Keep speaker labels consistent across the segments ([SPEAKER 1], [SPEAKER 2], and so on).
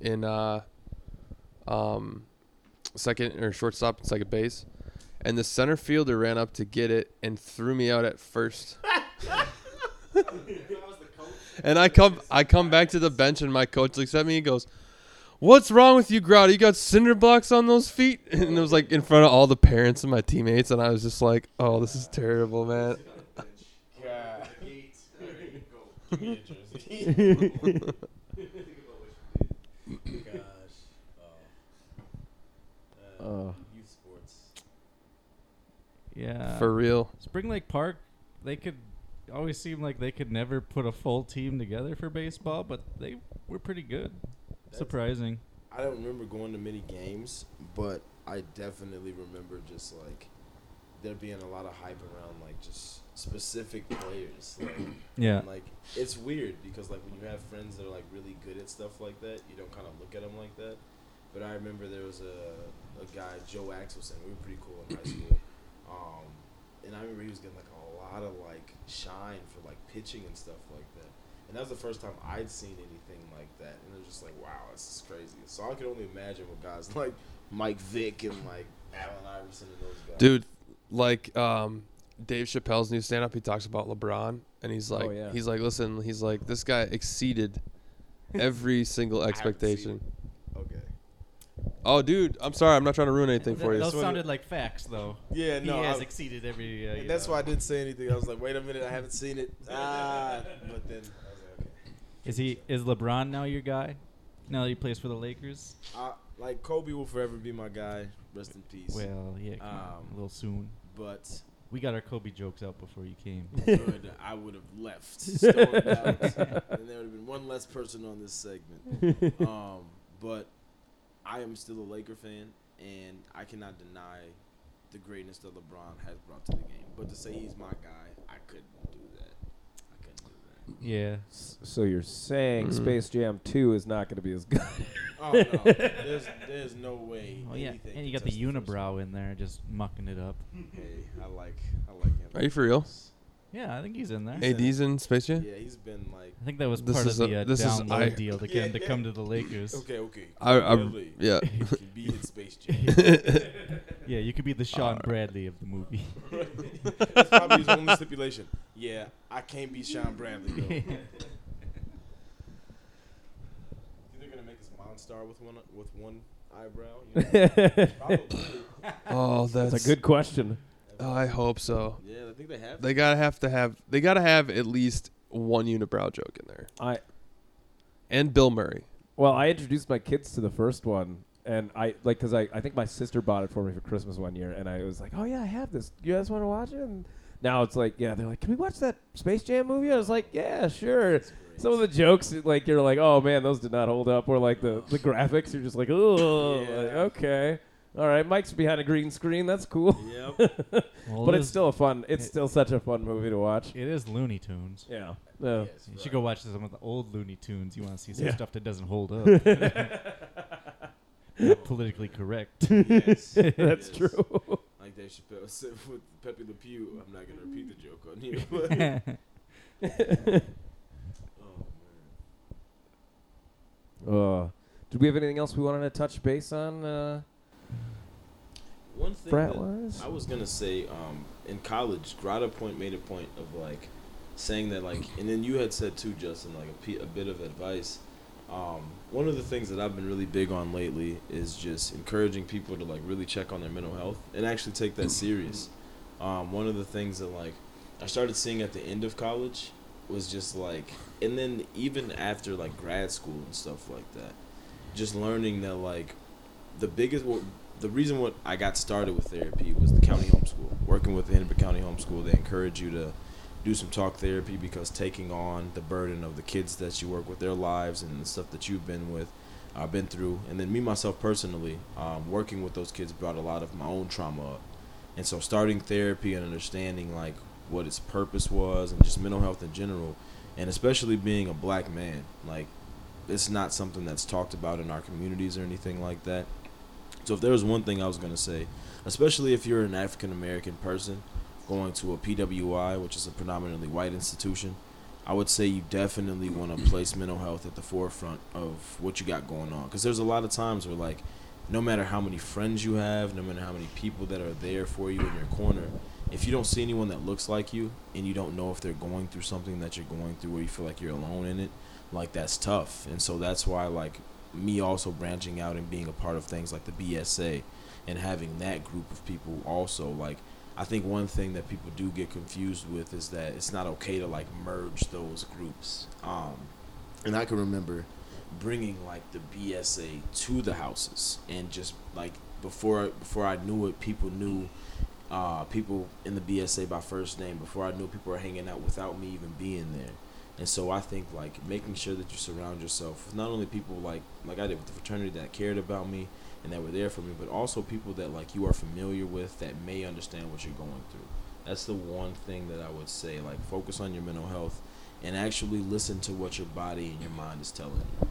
[SPEAKER 1] in uh, um, second or shortstop and second base, and the center fielder ran up to get it and threw me out at first. and I come I come back to the bench and my coach looks at me and goes, "What's wrong with you, Grout? You got cinder blocks on those feet?" And it was like in front of all the parents and my teammates, and I was just like, "Oh, this is terrible, man."
[SPEAKER 2] God. uh, Gosh. Oh. Uh,
[SPEAKER 3] Oh.
[SPEAKER 2] Youth sports.
[SPEAKER 3] Yeah. Uh,
[SPEAKER 1] For real.
[SPEAKER 3] Spring Lake Park, they could always seem like they could never put a full team together for baseball, but they were pretty good.
[SPEAKER 2] That's-
[SPEAKER 3] Surprising.
[SPEAKER 2] I don't remember going to many games, but I definitely remember just like there being a lot of hype around like just specific players. Like,
[SPEAKER 3] Yeah.
[SPEAKER 2] and, like it's weird because like when you have friends that are like really good at stuff like that, you don't kind of look at them like that. But I remember there was a a guy Joe Axelson. We were pretty cool in high school, um, and I remember he was getting like a lot of like shine for like pitching and stuff like that. And that was the first time I'd seen anything like that, and it was just like, wow, this is crazy. So I could only imagine what guys like Mike Vick and like Allen Iverson and those guys.
[SPEAKER 1] dude like um dave chappelle's new stand-up he talks about lebron and he's like
[SPEAKER 2] yeah.
[SPEAKER 1] he's like listen he's like this guy exceeded every single
[SPEAKER 2] I haven't seen
[SPEAKER 1] expectation
[SPEAKER 2] it. Okay.
[SPEAKER 1] oh dude i'm sorry i'm not trying to ruin anything for
[SPEAKER 3] Th-
[SPEAKER 1] you
[SPEAKER 3] Those
[SPEAKER 2] So-
[SPEAKER 3] sounded like facts, though.
[SPEAKER 2] Yeah, no,
[SPEAKER 3] he has
[SPEAKER 2] I-
[SPEAKER 3] exceeded every. Uh, you
[SPEAKER 2] And that's
[SPEAKER 3] know.
[SPEAKER 2] why I didn't say anything. I was like, wait a minute, I haven't seen it. Ah, but then I was like, okay.
[SPEAKER 3] Is he? Is LeBron now your guy? Now that he plays for the Lakers.
[SPEAKER 2] I, like Kobe will forever be my guy. Rest in peace.
[SPEAKER 3] Well, yeah, come on,
[SPEAKER 2] Um,
[SPEAKER 3] a little soon.
[SPEAKER 2] but
[SPEAKER 3] We got our Kobe jokes out before you came.
[SPEAKER 2] good, I would have left, stormed out, and there would have been one less person on this segment. Um, but I am still a Laker fan, and I cannot deny the greatness that LeBron has brought to the game. But to say he's my guy, I couldn't do that. I couldn't do that.
[SPEAKER 3] yeah,
[SPEAKER 4] S- So you're saying
[SPEAKER 1] Mhm.
[SPEAKER 4] Space Jam 2 is not going to be as good?
[SPEAKER 2] Oh no, there's there's no way.
[SPEAKER 3] oh, yeah,
[SPEAKER 2] anything
[SPEAKER 3] and you
[SPEAKER 2] can
[SPEAKER 3] got the
[SPEAKER 2] touch first
[SPEAKER 3] unibrow in there, just mucking it up.
[SPEAKER 2] one. Hey, I like I like him.
[SPEAKER 1] Are you for real?
[SPEAKER 3] Yeah, I think he's in there.
[SPEAKER 2] Hey.
[SPEAKER 1] ad's in space jam
[SPEAKER 2] Yeah, he's been like.
[SPEAKER 3] I think that was
[SPEAKER 1] This
[SPEAKER 3] part of
[SPEAKER 1] is a-
[SPEAKER 3] the uh,
[SPEAKER 1] this is
[SPEAKER 3] down low
[SPEAKER 1] I-
[SPEAKER 3] deal to
[SPEAKER 2] Yeah,
[SPEAKER 3] get him to
[SPEAKER 2] yeah.
[SPEAKER 3] come to the Lakers.
[SPEAKER 2] Okay, okay.
[SPEAKER 1] I, I
[SPEAKER 2] really?
[SPEAKER 1] yeah
[SPEAKER 2] You can be in Space Jam.
[SPEAKER 3] Yeah, you could be the Sean
[SPEAKER 1] Alright.
[SPEAKER 3] Bradley of the movie.
[SPEAKER 2] That's probably his only stipulation. Yeah, I can't be Sean Bradley though. Think They're gonna make us Monstar with one with one eyebrow. You know? Probably.
[SPEAKER 1] oh that's,
[SPEAKER 4] That's a good question.
[SPEAKER 1] oh, i hope so
[SPEAKER 2] Yeah, I think they have.
[SPEAKER 1] they gotta have to have they gotta have at least one unibrow joke in there
[SPEAKER 4] I
[SPEAKER 1] and bill murray
[SPEAKER 4] Well, I introduced my kids to the first one, and I like because I, I think my sister bought it for me for Christmas one year, and I was like, oh yeah, I have this. You guys want to watch it? And now it's like, yeah, they're like, can we watch that Space Jam movie? I was like, yeah, sure. Some of the jokes, it- like you're like, oh man, those did not hold up, or like the the graphics, you're just like, oh,
[SPEAKER 2] Yeah.
[SPEAKER 4] like, okay, all right, Mike's behind a green screen, that's cool.
[SPEAKER 2] Yep.
[SPEAKER 3] Well,
[SPEAKER 4] But
[SPEAKER 3] it
[SPEAKER 4] it's
[SPEAKER 3] is-
[SPEAKER 4] still a fun. It's
[SPEAKER 3] it-
[SPEAKER 4] still such a fun movie to watch.
[SPEAKER 3] it is Looney Tunes.
[SPEAKER 4] Yeah.
[SPEAKER 2] Yeah,
[SPEAKER 4] Yeah.
[SPEAKER 2] it's
[SPEAKER 3] You
[SPEAKER 2] right.
[SPEAKER 3] should go watch some of the old Looney Tunes. You want to see some
[SPEAKER 4] Yeah.
[SPEAKER 3] stuff that doesn't hold up. Not politically correct.
[SPEAKER 2] Yes,
[SPEAKER 4] That's
[SPEAKER 2] yes.
[SPEAKER 4] true.
[SPEAKER 2] Like Dave Chappelle said with Pepe Le Pew. I'm not gonna repeat the joke on here. But, oh man.
[SPEAKER 4] Uh, did we have anything else we wanted to touch base on, uh,
[SPEAKER 2] One thing
[SPEAKER 4] frat
[SPEAKER 2] that-
[SPEAKER 4] wise?
[SPEAKER 2] I was gonna say, um, in college, Grata Point made a point of like saying that like, and then you had said too, Justin, like a, pe- a bit of advice. Um, one of the things that I've been really big on lately is just encouraging people to like really check on their mental health and actually take that serious. Um, one of the things that like I started seeing at the end of college was just like, and then even after like grad school and stuff like that, just learning that like the biggest what the reason what I got started with therapy was the county homeschool. Working with the Hennepin County Homeschool, they encourage you to do some talk therapy because taking on the burden of the kids that you work with, their lives, and the stuff that you've been with, I've been through, and then me myself personally, um, working with those kids brought a lot of my own trauma up, and so starting therapy and understanding like what its purpose was and just mental health in general, and especially being a black man, like it's not something that's talked about in our communities or anything like that. So if there was one thing I was gonna say, especially if you're an African American person going to a PWI, which is a predominantly white institution, I would say you definitely want to place mental health at the forefront of what you got going on. Because there's a lot of times where, like, no matter how many friends you have, no matter how many people that are there for you in your corner, if you don't see anyone that looks like you and you don't know if they're going through something that you're going through or you feel like you're alone in it, like, that's tough. And so that's why, like, me also branching out and being a part of things like the BSA and having that group of people also, like, I think one thing that people do get confused with is that it's not okay to like merge those groups. Um, and I can remember bringing like the BSA to the houses and just like before before I knew it, people knew uh, people in the BSA by first name. Before I knew, people were hanging out without me even being there. And so I think like making sure that you surround yourself with not only people like like I did with the fraternity that cared about me, and that were there for me, but also people that like you are familiar with that may understand what you're going through. That's the one thing that I would say. Like focus on your mental health and actually listen to what your body and your mind is telling you.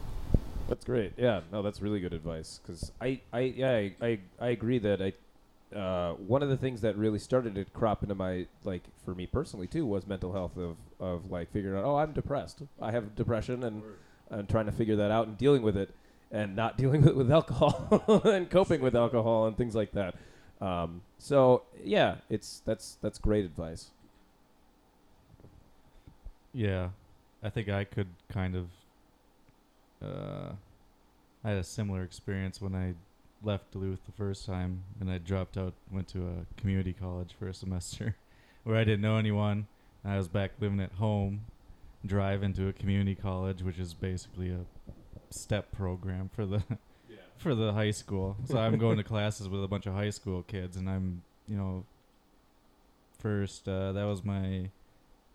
[SPEAKER 4] That's great. Yeah, no, that's really good advice. Because I, I, yeah, I, I, I agree that I, uh, one of the things that really started to crop into my like for me personally too was mental health of of like figuring out oh I'm depressed I have depression and and trying to figure that out and dealing with it and not dealing with, with alcohol and coping with alcohol and things like that. Um, so yeah, it's that's that's great advice.
[SPEAKER 3] Yeah, I think I could kind of. Uh, I had a similar experience when I left Duluth the first time, and I dropped out, went to a community college for a semester, where I didn't know anyone. And I was back living at home, drive into a community college, which is basically a step program for the for the high school. So I'm going to classes with a bunch of high school kids, and I'm you know first uh, that was my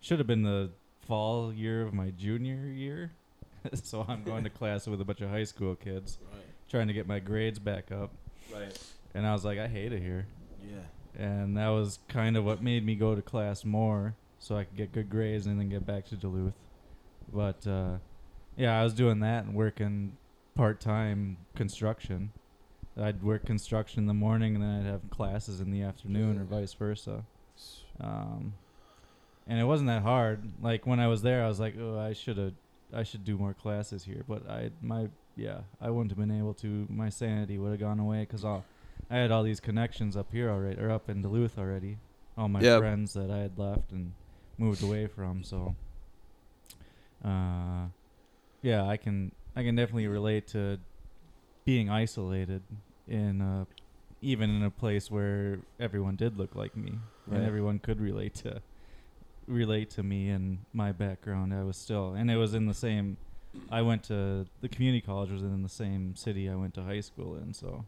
[SPEAKER 3] should have been the fall year of my junior year. so I'm going to class with a bunch of high school kids,
[SPEAKER 2] Right.
[SPEAKER 3] trying to get my grades back up.
[SPEAKER 2] Right.
[SPEAKER 3] And I was like, I hate it here.
[SPEAKER 2] Yeah.
[SPEAKER 3] And that was kind of what made me go to class more, so I could get good grades and then get back to Duluth. But uh, yeah, I was doing that and working part time construction. I'd work construction in the morning and then I'd have classes in the afternoon or vice versa. Um, and it wasn't that hard. Like when I was there, I was like, oh, I should have, I should do more classes here. But I, my, yeah, I wouldn't have been able to. My sanity would have gone away because I had all these connections up here already, or up in Duluth already. All my
[SPEAKER 1] Yeah.
[SPEAKER 3] friends that I had left and moved away from. So, uh, yeah, I can, I can definitely relate to being isolated in a even in a place where everyone did look like me
[SPEAKER 4] Right.
[SPEAKER 3] and everyone could relate to relate to me and my background i was still and it was in the same i went to the community college was in the same city i went to high school in so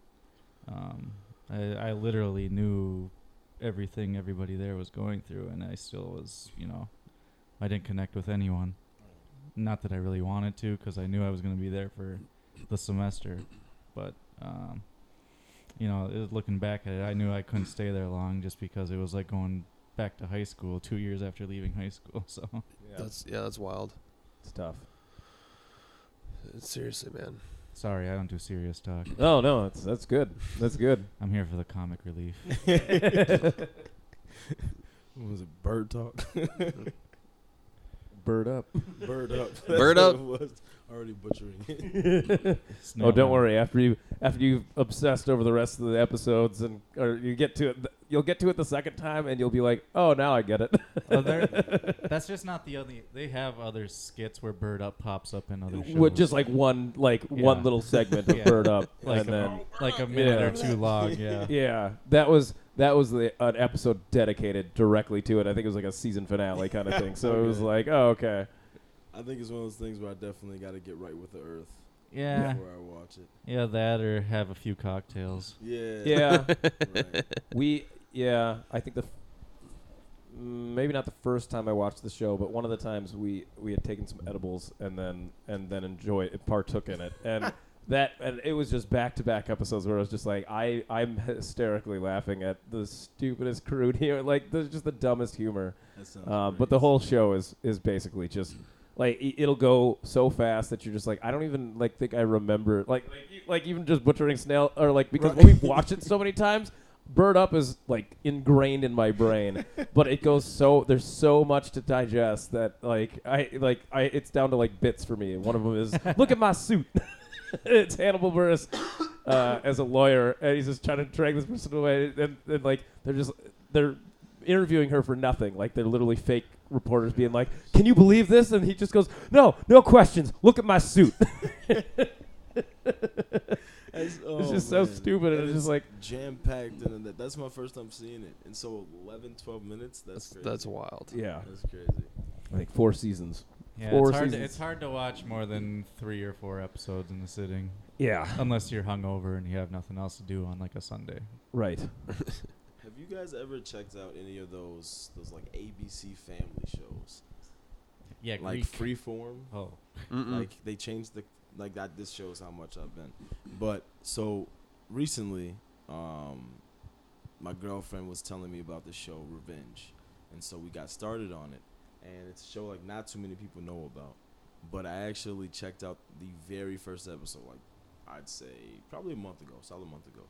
[SPEAKER 3] um, I, I literally knew everything everybody there was going through and i still was you know i didn't connect with anyone not that i really wanted to because i knew i was going to be there for the semester but um, you know, it, looking back at it, I knew I couldn't stay there long just because it was like going back to high school two years after leaving high school. So
[SPEAKER 1] That's yeah, that's wild.
[SPEAKER 4] it's tough.
[SPEAKER 1] Seriously, man.
[SPEAKER 3] sorry, I don't do serious talk.
[SPEAKER 4] No, Oh, no, that's that's good. That's good.
[SPEAKER 3] I'm here for the comic relief.
[SPEAKER 2] What was it? Bird talk.
[SPEAKER 4] Bird up.
[SPEAKER 2] Bird up.
[SPEAKER 1] Bird
[SPEAKER 2] what
[SPEAKER 1] up.
[SPEAKER 2] it was. Already butchering it.
[SPEAKER 4] Oh, don't
[SPEAKER 3] Snowman.
[SPEAKER 4] worry. After you after you've obsessed over the rest of the episodes and or you get to it, th- you'll get to it the second time and you'll be like, oh, now I get it.
[SPEAKER 3] Oh, they're- that's just not the only. They have other skits where Bird Up pops up in other shows.
[SPEAKER 4] With just like one like one
[SPEAKER 3] Yeah.
[SPEAKER 4] little segment of
[SPEAKER 3] Yeah.
[SPEAKER 4] Bird up,
[SPEAKER 3] like
[SPEAKER 4] and
[SPEAKER 3] a,
[SPEAKER 4] then
[SPEAKER 3] like a minute
[SPEAKER 4] Yeah.
[SPEAKER 3] or two long. Yeah.
[SPEAKER 4] yeah, that was that was the, an episode dedicated directly to it. I think it was like a season finale kind of thing. So it was
[SPEAKER 2] Okay.
[SPEAKER 4] like, oh, okay.
[SPEAKER 2] I think it's one of those things where I definitely got to get right with the earth
[SPEAKER 3] Yeah.
[SPEAKER 2] before I watch it.
[SPEAKER 3] Yeah, that or have a few cocktails.
[SPEAKER 2] Yeah.
[SPEAKER 4] Yeah,
[SPEAKER 2] Right.
[SPEAKER 4] we yeah. I think the f- maybe not the first time I watched the show, but one of the times we we had taken some edibles and then and then enjoyed it, partook in it, and that and it was just back to back episodes where I was just like, I I'm hysterically laughing at the stupidest crude here, like there's just the dumbest humor.
[SPEAKER 2] That sounds
[SPEAKER 4] Uh,
[SPEAKER 2] great.
[SPEAKER 4] but the whole show is is basically just like i- it'll go so fast that you're just like I don't even like think I remember like like, e- like even just butchering snail or like because
[SPEAKER 2] Right.
[SPEAKER 4] we've watched it so many times Bird Up is like ingrained in my brain, but it goes so there's so much to digest that like I like I it's down to like bits for me. One of them is look at my suit. it's Hannibal Burris uh, as a lawyer, and he's just trying to drag this person away, and, and like they're just they're interviewing her for nothing. Like they're literally fake reporters being like, "Can you believe this?" And he just goes, "No, no questions. Look at my suit."
[SPEAKER 2] That's-
[SPEAKER 4] it's
[SPEAKER 2] oh,
[SPEAKER 4] just so
[SPEAKER 2] man.
[SPEAKER 4] stupid, and
[SPEAKER 2] That
[SPEAKER 4] it's
[SPEAKER 2] is
[SPEAKER 4] just like
[SPEAKER 2] jam packed, and that, that's my first time seeing it. And so 11, 12 minutes. That's
[SPEAKER 1] That's
[SPEAKER 2] crazy.
[SPEAKER 1] that's wild.
[SPEAKER 4] yeah,
[SPEAKER 2] That's crazy.
[SPEAKER 4] like four seasons.
[SPEAKER 3] Yeah,
[SPEAKER 4] Four
[SPEAKER 3] it's hard, to,
[SPEAKER 4] seasons.
[SPEAKER 3] it's hard to watch more than three or four episodes in a sitting,
[SPEAKER 4] Yeah,
[SPEAKER 3] unless you're hungover and you have nothing else to do on like a Sunday.
[SPEAKER 4] right.
[SPEAKER 2] Have you guys ever checked out any of those those like ABC Family shows,
[SPEAKER 3] Yeah,
[SPEAKER 2] like
[SPEAKER 3] Greek.
[SPEAKER 2] Freeform?
[SPEAKER 3] Oh,
[SPEAKER 1] Mm-mm.
[SPEAKER 2] Like they changed the like that. This shows how much I've been. But so recently, um, my girlfriend was telling me about the show Revenge, and so we got started on it. And it's a show like not too many people know about. But I actually checked out the very first episode, like I'd say probably a month ago, solid month ago,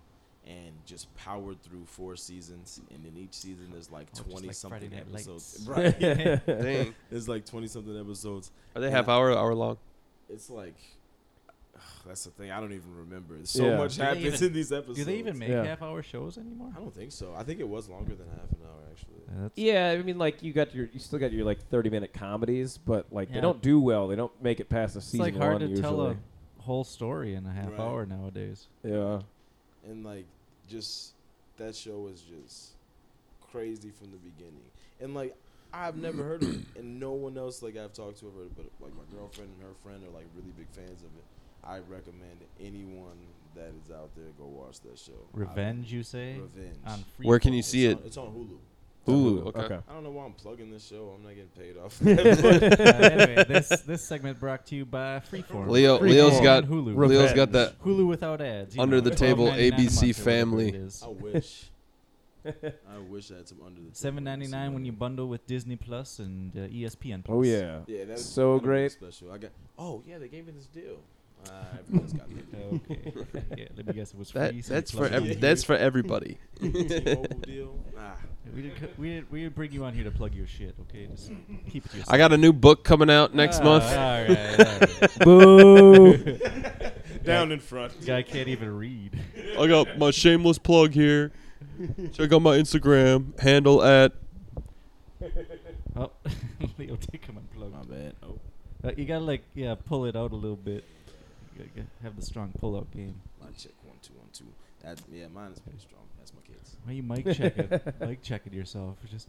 [SPEAKER 2] and just powered through four seasons. And in each season, there's like
[SPEAKER 3] Oh, just
[SPEAKER 2] twenty
[SPEAKER 3] like Friday
[SPEAKER 2] something
[SPEAKER 3] Night
[SPEAKER 2] episodes.
[SPEAKER 3] Lights.
[SPEAKER 2] Right,
[SPEAKER 1] Dang.
[SPEAKER 2] there's like twenty something episodes
[SPEAKER 1] Are they half hour, hour long?
[SPEAKER 2] it's like that's the thing. I don't even remember. So
[SPEAKER 4] Yeah.
[SPEAKER 2] much
[SPEAKER 3] Do they
[SPEAKER 2] happens
[SPEAKER 3] even-
[SPEAKER 2] in these episodes.
[SPEAKER 3] do they even make
[SPEAKER 4] Yeah.
[SPEAKER 3] half-hour shows anymore?
[SPEAKER 2] I don't think so. I think it was longer than half an hour actually.
[SPEAKER 3] Yeah, that's
[SPEAKER 4] Yeah, I mean, like you got your, you still got your like thirty minute comedies, but like they
[SPEAKER 3] Yeah.
[SPEAKER 4] don't do well. They don't make it past the
[SPEAKER 3] it's
[SPEAKER 4] season
[SPEAKER 3] like hard
[SPEAKER 4] one
[SPEAKER 3] to
[SPEAKER 4] usually.
[SPEAKER 3] tell a whole story in a half
[SPEAKER 2] Right.
[SPEAKER 3] hour nowadays.
[SPEAKER 4] yeah,
[SPEAKER 2] And like just that show was just crazy from the beginning. And like I've never heard of it, and no one else like I've talked to ever, but like my girlfriend and her friend are like really big fans of it. I recommend anyone that is out there go watch that show. I-
[SPEAKER 3] Revenge, you say?
[SPEAKER 2] Revenge.
[SPEAKER 3] On free
[SPEAKER 1] Where can you
[SPEAKER 2] It's
[SPEAKER 1] see
[SPEAKER 2] on-
[SPEAKER 1] it?
[SPEAKER 2] It's on Hulu.
[SPEAKER 1] Ooh, okay.
[SPEAKER 2] I don't know why I'm plugging this show. I'm not getting paid off. But-
[SPEAKER 3] Uh, anyway, this this segment brought to you by Freeform.
[SPEAKER 1] Leo-
[SPEAKER 3] Freeform
[SPEAKER 1] Leo's
[SPEAKER 3] on
[SPEAKER 1] got-
[SPEAKER 3] Hulu.
[SPEAKER 4] Re-
[SPEAKER 1] Leo's got that.
[SPEAKER 3] Hulu without ads. you
[SPEAKER 1] Under
[SPEAKER 3] know,
[SPEAKER 1] the table
[SPEAKER 3] $12.99 a
[SPEAKER 1] ABC
[SPEAKER 3] month or whatever
[SPEAKER 1] family.
[SPEAKER 3] it is.
[SPEAKER 2] I wish. I wish I had some under the table
[SPEAKER 3] Seven ninety nine when you bundle with Disney Plus and uh, ESPN Plus.
[SPEAKER 4] Oh yeah.
[SPEAKER 2] Yeah, that's
[SPEAKER 4] So
[SPEAKER 2] that'd be
[SPEAKER 4] great.
[SPEAKER 2] Special. I got. Oh yeah, they gave me this deal. Uh, everyone's got that deal.
[SPEAKER 3] Okay. yeah, let me guess. It was
[SPEAKER 1] That,
[SPEAKER 3] free. so we
[SPEAKER 1] that's for
[SPEAKER 3] clubbed it
[SPEAKER 1] ev-
[SPEAKER 3] in.
[SPEAKER 1] that's for everybody.
[SPEAKER 2] T-Mobile deal. Ah,
[SPEAKER 3] We did, co- we did we did bring you on here to plug your shit. Okay, just keep it to yourself.
[SPEAKER 1] I got a new book coming out next
[SPEAKER 3] Ah,
[SPEAKER 1] month.
[SPEAKER 3] All right, all right.
[SPEAKER 4] Boo!
[SPEAKER 2] down in front.
[SPEAKER 3] Guy can't even read.
[SPEAKER 1] I got my shameless plug here. Check out my Instagram handle at
[SPEAKER 3] Oh, Leo, take him unplugged.
[SPEAKER 2] My
[SPEAKER 1] Um,
[SPEAKER 2] bad. Oh,
[SPEAKER 3] Uh, you gotta like yeah, pull it out a little bit. You gotta g- have the strong pull-out game.
[SPEAKER 2] my check one two one two. That yeah, mine is pretty strong. That's my kids.
[SPEAKER 3] Why you mic check it? mic check it yourself. Just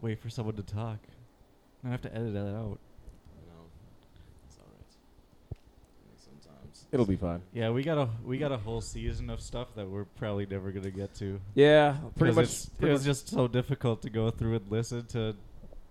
[SPEAKER 3] wait for someone to talk. I have to edit that out.
[SPEAKER 2] You know, it's all right. And Sometimes
[SPEAKER 4] It'll be fine.
[SPEAKER 3] Yeah, we got a we got a whole season of stuff that we're probably never gonna get to.
[SPEAKER 4] Yeah, pretty
[SPEAKER 3] 'Cause
[SPEAKER 4] much.
[SPEAKER 3] it's-
[SPEAKER 4] pretty
[SPEAKER 3] it was
[SPEAKER 4] much-
[SPEAKER 3] just so difficult to go through and listen to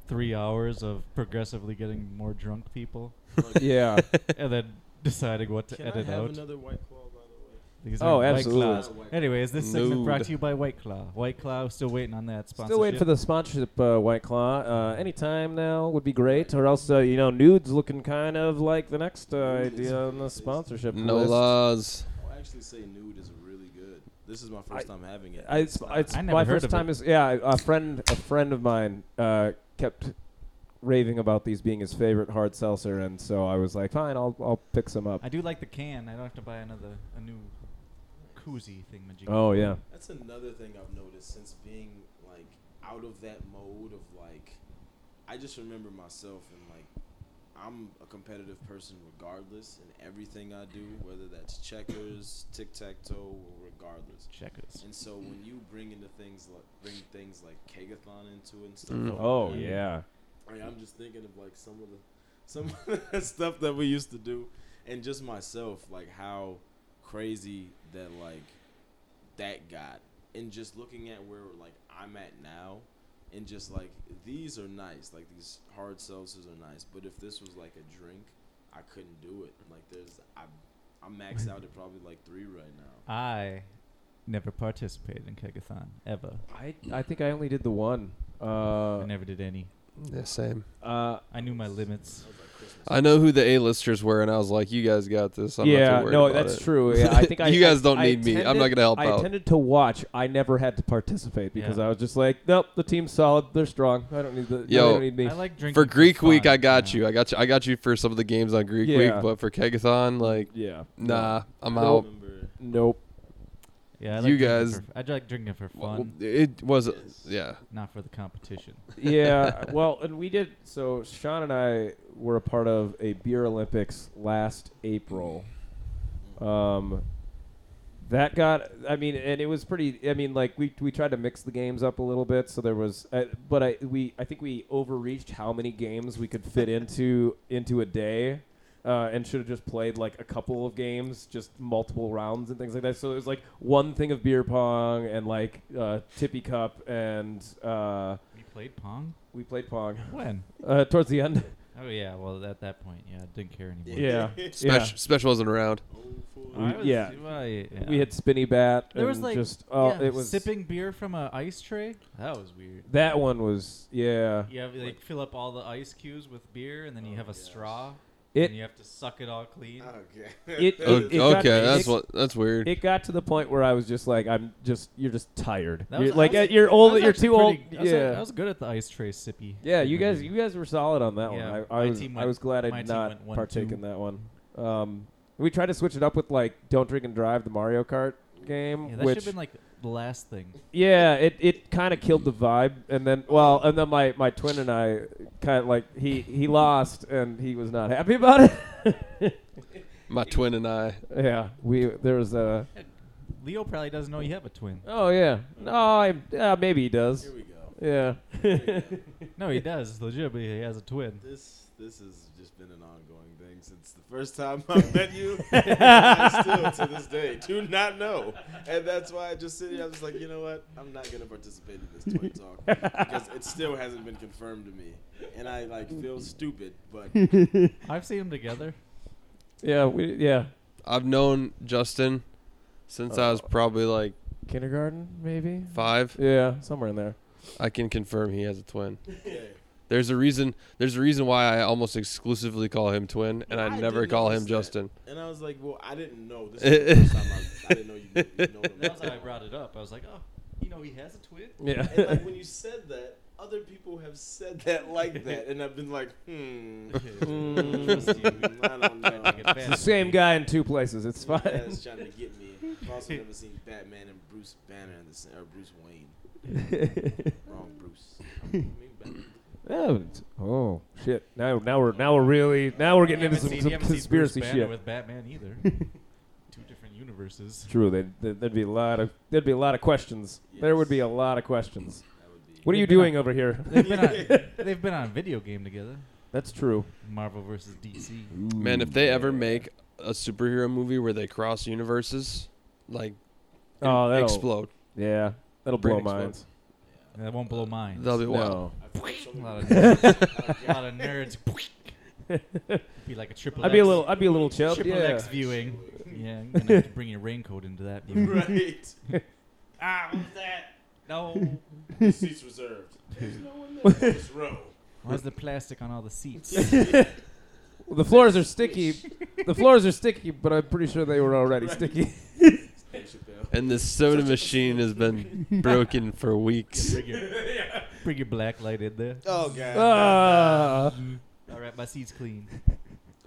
[SPEAKER 3] three hours of progressively getting more drunk people
[SPEAKER 2] Look,
[SPEAKER 4] yeah.
[SPEAKER 3] and then deciding what to
[SPEAKER 2] Can I
[SPEAKER 3] edit
[SPEAKER 2] have
[SPEAKER 3] out.
[SPEAKER 2] another white claw by the way?
[SPEAKER 3] These
[SPEAKER 4] Oh,
[SPEAKER 3] are White
[SPEAKER 4] absolutely.
[SPEAKER 3] Claws.
[SPEAKER 2] White Claw.
[SPEAKER 3] Anyways, this segment brought
[SPEAKER 1] Nude.
[SPEAKER 3] to you by White Claw. White Claw, still waiting on that sponsorship.
[SPEAKER 4] Still waiting for the sponsorship, uh, White Claw. Uh, anytime now would be great, or else uh, you know, nudes looking kind of like the next uh, idea on the sponsorship
[SPEAKER 1] no
[SPEAKER 4] list.
[SPEAKER 1] laws.
[SPEAKER 2] I'll actually say nude is really good. This is my first time having it.
[SPEAKER 4] I, it's,
[SPEAKER 2] not-
[SPEAKER 4] it's
[SPEAKER 3] I never
[SPEAKER 4] my
[SPEAKER 3] heard
[SPEAKER 4] first
[SPEAKER 3] of
[SPEAKER 4] time
[SPEAKER 3] it.
[SPEAKER 4] is yeah. A friend, a friend of mine, uh, kept raving about these being his favorite hard seltzer, and so I was like, fine, I'll I'll pick some up.
[SPEAKER 3] I do like the can. I don't have to buy another a new koozie thing. Majig.
[SPEAKER 4] Oh yeah,
[SPEAKER 2] That's another thing I've noticed since being like out of that mode of like, I just remember myself and like, I'm a competitive person regardless in everything I do, whether that's checkers, tic tac toe, or regardless.
[SPEAKER 3] checkers.
[SPEAKER 2] And so when you bring into things like bring things like Kegathon into it and stuff.
[SPEAKER 1] Mm.
[SPEAKER 2] like
[SPEAKER 4] oh
[SPEAKER 2] that,
[SPEAKER 4] yeah.
[SPEAKER 2] I mean, I'm just thinking of like some of the some of the stuff that we used to do, and just myself, like how crazy that like that got, and just looking at where like I'm at now, and just like these are nice, like these hard seltzers are nice, but if this was like a drink, I couldn't do it. Like there's I. I'm maxed out at probably like three right now.
[SPEAKER 3] I never participated in kegathon ever.
[SPEAKER 4] I I think I only did the one. Uh,
[SPEAKER 3] I never did any.
[SPEAKER 1] Yeah, same.
[SPEAKER 4] uh,
[SPEAKER 3] I knew my limits.
[SPEAKER 2] I was like Chris Christmas.
[SPEAKER 1] I know who the A-listers were, and I was like, "You guys got this." I'm not
[SPEAKER 4] yeah,
[SPEAKER 1] too worried
[SPEAKER 4] no,
[SPEAKER 1] about
[SPEAKER 4] that's
[SPEAKER 1] it.
[SPEAKER 4] true. Yeah, I think I,
[SPEAKER 1] You guys
[SPEAKER 4] I-
[SPEAKER 1] don't
[SPEAKER 4] I
[SPEAKER 1] need me. I'm not
[SPEAKER 4] attended-
[SPEAKER 1] gonna help
[SPEAKER 4] I
[SPEAKER 1] out.
[SPEAKER 4] intended to watch. I never had to participate because
[SPEAKER 3] Yeah.
[SPEAKER 4] I was just like, nope, the team's solid. They're strong. I don't need
[SPEAKER 1] Yo,
[SPEAKER 4] the. they don't need me.
[SPEAKER 3] I like drinking
[SPEAKER 1] For Greek Week,
[SPEAKER 3] fun,
[SPEAKER 1] I got
[SPEAKER 3] yeah.
[SPEAKER 1] you. I got you. I got you for some of the games on Greek
[SPEAKER 4] Yeah.
[SPEAKER 1] Week, but for Kegathon, like,
[SPEAKER 4] yeah.
[SPEAKER 1] nah, I'm
[SPEAKER 2] I
[SPEAKER 1] out.
[SPEAKER 2] remember-
[SPEAKER 4] Nope.
[SPEAKER 3] Yeah, I
[SPEAKER 1] You
[SPEAKER 3] like drinking
[SPEAKER 1] guys-
[SPEAKER 3] for- I like drinking for
[SPEAKER 1] Well,
[SPEAKER 3] fun,
[SPEAKER 1] It was, yeah.
[SPEAKER 3] not for the competition.
[SPEAKER 4] yeah. Well, and we did. So Sean and I were a part of a beer Olympics last April. Um, that got. I mean, and it was pretty. I mean, like we we tried to mix the games up a little bit. So there was, uh, but I we I think we overreached how many games we could fit into into a day. Uh, and should have just played like a couple of games, just multiple rounds and things like that. So it was like one thing of beer pong and like uh, tippy cup and uh,
[SPEAKER 3] You played pong
[SPEAKER 4] we played Pong.
[SPEAKER 3] when?
[SPEAKER 4] Uh, towards the end.
[SPEAKER 3] Oh yeah, well at that point, yeah, I didn't care anymore.
[SPEAKER 4] Yeah.
[SPEAKER 1] Special, special wasn't around.
[SPEAKER 2] Oh, fool.
[SPEAKER 4] We-
[SPEAKER 3] I was,
[SPEAKER 4] yeah.
[SPEAKER 3] well, yeah.
[SPEAKER 4] We had spinny bat.
[SPEAKER 3] There was,
[SPEAKER 4] and
[SPEAKER 3] like,
[SPEAKER 4] just oh,
[SPEAKER 3] yeah,
[SPEAKER 4] it was
[SPEAKER 3] sipping beer from a ice tray. That was weird.
[SPEAKER 4] That one was yeah.
[SPEAKER 3] You have like fill up all the ice cubes with beer, and then you
[SPEAKER 2] Oh,
[SPEAKER 3] have a
[SPEAKER 2] yes.
[SPEAKER 3] straw,
[SPEAKER 4] It
[SPEAKER 3] and you have to suck it all clean.
[SPEAKER 2] Okay.
[SPEAKER 4] It-
[SPEAKER 1] O-
[SPEAKER 4] it-
[SPEAKER 1] Okay,
[SPEAKER 4] got-
[SPEAKER 1] that's
[SPEAKER 4] it-
[SPEAKER 1] what. That's weird.
[SPEAKER 4] it got to the point where I was just like I'm just you're just tired.
[SPEAKER 3] That was-
[SPEAKER 4] You're-
[SPEAKER 3] I
[SPEAKER 4] like
[SPEAKER 3] was-
[SPEAKER 4] uh, you're
[SPEAKER 3] I was
[SPEAKER 4] old. You're
[SPEAKER 3] actually
[SPEAKER 4] too old.
[SPEAKER 3] pretty- I was,
[SPEAKER 4] Yeah.
[SPEAKER 3] I was good at the ice tray sippy.
[SPEAKER 4] yeah, you guys,
[SPEAKER 3] Mm-hmm.
[SPEAKER 4] you guys were solid on that
[SPEAKER 3] Yeah,
[SPEAKER 4] one. I, I
[SPEAKER 3] my
[SPEAKER 4] was,
[SPEAKER 3] team
[SPEAKER 4] I
[SPEAKER 3] went-
[SPEAKER 4] was glad I
[SPEAKER 3] my
[SPEAKER 4] did
[SPEAKER 3] team
[SPEAKER 4] not
[SPEAKER 3] went one,
[SPEAKER 4] partake
[SPEAKER 3] two.
[SPEAKER 4] in that one. Um, we tried to switch it up with like "Don't Drink and Drive" the Mario Kart game,
[SPEAKER 3] Yeah, that should
[SPEAKER 4] which
[SPEAKER 3] have been like the last thing.
[SPEAKER 4] Yeah, it, it kind of killed the vibe, and then well, and then my, my twin and I kind of like he he lost and he was not happy about it.
[SPEAKER 1] My twin and I.
[SPEAKER 4] yeah, we there was a
[SPEAKER 3] Leo probably doesn't know you have a twin.
[SPEAKER 4] oh yeah no I yeah, maybe he does
[SPEAKER 2] Here we go.
[SPEAKER 4] yeah
[SPEAKER 3] No, he does. Legitimately, he has a twin.
[SPEAKER 2] This this has just been an ongoing thing since the first time I met you. and I still to this day do not know, and that's why I just sit here. I was like, you know what? I'm not gonna participate in this twin talk because it still hasn't been confirmed to me, and I like feel stupid. But
[SPEAKER 3] I've seen them together.
[SPEAKER 4] yeah we yeah
[SPEAKER 1] I've known Justin since I was
[SPEAKER 4] Uh,
[SPEAKER 1] probably like
[SPEAKER 4] kindergarten maybe
[SPEAKER 1] five.
[SPEAKER 4] yeah somewhere in there
[SPEAKER 1] I can confirm he has a twin.
[SPEAKER 2] yeah.
[SPEAKER 1] There's a reason. There's a reason why I almost exclusively call him twin, and I,
[SPEAKER 2] I
[SPEAKER 1] never
[SPEAKER 2] did
[SPEAKER 1] call
[SPEAKER 2] notice
[SPEAKER 1] him
[SPEAKER 2] that.
[SPEAKER 1] Justin.
[SPEAKER 2] and I was like, well, I didn't know. This is the first time I, I didn't know you. Knew, you know
[SPEAKER 3] That was how I
[SPEAKER 2] him.
[SPEAKER 3] brought it up. I was like, oh, you know, he has a twin.
[SPEAKER 4] yeah
[SPEAKER 2] And like when you said that, other people have said that like that, and I've been like, hmm,
[SPEAKER 4] Mm.
[SPEAKER 2] trust you. I don't know.
[SPEAKER 4] It's the same guy in two places it's
[SPEAKER 2] Yeah,
[SPEAKER 4] fine
[SPEAKER 2] That's trying to get me. I've also never seen Batman and Bruce Banner in the same, or Bruce Wayne. Wrong Bruce. I mean, Batman.
[SPEAKER 4] oh, it's- oh shit now now we're now we're really now we're getting into some, some conspiracy shit
[SPEAKER 3] with Batman either. Two different universes.
[SPEAKER 4] True. They'd, they'd- there'd be a lot of there'd be a lot of questions. There would be a lot of questions.
[SPEAKER 2] That would be.
[SPEAKER 4] What are you
[SPEAKER 3] They've been
[SPEAKER 4] doing
[SPEAKER 3] on-
[SPEAKER 4] over here?
[SPEAKER 3] They've been on, they've been on video game together.
[SPEAKER 4] That's true.
[SPEAKER 3] Marvel versus DC.
[SPEAKER 1] Man, if they ever make a superhero movie where they cross universes, like
[SPEAKER 4] Oh, that'll
[SPEAKER 1] explode.
[SPEAKER 4] Yeah, that'll blow
[SPEAKER 1] Brain
[SPEAKER 4] minds.
[SPEAKER 2] Yeah.
[SPEAKER 3] That won't blow mine.
[SPEAKER 1] That'll be wild.
[SPEAKER 4] No.
[SPEAKER 2] I've heard so
[SPEAKER 3] A
[SPEAKER 2] many
[SPEAKER 3] lot of
[SPEAKER 2] people-
[SPEAKER 3] nerds. a lot of nerds. be like a triple.
[SPEAKER 4] I'd be a
[SPEAKER 3] X-
[SPEAKER 4] little I'd be a little chub.
[SPEAKER 3] triple
[SPEAKER 4] Yeah.
[SPEAKER 3] X viewing. Yeah, I'm gonna have to bring your raincoat into that. view.
[SPEAKER 2] right.
[SPEAKER 3] ah, what's that? No.
[SPEAKER 2] The seat's reserved. There's no one there. This row.
[SPEAKER 3] Where's the plastic on all the seats?
[SPEAKER 4] The floors are sticky. the floors are sticky, but I'm pretty sure they were already
[SPEAKER 2] Right.
[SPEAKER 4] sticky.
[SPEAKER 2] Dave Chappelle.
[SPEAKER 1] And the soda machine has been broken for weeks.
[SPEAKER 3] Bring your, bring your black light in there.
[SPEAKER 2] Oh god.
[SPEAKER 4] Ah.
[SPEAKER 3] All right, my seat's clean.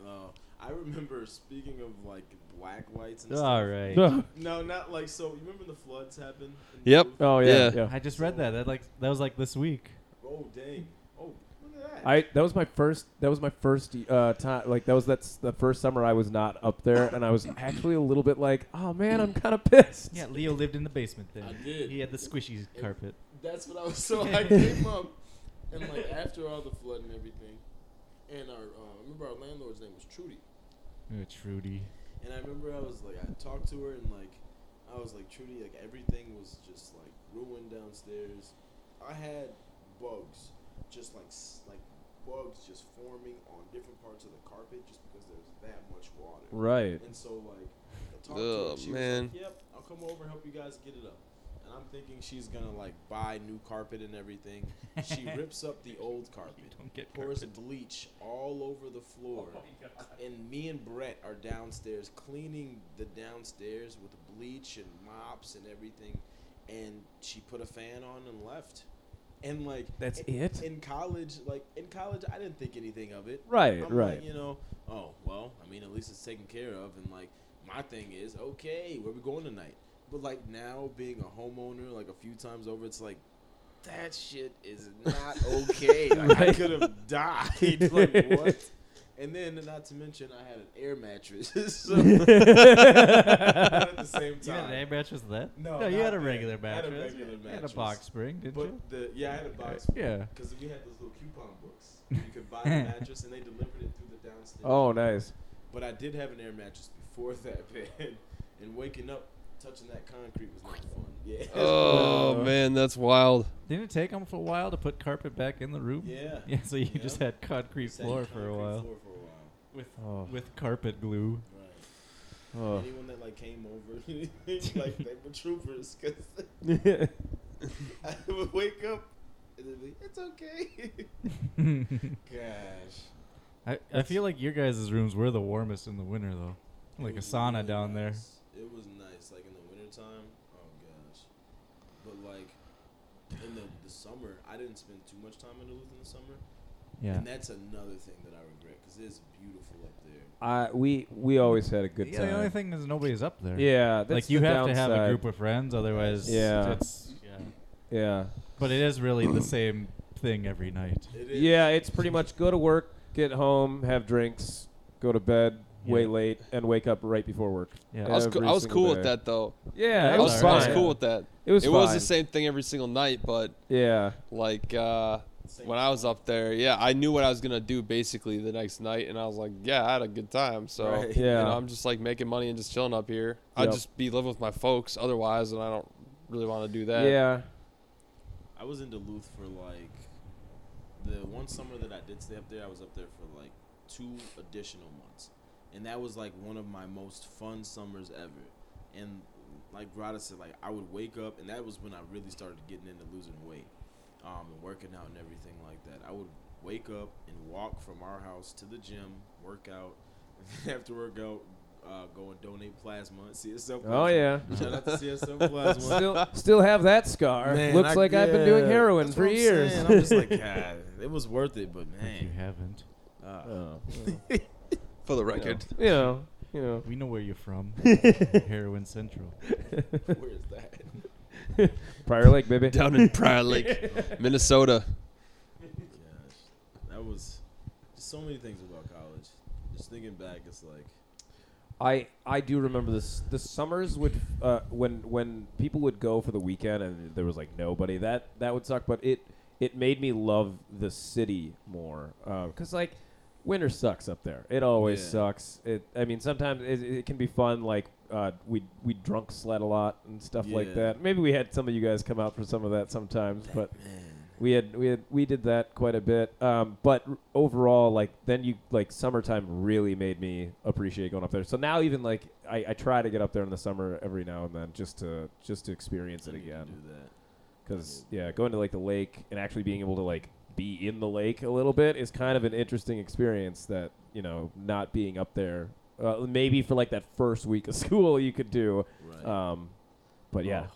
[SPEAKER 2] Oh, I remember speaking of like black lights and stuff.
[SPEAKER 3] All right.
[SPEAKER 4] No.
[SPEAKER 2] No, not like so. You remember the floods happened? in
[SPEAKER 1] Yep.
[SPEAKER 2] Newton?
[SPEAKER 4] Oh yeah, yeah.
[SPEAKER 1] Yeah.
[SPEAKER 3] I just read that. That like that was like this week.
[SPEAKER 2] Oh dang. Oh, look at that.
[SPEAKER 4] I that was my first that was my first uh, time like that was that's the first summer I was not up there and I was actually a little bit like oh man
[SPEAKER 1] Mm.
[SPEAKER 4] I'm kind of pissed
[SPEAKER 3] Yeah, Leo lived in the basement then.
[SPEAKER 2] I did.
[SPEAKER 3] He had the squishy
[SPEAKER 2] It-
[SPEAKER 3] carpet.
[SPEAKER 2] That's what I was. So I came up, and like after all the flood and everything, and our uh, I remember our landlord's name was Trudy,
[SPEAKER 3] Oh, Trudy.
[SPEAKER 2] and I remember I was like I talked to her and like I was like Trudy, like everything was just like ruined downstairs. I had bugs, just like s- like bugs just forming on different parts of the carpet just because there was that much water.
[SPEAKER 4] right
[SPEAKER 2] And so like I talked to her,
[SPEAKER 1] Oh,
[SPEAKER 2] and she
[SPEAKER 1] man.
[SPEAKER 2] was like, "Yep, I'll come over and help you guys get it up." and I'm thinking she's gonna like buy new carpet and everything. She rips up the old carpet,
[SPEAKER 3] Don't get
[SPEAKER 2] pours
[SPEAKER 3] carpet.
[SPEAKER 2] bleach all over the floor, and me and Brett are downstairs cleaning the downstairs with bleach and mops and everything. And she put a fan on and left. And like
[SPEAKER 4] That's
[SPEAKER 2] in-
[SPEAKER 4] it?
[SPEAKER 2] in college. Like in college, I didn't think anything of it.
[SPEAKER 4] Right,
[SPEAKER 2] I'm
[SPEAKER 4] right.
[SPEAKER 2] Like, you know, oh well, I mean, at least it's taken care of. And like, my thing is, okay, where we going tonight? But like now, being a homeowner, like a few times over, it's like that shit is not okay. Like, I
[SPEAKER 4] Right.
[SPEAKER 2] could have died. like what? And then, not to mention, I had an air mattress. so not at the same
[SPEAKER 3] You had an air
[SPEAKER 2] time.
[SPEAKER 3] mattress with that?
[SPEAKER 2] No,
[SPEAKER 3] you
[SPEAKER 2] not
[SPEAKER 3] had a
[SPEAKER 2] that.
[SPEAKER 3] regular
[SPEAKER 2] I had
[SPEAKER 3] mattress.
[SPEAKER 2] a regular
[SPEAKER 3] You had
[SPEAKER 2] mattress.
[SPEAKER 3] a box spring, didn't you?
[SPEAKER 2] But the yeah, I had a box
[SPEAKER 3] Yeah.
[SPEAKER 2] because we had those little coupon books. You could buy the mattress, and they delivered it through the downstairs.
[SPEAKER 4] oh, nice.
[SPEAKER 2] But I did have an air mattress before that, man. And waking up touching that concrete was not fun. Yeah.
[SPEAKER 1] Oh man, that's wild.
[SPEAKER 3] Didn't it take them for a while to put carpet back in the room?
[SPEAKER 2] Yeah.
[SPEAKER 3] Yeah, so you
[SPEAKER 2] Yeah.
[SPEAKER 3] just had concrete
[SPEAKER 2] Sat
[SPEAKER 3] floor
[SPEAKER 2] concrete
[SPEAKER 3] for a while
[SPEAKER 2] Floor for a while.
[SPEAKER 3] with
[SPEAKER 4] Oh,
[SPEAKER 3] with carpet glue.
[SPEAKER 2] Right.
[SPEAKER 4] oh.
[SPEAKER 2] Anyone that like came over, like they were troopers, cause
[SPEAKER 3] Oh.
[SPEAKER 2] I would wake up and they'd be, "It's okay." Gosh.
[SPEAKER 3] I, I feel like your guys' rooms were the warmest in the winter though. Like
[SPEAKER 2] It
[SPEAKER 3] a
[SPEAKER 2] was
[SPEAKER 3] sauna
[SPEAKER 2] really
[SPEAKER 3] down there.
[SPEAKER 2] nice. It was nice, like in the wintertime. Oh gosh, but like in the, the summer, I didn't spend too much time in Duluth in the summer,
[SPEAKER 3] Yeah.
[SPEAKER 2] and that's another thing that I regret because it's beautiful up there.
[SPEAKER 4] I we we always had a good
[SPEAKER 3] yeah,
[SPEAKER 4] time.
[SPEAKER 3] the only thing is nobody's up there.
[SPEAKER 4] yeah, that's
[SPEAKER 3] like you
[SPEAKER 4] the
[SPEAKER 3] have to have a
[SPEAKER 4] downside.
[SPEAKER 3] group of friends, otherwise
[SPEAKER 4] Yeah.
[SPEAKER 3] it's yeah.
[SPEAKER 4] Yeah,
[SPEAKER 3] But it is really the same thing every night.
[SPEAKER 2] It is.
[SPEAKER 4] yeah. It's pretty much go to work, get home, have drinks, go to bed, wait
[SPEAKER 3] Yeah.
[SPEAKER 4] late, and wake up right before work.
[SPEAKER 3] Yeah.
[SPEAKER 1] I was,
[SPEAKER 4] Every
[SPEAKER 1] coo- I was
[SPEAKER 4] single
[SPEAKER 1] cool
[SPEAKER 4] day.
[SPEAKER 1] with that though.
[SPEAKER 4] Yeah,
[SPEAKER 1] I
[SPEAKER 4] it
[SPEAKER 3] was
[SPEAKER 1] was,
[SPEAKER 3] fine.
[SPEAKER 1] I was
[SPEAKER 3] Yeah.
[SPEAKER 1] cool with that.
[SPEAKER 4] It was.
[SPEAKER 1] It was the
[SPEAKER 4] fine.
[SPEAKER 1] same thing every single night, but
[SPEAKER 4] Yeah.
[SPEAKER 1] like uh,
[SPEAKER 2] Same
[SPEAKER 1] when I was up there, yeah, I knew what I was gonna do basically the next night, and I was like, yeah, I had a good time. So
[SPEAKER 2] Right.
[SPEAKER 1] you know,
[SPEAKER 4] Yeah.
[SPEAKER 1] I'm just like making money and just chilling up here. I'd
[SPEAKER 4] Yep.
[SPEAKER 1] just be living with my folks otherwise, and I don't really want to do that.
[SPEAKER 4] Yeah.
[SPEAKER 2] I was in Duluth for like the one summer that I did stay up there. I was up there for like two additional months, and that was like one of my most fun summers ever. And like Grada said, like I would wake up, and that was when I really started getting into losing weight, um, and working out and everything like that. I would wake up and walk from our house to the gym, work out, after workout, uh, go and donate plasma at CSL. Plasma.
[SPEAKER 4] Oh yeah.
[SPEAKER 2] Shout out to CSL Plasma.
[SPEAKER 4] still, still have that scar.
[SPEAKER 2] Man,
[SPEAKER 4] Looks
[SPEAKER 2] I-
[SPEAKER 4] like I've been doing
[SPEAKER 2] yeah,
[SPEAKER 4] heroin
[SPEAKER 2] that's
[SPEAKER 4] for
[SPEAKER 2] what I'm
[SPEAKER 4] years.
[SPEAKER 2] saying. I'm just like, God, it was worth it, but
[SPEAKER 3] If you
[SPEAKER 2] man,
[SPEAKER 3] haven't.
[SPEAKER 2] uh,
[SPEAKER 4] Oh.
[SPEAKER 1] for the
[SPEAKER 4] You know,
[SPEAKER 1] record.
[SPEAKER 4] you know, you know.
[SPEAKER 3] We know where you're from. Heroin Central.
[SPEAKER 4] Uh,
[SPEAKER 2] where is that?
[SPEAKER 4] Prior Lake, baby.
[SPEAKER 1] Down in Prior Lake, Minnesota.
[SPEAKER 2] Gosh, that was just so many things about college. Just thinking back, it's like,
[SPEAKER 4] I I do remember this. The summers would uh, when when people would go for the weekend and there was like nobody. That that would suck. But it it made me love the city more because like winter sucks up there. It always
[SPEAKER 2] Yeah.
[SPEAKER 4] sucks. It I mean sometimes it, it can be fun. Like uh, we we drunk sled a lot and stuff like
[SPEAKER 2] Yeah.
[SPEAKER 4] that. Maybe we had some of you guys come out for some of that sometimes, but.
[SPEAKER 2] man,
[SPEAKER 4] We had we had we did that quite a bit, um, but r- overall, like then you like summertime really made me appreciate going up there. So now even like I, I try to get up there in the summer every now and then just to just to experience
[SPEAKER 2] I
[SPEAKER 4] it
[SPEAKER 2] need to
[SPEAKER 4] again.
[SPEAKER 2] do that.
[SPEAKER 4] Because yeah, going to like the lake and actually being able to like be in the lake a little bit is kind of an interesting experience that you know not being up there. Uh, maybe for like that first week of school you could do,
[SPEAKER 2] Right.
[SPEAKER 4] um, but yeah,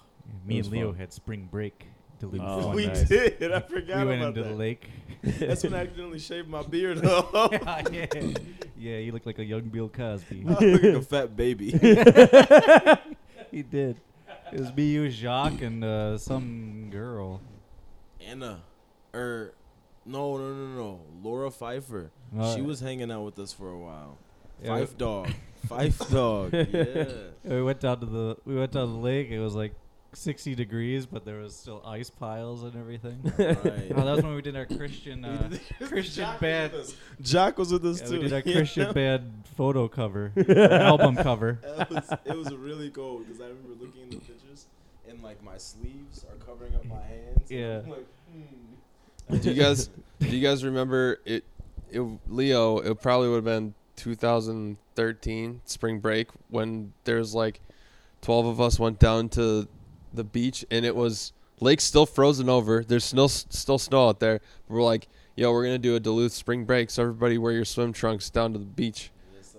[SPEAKER 3] Me
[SPEAKER 4] was
[SPEAKER 3] and Leo
[SPEAKER 4] fun.
[SPEAKER 3] had spring break. Duluth
[SPEAKER 4] Oh,
[SPEAKER 3] one
[SPEAKER 2] we
[SPEAKER 3] night.
[SPEAKER 2] did. I
[SPEAKER 3] We
[SPEAKER 2] forgot
[SPEAKER 3] went
[SPEAKER 2] about
[SPEAKER 3] into
[SPEAKER 2] that.
[SPEAKER 3] the lake.
[SPEAKER 2] That's when I accidentally shaved my beard off.
[SPEAKER 3] yeah, yeah. yeah, you look like a young Bill Cosby.
[SPEAKER 2] I look like a fat baby.
[SPEAKER 3] he did. It was me, you, Jacques, and uh, some girl.
[SPEAKER 2] Anna, er, no, no, no, no, Laura Pfeiffer.
[SPEAKER 3] Uh,
[SPEAKER 2] she was hanging out with us for a while.
[SPEAKER 3] Yeah.
[SPEAKER 2] Fife dog, Fife dog, yeah.
[SPEAKER 3] We went down to the we went down to the lake. It was like sixty degrees, but there was still ice piles and everything.
[SPEAKER 2] Right.
[SPEAKER 3] oh, that was when we did our Christian uh, Christian band.
[SPEAKER 2] Jock was with us
[SPEAKER 3] Yeah,
[SPEAKER 2] too.
[SPEAKER 3] we did our
[SPEAKER 2] you
[SPEAKER 3] Christian
[SPEAKER 2] know?
[SPEAKER 3] band photo cover, album cover.
[SPEAKER 2] It was, it was really cool because I remember looking in the pictures and like my sleeves are covering up my hands. and
[SPEAKER 3] Yeah.
[SPEAKER 2] I'm like, hmm.
[SPEAKER 1] Do you guys do you guys remember it? It Leo. It probably would have been 2013 spring break when there's like 12 of us went down to the beach, and it was lake's still frozen over. There's still still snow out there. We're like, yo, we're gonna do a Duluth spring break, so everybody wear your swim trunks down to the beach.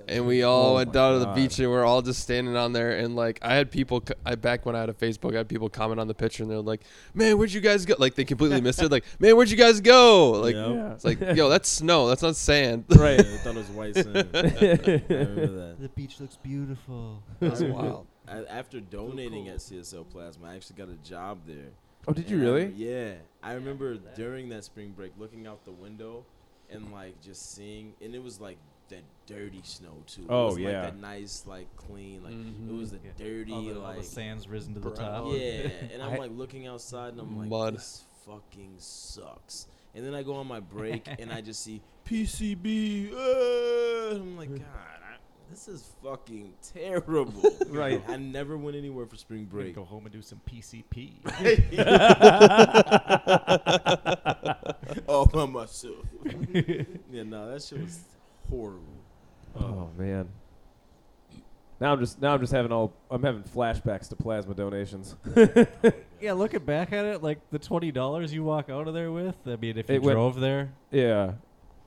[SPEAKER 1] And we all
[SPEAKER 4] Oh
[SPEAKER 1] went
[SPEAKER 4] my
[SPEAKER 1] down to the
[SPEAKER 4] God.
[SPEAKER 1] beach, and we're all just standing on there. And like, I had people, c- I back when I had a Facebook, I had people comment on the picture, and they're like, "Man, where'd you guys go?" Like they completely missed it. Like, "Man, where'd you guys go?" Like
[SPEAKER 2] Yeah.
[SPEAKER 1] it's like, "Yo, that's snow. That's not sand."
[SPEAKER 2] Right. I thought it was white sand. I remember that.
[SPEAKER 3] The beach looks beautiful.
[SPEAKER 1] That's wild.
[SPEAKER 2] I, after donating
[SPEAKER 3] cool.
[SPEAKER 2] at CSL Plasma, I actually got a job there.
[SPEAKER 4] Oh, did you
[SPEAKER 2] And I-
[SPEAKER 4] really?
[SPEAKER 2] yeah. I remember during that spring break looking out the window and like just seeing, and it was like that dirty snow too.
[SPEAKER 4] Oh,
[SPEAKER 2] it was, Like
[SPEAKER 4] yeah.
[SPEAKER 2] that nice, like clean, like it
[SPEAKER 1] Mhm.
[SPEAKER 2] was the dirty,
[SPEAKER 3] Mm-hmm. All the, all
[SPEAKER 2] like
[SPEAKER 3] the sand's risen to the
[SPEAKER 1] brown.
[SPEAKER 3] top.
[SPEAKER 2] yeah. And I'm
[SPEAKER 4] I-
[SPEAKER 2] like looking outside and I'm like,
[SPEAKER 1] Mud.
[SPEAKER 2] this fucking sucks. And then I go on my break and I just see PCB. uh, and I'm like, God, I, this is fucking terrible.
[SPEAKER 4] Right.
[SPEAKER 2] I never went anywhere for spring
[SPEAKER 3] We're gonna
[SPEAKER 2] break.
[SPEAKER 3] Go home and do some PCP.
[SPEAKER 2] all by myself. yeah, no, that shit was horrible.
[SPEAKER 4] Oh man. Now I'm just now I'm just having all I'm having flashbacks to plasma donations.
[SPEAKER 3] yeah, looking back at it, like the twenty dollars you walk out of there with. I mean, if you
[SPEAKER 4] It went-
[SPEAKER 3] drove there,
[SPEAKER 4] yeah,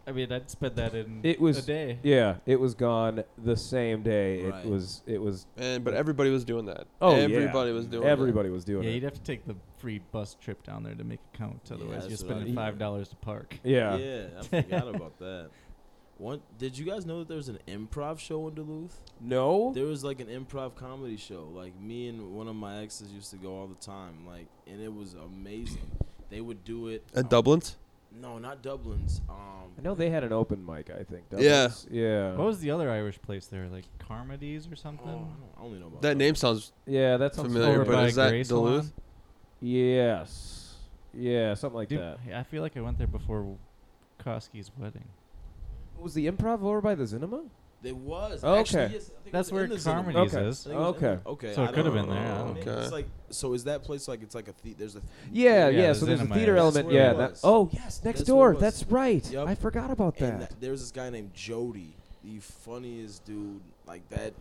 [SPEAKER 3] I mean, I'd spend that in
[SPEAKER 4] It was-
[SPEAKER 3] a day.
[SPEAKER 4] yeah. It was gone the same day.
[SPEAKER 2] Right.
[SPEAKER 4] It was it was.
[SPEAKER 1] And but everybody was doing that.
[SPEAKER 4] Oh yeah.
[SPEAKER 1] everybody was doing
[SPEAKER 4] Everybody was doing
[SPEAKER 3] Yeah,
[SPEAKER 4] it.
[SPEAKER 3] you'd have to take the free bus trip down there to make it count.
[SPEAKER 2] Yeah,
[SPEAKER 3] Otherwise, you're
[SPEAKER 2] that's what I
[SPEAKER 3] spending
[SPEAKER 2] mean.
[SPEAKER 3] five dollars to park.
[SPEAKER 4] yeah.
[SPEAKER 2] Yeah, I forgot about that. One, did you guys know that there was an improv show in Duluth?
[SPEAKER 4] No.
[SPEAKER 2] There was like an improv comedy show. Like me and one of my exes used to go all the time. Like, and it was amazing. They would do it um,
[SPEAKER 1] that. At Dublin's?
[SPEAKER 2] No, not Dublin's. Um,
[SPEAKER 4] I know they had an open mic. I think. don't
[SPEAKER 1] Yeah.
[SPEAKER 4] they? Yeah.
[SPEAKER 3] What was the other Irish place there? Like Carmody's or
[SPEAKER 2] oh, I,
[SPEAKER 3] something?
[SPEAKER 2] don't, I only know about
[SPEAKER 1] That
[SPEAKER 2] Dublin.
[SPEAKER 1] name sounds
[SPEAKER 4] yeah, that sounds
[SPEAKER 1] familiar,
[SPEAKER 3] Over
[SPEAKER 4] familiar.
[SPEAKER 1] but
[SPEAKER 3] by
[SPEAKER 1] is that
[SPEAKER 3] Grey
[SPEAKER 1] Duluth?
[SPEAKER 3] Salon?
[SPEAKER 4] yes. Yeah, something like
[SPEAKER 3] Dude,
[SPEAKER 4] that.
[SPEAKER 3] I feel like I went there before Koski's wedding.
[SPEAKER 4] Was the improv over by the cinema?
[SPEAKER 2] It was.
[SPEAKER 4] Okay.
[SPEAKER 2] Actually, yes, I think it
[SPEAKER 3] That's
[SPEAKER 2] was
[SPEAKER 3] where
[SPEAKER 2] in the cinema.
[SPEAKER 3] Carmody's
[SPEAKER 4] Okay.
[SPEAKER 3] is.
[SPEAKER 2] I think it was in
[SPEAKER 4] Okay.
[SPEAKER 2] the- Okay.
[SPEAKER 3] So it
[SPEAKER 2] I
[SPEAKER 3] could've
[SPEAKER 2] don't
[SPEAKER 3] been there, I
[SPEAKER 2] know.
[SPEAKER 1] don't
[SPEAKER 2] Maybe
[SPEAKER 1] know.
[SPEAKER 2] It's
[SPEAKER 1] Okay.
[SPEAKER 2] like so. Is that place like it's like a the- there's a
[SPEAKER 4] Yeah,
[SPEAKER 3] Yeah,
[SPEAKER 4] yeah.
[SPEAKER 3] the
[SPEAKER 4] so there's a
[SPEAKER 3] cinema
[SPEAKER 4] theater
[SPEAKER 3] is.
[SPEAKER 4] element.
[SPEAKER 2] That's where
[SPEAKER 4] Yeah.
[SPEAKER 2] it
[SPEAKER 4] that-
[SPEAKER 2] was.
[SPEAKER 4] oh yes,
[SPEAKER 2] That's
[SPEAKER 4] next
[SPEAKER 2] where it
[SPEAKER 4] door.
[SPEAKER 2] was.
[SPEAKER 4] That's right.
[SPEAKER 2] Yup.
[SPEAKER 4] I forgot about
[SPEAKER 2] and
[SPEAKER 4] that.
[SPEAKER 2] th- there's this guy named Jody, the funniest dude. Like that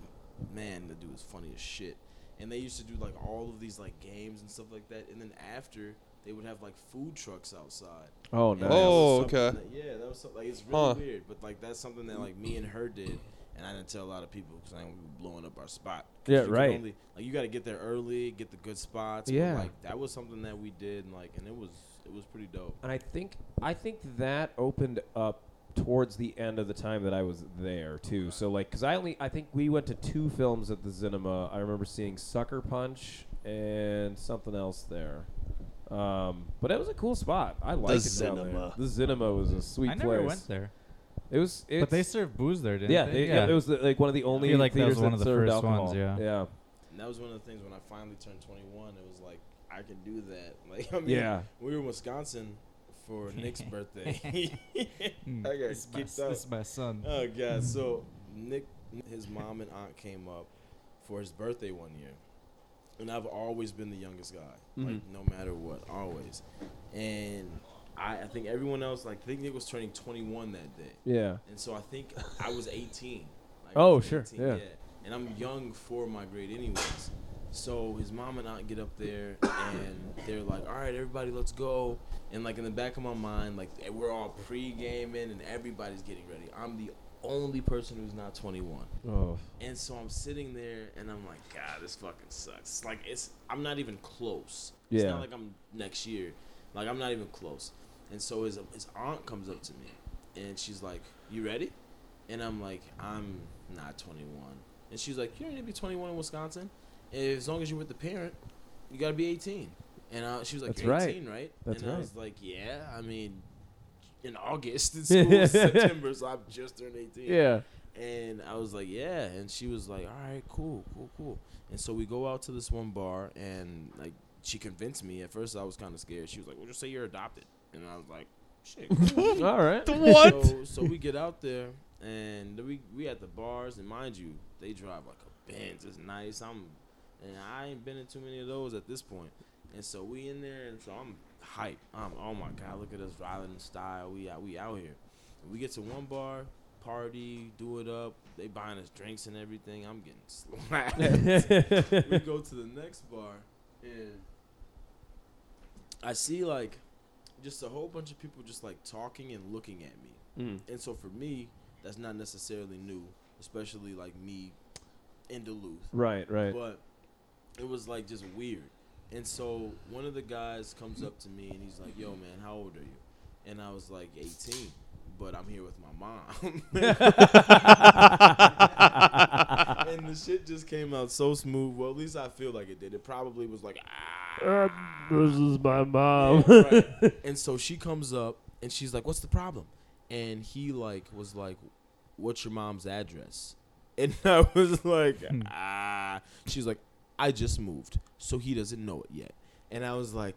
[SPEAKER 2] man, the dude is funny as shit. And they used to do like all of these like games and stuff like that. And then after they would have like food trucks outside.
[SPEAKER 4] Oh
[SPEAKER 2] And
[SPEAKER 4] no.
[SPEAKER 2] that was
[SPEAKER 1] Oh,
[SPEAKER 2] something
[SPEAKER 1] okay.
[SPEAKER 2] that- yeah, that was something. Like, it's really
[SPEAKER 1] Huh.
[SPEAKER 2] weird, but like that's something that like me and her did, and I didn't tell a lot of people because I we were blowing up our spot. 'Cause
[SPEAKER 4] Yeah,
[SPEAKER 2] you can
[SPEAKER 4] right.
[SPEAKER 2] Only, like you got to get there early, get the good spots. but,
[SPEAKER 4] Yeah.
[SPEAKER 2] like that was something that we did, and like, and it was it was pretty dope.
[SPEAKER 4] And I think I think that opened up towards the end of the time that I was there too. So like, cause I only I think we went to two films at the cinema. I remember seeing Sucker Punch and something else there. Um, but it was a cool spot. I liked it down there.
[SPEAKER 2] Zinema.
[SPEAKER 4] The cinema was a sweet
[SPEAKER 3] I
[SPEAKER 4] place.
[SPEAKER 3] never went there,
[SPEAKER 4] It was. It's,
[SPEAKER 3] but they served booze there, didn't
[SPEAKER 4] yeah,
[SPEAKER 3] they?
[SPEAKER 4] they- yeah, It was the, like one of the only
[SPEAKER 3] feel like that
[SPEAKER 4] theaters
[SPEAKER 3] was one of the
[SPEAKER 4] served
[SPEAKER 3] first ones,
[SPEAKER 4] alcohol.
[SPEAKER 3] yeah.
[SPEAKER 4] Yeah.
[SPEAKER 2] And that was one of the things when I finally turned 21. It was like I could do that. Like I mean,
[SPEAKER 4] Yeah.
[SPEAKER 2] we were in Wisconsin for Nick's birthday.
[SPEAKER 3] Hmm,
[SPEAKER 2] I got
[SPEAKER 3] this, is my,
[SPEAKER 2] kicked
[SPEAKER 3] s-
[SPEAKER 2] out.
[SPEAKER 3] this is my son.
[SPEAKER 2] Oh god! So Nick, his mom and aunt came up for his birthday one year, and I've always been the youngest guy, like no matter what, always. And I, I think everyone else, like I think Nick was turning 21 that day,
[SPEAKER 4] Yeah.
[SPEAKER 2] and so I think I was 18. Like,
[SPEAKER 4] Oh,
[SPEAKER 2] I was
[SPEAKER 4] sure, yeah.
[SPEAKER 2] And I'm young for my grade, anyways. So his mom and aunt get up there, and they're like, "All right, everybody, let's go." And like in the back of my mind, like eh, we're all pre-gaming and everybody's getting ready. I'm the only person who's not 21.
[SPEAKER 4] Oh.
[SPEAKER 2] And so I'm sitting there and I'm like, God, this fucking sucks. It's like it's I'm not even close. It's
[SPEAKER 4] Yeah.
[SPEAKER 2] not like I'm next year. Like I'm not even close. And so his his aunt comes up to me and she's like, You ready? And I'm like, I'm not twenty one. And she's like, You don't need to be twenty one in Wisconsin. As long as you're with the parent, you gotta be eighteen. And I, she was like,
[SPEAKER 4] That's
[SPEAKER 2] You're
[SPEAKER 4] right.
[SPEAKER 2] eighteen, right?
[SPEAKER 4] That's
[SPEAKER 2] and I
[SPEAKER 4] right.
[SPEAKER 2] was like, Yeah, I mean in August, it's school is September, so I've just turned eighteen.
[SPEAKER 4] Yeah.
[SPEAKER 2] And I was like, yeah. And she was like, all right, cool, cool, cool. And so we go out to this one bar, and like she convinced me. At first, I was kind of scared. She was like, well, just say you're adopted. And I was like, shit. cool.
[SPEAKER 4] All right.
[SPEAKER 1] what?
[SPEAKER 2] So, so we get out there, and we we at the bars, and mind you, they drive like a Benz. It's nice. I'm, and I ain't been in too many of those at this point. And so we in there, and so I'm hype. I'm oh my god, look at us riding in style. We out, we out here. And we get to one bar, party, do it up. They buying us drinks and everything. I'm getting slapped. we go to the next bar,
[SPEAKER 1] And
[SPEAKER 2] I see like just a whole bunch of people just like talking and looking at me. And so for me, that's not necessarily new, especially like me in Duluth.
[SPEAKER 4] Right, right.
[SPEAKER 2] But it was like just weird. And so one of the guys comes up to me and he's like, "Yo, man, how old are you?" And I was like, "18." But I'm here with my mom, and the shit just came out so smooth. Well, at least I feel like it did. It probably was like, ah.
[SPEAKER 4] this is my mom.
[SPEAKER 2] Yeah, right. and so she comes up and she's like, "What's the problem?" And he like was like, "What's your mom's address?" And I was like,
[SPEAKER 4] Hmm.
[SPEAKER 2] "Ah." She's like, "I just moved, so he doesn't know it yet." And I was like,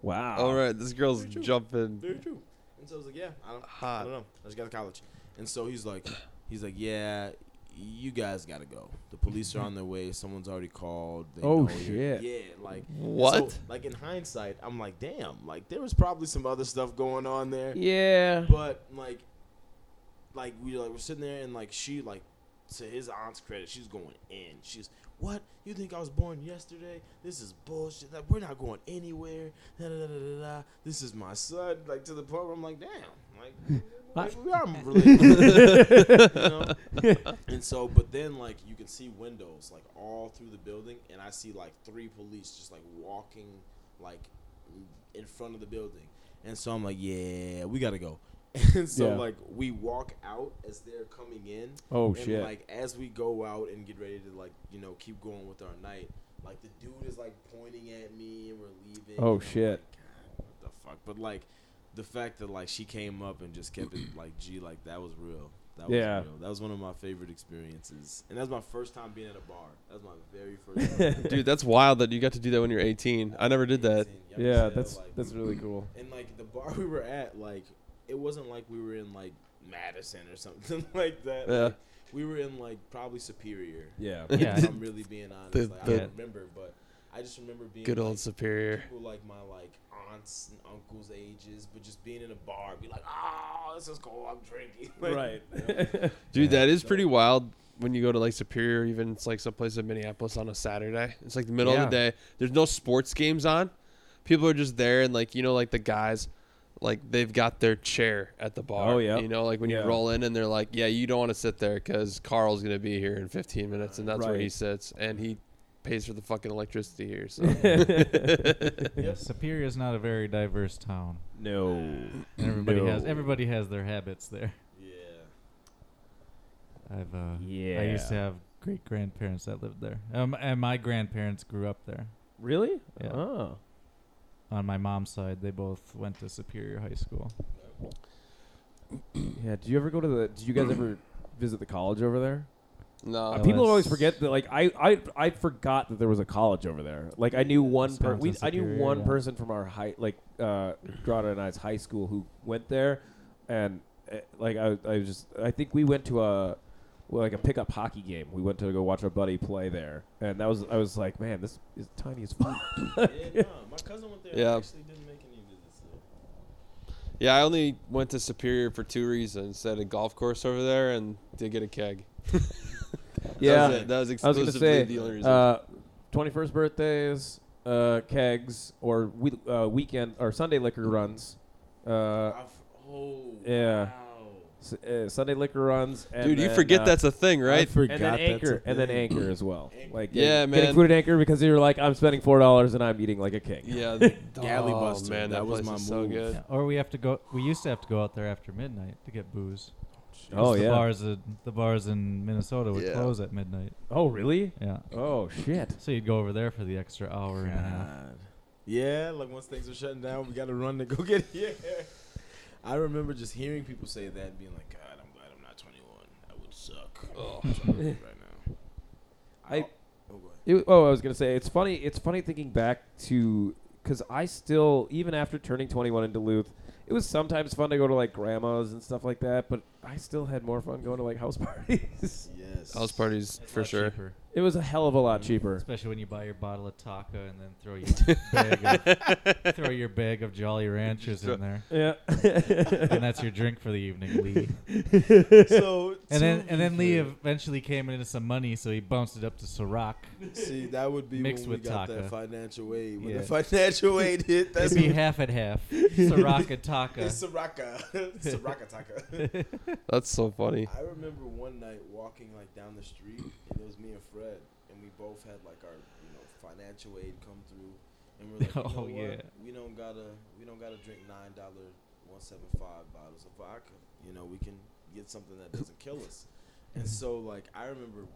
[SPEAKER 4] Wow.
[SPEAKER 1] all right, this girl's
[SPEAKER 2] Very true.
[SPEAKER 1] jumping
[SPEAKER 2] "Very true." And so I was like, "Yeah, I don't, I
[SPEAKER 1] hot.
[SPEAKER 2] don't know. I just got to college." And so he's like, "He's like, yeah." You guys gotta go. The police are on their way. Someone's already called. They
[SPEAKER 4] Oh,
[SPEAKER 2] know you're-
[SPEAKER 4] shit.
[SPEAKER 2] Yeah, like
[SPEAKER 1] What?
[SPEAKER 2] so, like in hindsight, I'm like, damn. Like there was probably some other stuff going on there.
[SPEAKER 4] Yeah.
[SPEAKER 2] But like, like we like we're sitting there and like she like to his aunt's credit, she's going in. She's what you think I was born yesterday? This is bullshit. Like we're not going anywhere. Da, da, da, da, da, da. This is my son. Like to the point where I'm like, damn. Like, like we are related. you know? And so, but then like you can see windows like all through the building, and I see like three police just like walking like in front of the building. And so I'm like, yeah, we gotta go. And so
[SPEAKER 4] Yeah.
[SPEAKER 2] like we walk out as they're coming in,
[SPEAKER 4] Oh
[SPEAKER 2] and
[SPEAKER 4] shit.
[SPEAKER 2] like as we go out and get ready to like you know keep going with our night, like the dude is like pointing at me and we're leaving.
[SPEAKER 4] Oh,
[SPEAKER 2] and I'm
[SPEAKER 4] shit.
[SPEAKER 2] like, God, what the fuck? But like the fact that like she came up and just kept it like gee like that was real. That was
[SPEAKER 4] Yeah.
[SPEAKER 2] real. That was one of my favorite experiences, and that's my first time being at a bar. That was my very first. time.
[SPEAKER 1] dude. That's wild that you got to do that when you're 18. I never did that.
[SPEAKER 2] Yup,
[SPEAKER 4] yeah,
[SPEAKER 2] so,
[SPEAKER 4] that's
[SPEAKER 2] like,
[SPEAKER 4] that's really cool.
[SPEAKER 2] and like the bar we were at, like it wasn't like we were in like Madison or something like that.
[SPEAKER 1] Yeah.
[SPEAKER 2] Like, we were in like probably Superior.
[SPEAKER 4] Yeah.
[SPEAKER 1] Yeah.
[SPEAKER 2] If I'm really being honest. Like, I
[SPEAKER 1] the-
[SPEAKER 2] don't remember, but I just remember being
[SPEAKER 1] Good
[SPEAKER 2] like,
[SPEAKER 1] old Superior.
[SPEAKER 2] people like my like aunts and uncles' ages, but just being in a bar, be like, oh, this is cool. I'm drinking. Like, you know?
[SPEAKER 1] Dude, that is pretty wild when you go to like Superior, even it's like someplace in Minneapolis on a Saturday. It's like the middle of the day. There's no sports games on. People are just there and like you know, like the guys like they've got their chair at the bar.
[SPEAKER 4] Oh, yeah.
[SPEAKER 1] You know, like when
[SPEAKER 4] Yeah.
[SPEAKER 1] you roll in and they're like, Yeah, you don't want to sit there because Carl's gonna be here in fifteen minutes and that's where
[SPEAKER 4] Right.
[SPEAKER 1] he sits and he pays for the fucking electricity here. So
[SPEAKER 3] Yeah, Superior is not a very diverse town.
[SPEAKER 4] no.
[SPEAKER 3] And everybody has
[SPEAKER 4] No.
[SPEAKER 3] everybody has their habits there.
[SPEAKER 2] yeah.
[SPEAKER 3] I've uh, I used to
[SPEAKER 4] Yeah.
[SPEAKER 3] have great grandparents that lived there. Um, and my grandparents grew up there.
[SPEAKER 4] Really?
[SPEAKER 3] Yeah.
[SPEAKER 4] Oh.
[SPEAKER 3] On my mom's side, they both went to Superior High School.
[SPEAKER 4] Yeah. Do you ever go to the? Did you guys ever visit the college over there? Uh,
[SPEAKER 1] no.
[SPEAKER 3] Unless-
[SPEAKER 4] people always forget that. Like I, I, I forgot that there was a college over there. Like I knew one per- we,
[SPEAKER 3] Wisconsin
[SPEAKER 4] I knew
[SPEAKER 3] Superior,
[SPEAKER 4] one
[SPEAKER 3] yeah.
[SPEAKER 4] person from our high, like uh, Grata and I's high school, who went there, and uh, like I, I was just, I think we went to a. Well, like a pickup hockey game, we went to go watch our buddy play there, and that was I was like, man, this is tiny as fuck.
[SPEAKER 2] yeah, no, my cousin went there. and
[SPEAKER 1] Yeah.
[SPEAKER 2] actually didn't make any visits. So.
[SPEAKER 1] Yeah, I only went to Superior for two reasons. They had a golf course over there and to get a keg. That
[SPEAKER 4] Yeah.
[SPEAKER 1] was, it. That was
[SPEAKER 4] I was
[SPEAKER 1] exclusively
[SPEAKER 4] gonna say,
[SPEAKER 1] the only reason.
[SPEAKER 4] uh, 21st birthdays, uh, kegs, or we, uh, weekend or Sunday liquor runs, uh,
[SPEAKER 2] I've, oh,
[SPEAKER 4] Yeah.
[SPEAKER 2] Wow.
[SPEAKER 4] s- uh, Sunday liquor runs. And
[SPEAKER 1] Dude, you
[SPEAKER 4] then,
[SPEAKER 1] forget
[SPEAKER 4] uh,
[SPEAKER 1] that's a thing, right?
[SPEAKER 4] and then anchor, and then anchor as well.
[SPEAKER 2] Anchor.
[SPEAKER 4] Like
[SPEAKER 1] Yeah,
[SPEAKER 4] getting,
[SPEAKER 1] man.
[SPEAKER 4] getting food at anchor because you're like, I'm spending four dollars and I'm eating like a king.
[SPEAKER 1] yeah,
[SPEAKER 2] Galley
[SPEAKER 1] oh,
[SPEAKER 2] Buster,
[SPEAKER 1] Man, that,
[SPEAKER 2] that was
[SPEAKER 1] place
[SPEAKER 2] my
[SPEAKER 1] is so
[SPEAKER 2] move.
[SPEAKER 1] good.
[SPEAKER 3] Yeah, or we have to go. We used to have to go out there after midnight to get booze. 'Cause
[SPEAKER 4] Oh
[SPEAKER 3] the
[SPEAKER 4] yeah.
[SPEAKER 3] Bars, uh, the bars in Minnesota would
[SPEAKER 1] Yeah.
[SPEAKER 3] close at midnight.
[SPEAKER 4] Oh really?
[SPEAKER 3] Yeah.
[SPEAKER 4] Oh shit.
[SPEAKER 3] So you'd go over there for the extra
[SPEAKER 4] Oh,
[SPEAKER 3] hour and a half.
[SPEAKER 2] God. Yeah, like once things are shutting down, we got to run to go get here. I remember just hearing people say that and being like, God, I'm glad I'm not 21. That would suck.
[SPEAKER 1] Oh.
[SPEAKER 2] I'm trying to live right now.
[SPEAKER 4] I-
[SPEAKER 2] I'll- oh, go ahead.
[SPEAKER 4] It, oh, I was gonna say it's funny. It's funny thinking back to because I still even after turning 21 in Duluth, it was sometimes fun to go to like grandma's and stuff like that. But I still had more fun going to like house parties.
[SPEAKER 2] Yes.
[SPEAKER 1] House parties
[SPEAKER 3] It's a
[SPEAKER 1] for
[SPEAKER 3] lot
[SPEAKER 1] sure.
[SPEAKER 3] cheaper.
[SPEAKER 4] it was a hell of a lot cheaper.
[SPEAKER 3] Especially when you buy your bottle of Taka and then throw your bag of, throw your bag of Jolly Ranchers in there,
[SPEAKER 4] Yeah.
[SPEAKER 3] and that's your drink for the evening, Lee.
[SPEAKER 2] So
[SPEAKER 3] And then
[SPEAKER 2] to
[SPEAKER 3] and then
[SPEAKER 2] be
[SPEAKER 3] Lee
[SPEAKER 2] fair-
[SPEAKER 3] eventually came into some money, so he bounced it up to Ciroc.
[SPEAKER 2] See, that would be
[SPEAKER 3] Mixed
[SPEAKER 2] when we
[SPEAKER 3] with
[SPEAKER 2] got
[SPEAKER 3] Taka.
[SPEAKER 2] that financial aid. When
[SPEAKER 3] Yeah.
[SPEAKER 2] the financial aid hit, that's
[SPEAKER 3] It'd be
[SPEAKER 2] when-
[SPEAKER 3] half and half, Ciroc and Taka.
[SPEAKER 2] it's Soraka. Soraka Taka.
[SPEAKER 1] That's so funny.
[SPEAKER 2] I remember one night walking like down the street, and it was me and Fred, and we both had like our you know financial aid come through, and we're like, you know
[SPEAKER 3] Oh,
[SPEAKER 2] what?
[SPEAKER 3] yeah.
[SPEAKER 2] we don't gotta we don't gotta drink nine dollar one seven five bottles of vodka. You know, we can get something that doesn't kill us. And so like I remember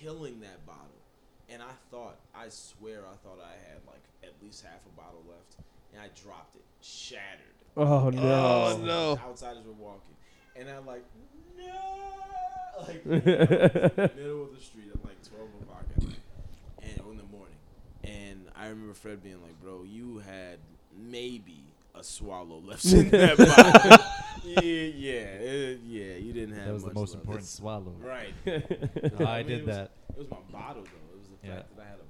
[SPEAKER 2] killing that bottle, and I thought I swear I thought I had like at least half a bottle left, and I dropped it, shattered.
[SPEAKER 1] Oh,
[SPEAKER 4] oh no.
[SPEAKER 1] no.
[SPEAKER 2] Outsiders were walking, and I'm like, no, like in the middle of the street at like 12 o'clock at night, and oh, in the morning. And I remember Fred being like, "Bro, you had maybe a swallow left in that bottle. yeah, yeah, uh, yeah. You didn't have
[SPEAKER 3] That was the
[SPEAKER 2] much
[SPEAKER 3] most
[SPEAKER 2] left.
[SPEAKER 3] important
[SPEAKER 2] It's-
[SPEAKER 3] swallow.
[SPEAKER 2] Right.
[SPEAKER 1] Oh,
[SPEAKER 3] No,
[SPEAKER 2] I
[SPEAKER 3] Oh, I
[SPEAKER 2] mean, it
[SPEAKER 3] did
[SPEAKER 2] was-
[SPEAKER 3] that.
[SPEAKER 2] It was my bottle though. It was the fact that I had a.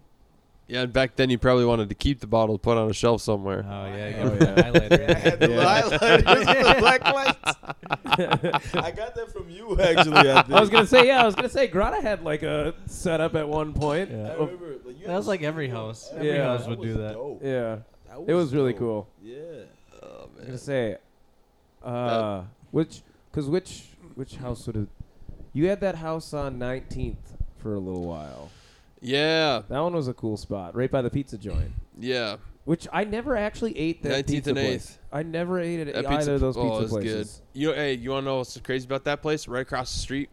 [SPEAKER 1] Yeah, and back then you probably wanted to keep the bottle, put on a shelf
[SPEAKER 3] Oh
[SPEAKER 1] somewhere.
[SPEAKER 3] yeah, you
[SPEAKER 4] Oh,
[SPEAKER 3] got the
[SPEAKER 4] yeah.
[SPEAKER 3] highlighter.
[SPEAKER 2] I had the
[SPEAKER 4] Yeah.
[SPEAKER 2] highlighter, the black lights. I got that from you actually. I, think.
[SPEAKER 4] I was gonna say yeah. I was gonna say Grata had like a setup at one point.
[SPEAKER 3] Yeah.
[SPEAKER 2] I
[SPEAKER 4] Oh,
[SPEAKER 2] remember, like, you
[SPEAKER 3] That
[SPEAKER 2] had
[SPEAKER 3] was
[SPEAKER 2] to
[SPEAKER 3] like
[SPEAKER 2] sit
[SPEAKER 3] every
[SPEAKER 2] down.
[SPEAKER 3] house.
[SPEAKER 2] Every
[SPEAKER 4] Yeah.
[SPEAKER 2] house
[SPEAKER 3] House would do
[SPEAKER 2] was
[SPEAKER 3] that.
[SPEAKER 2] dope.
[SPEAKER 4] yeah.
[SPEAKER 2] That
[SPEAKER 4] It was really
[SPEAKER 2] dope.
[SPEAKER 4] cool.
[SPEAKER 2] Yeah.
[SPEAKER 1] Oh,
[SPEAKER 4] I was
[SPEAKER 1] man.
[SPEAKER 4] gonna say, uh, which, cause which, which house would have? You had that house on 19th for a little while.
[SPEAKER 1] Yeah,
[SPEAKER 4] That one was a cool spot, right by the pizza joint.
[SPEAKER 1] yeah.
[SPEAKER 4] Which I never actually ate that
[SPEAKER 1] 19th
[SPEAKER 4] pizza
[SPEAKER 1] and
[SPEAKER 4] place.
[SPEAKER 1] 8th.
[SPEAKER 4] I never ate at
[SPEAKER 1] That
[SPEAKER 4] either
[SPEAKER 1] pizza,
[SPEAKER 4] of those
[SPEAKER 1] oh,
[SPEAKER 4] pizza
[SPEAKER 1] it's
[SPEAKER 4] places.
[SPEAKER 1] good. You know, hey, you want to know what's crazy about that place? Right across the street,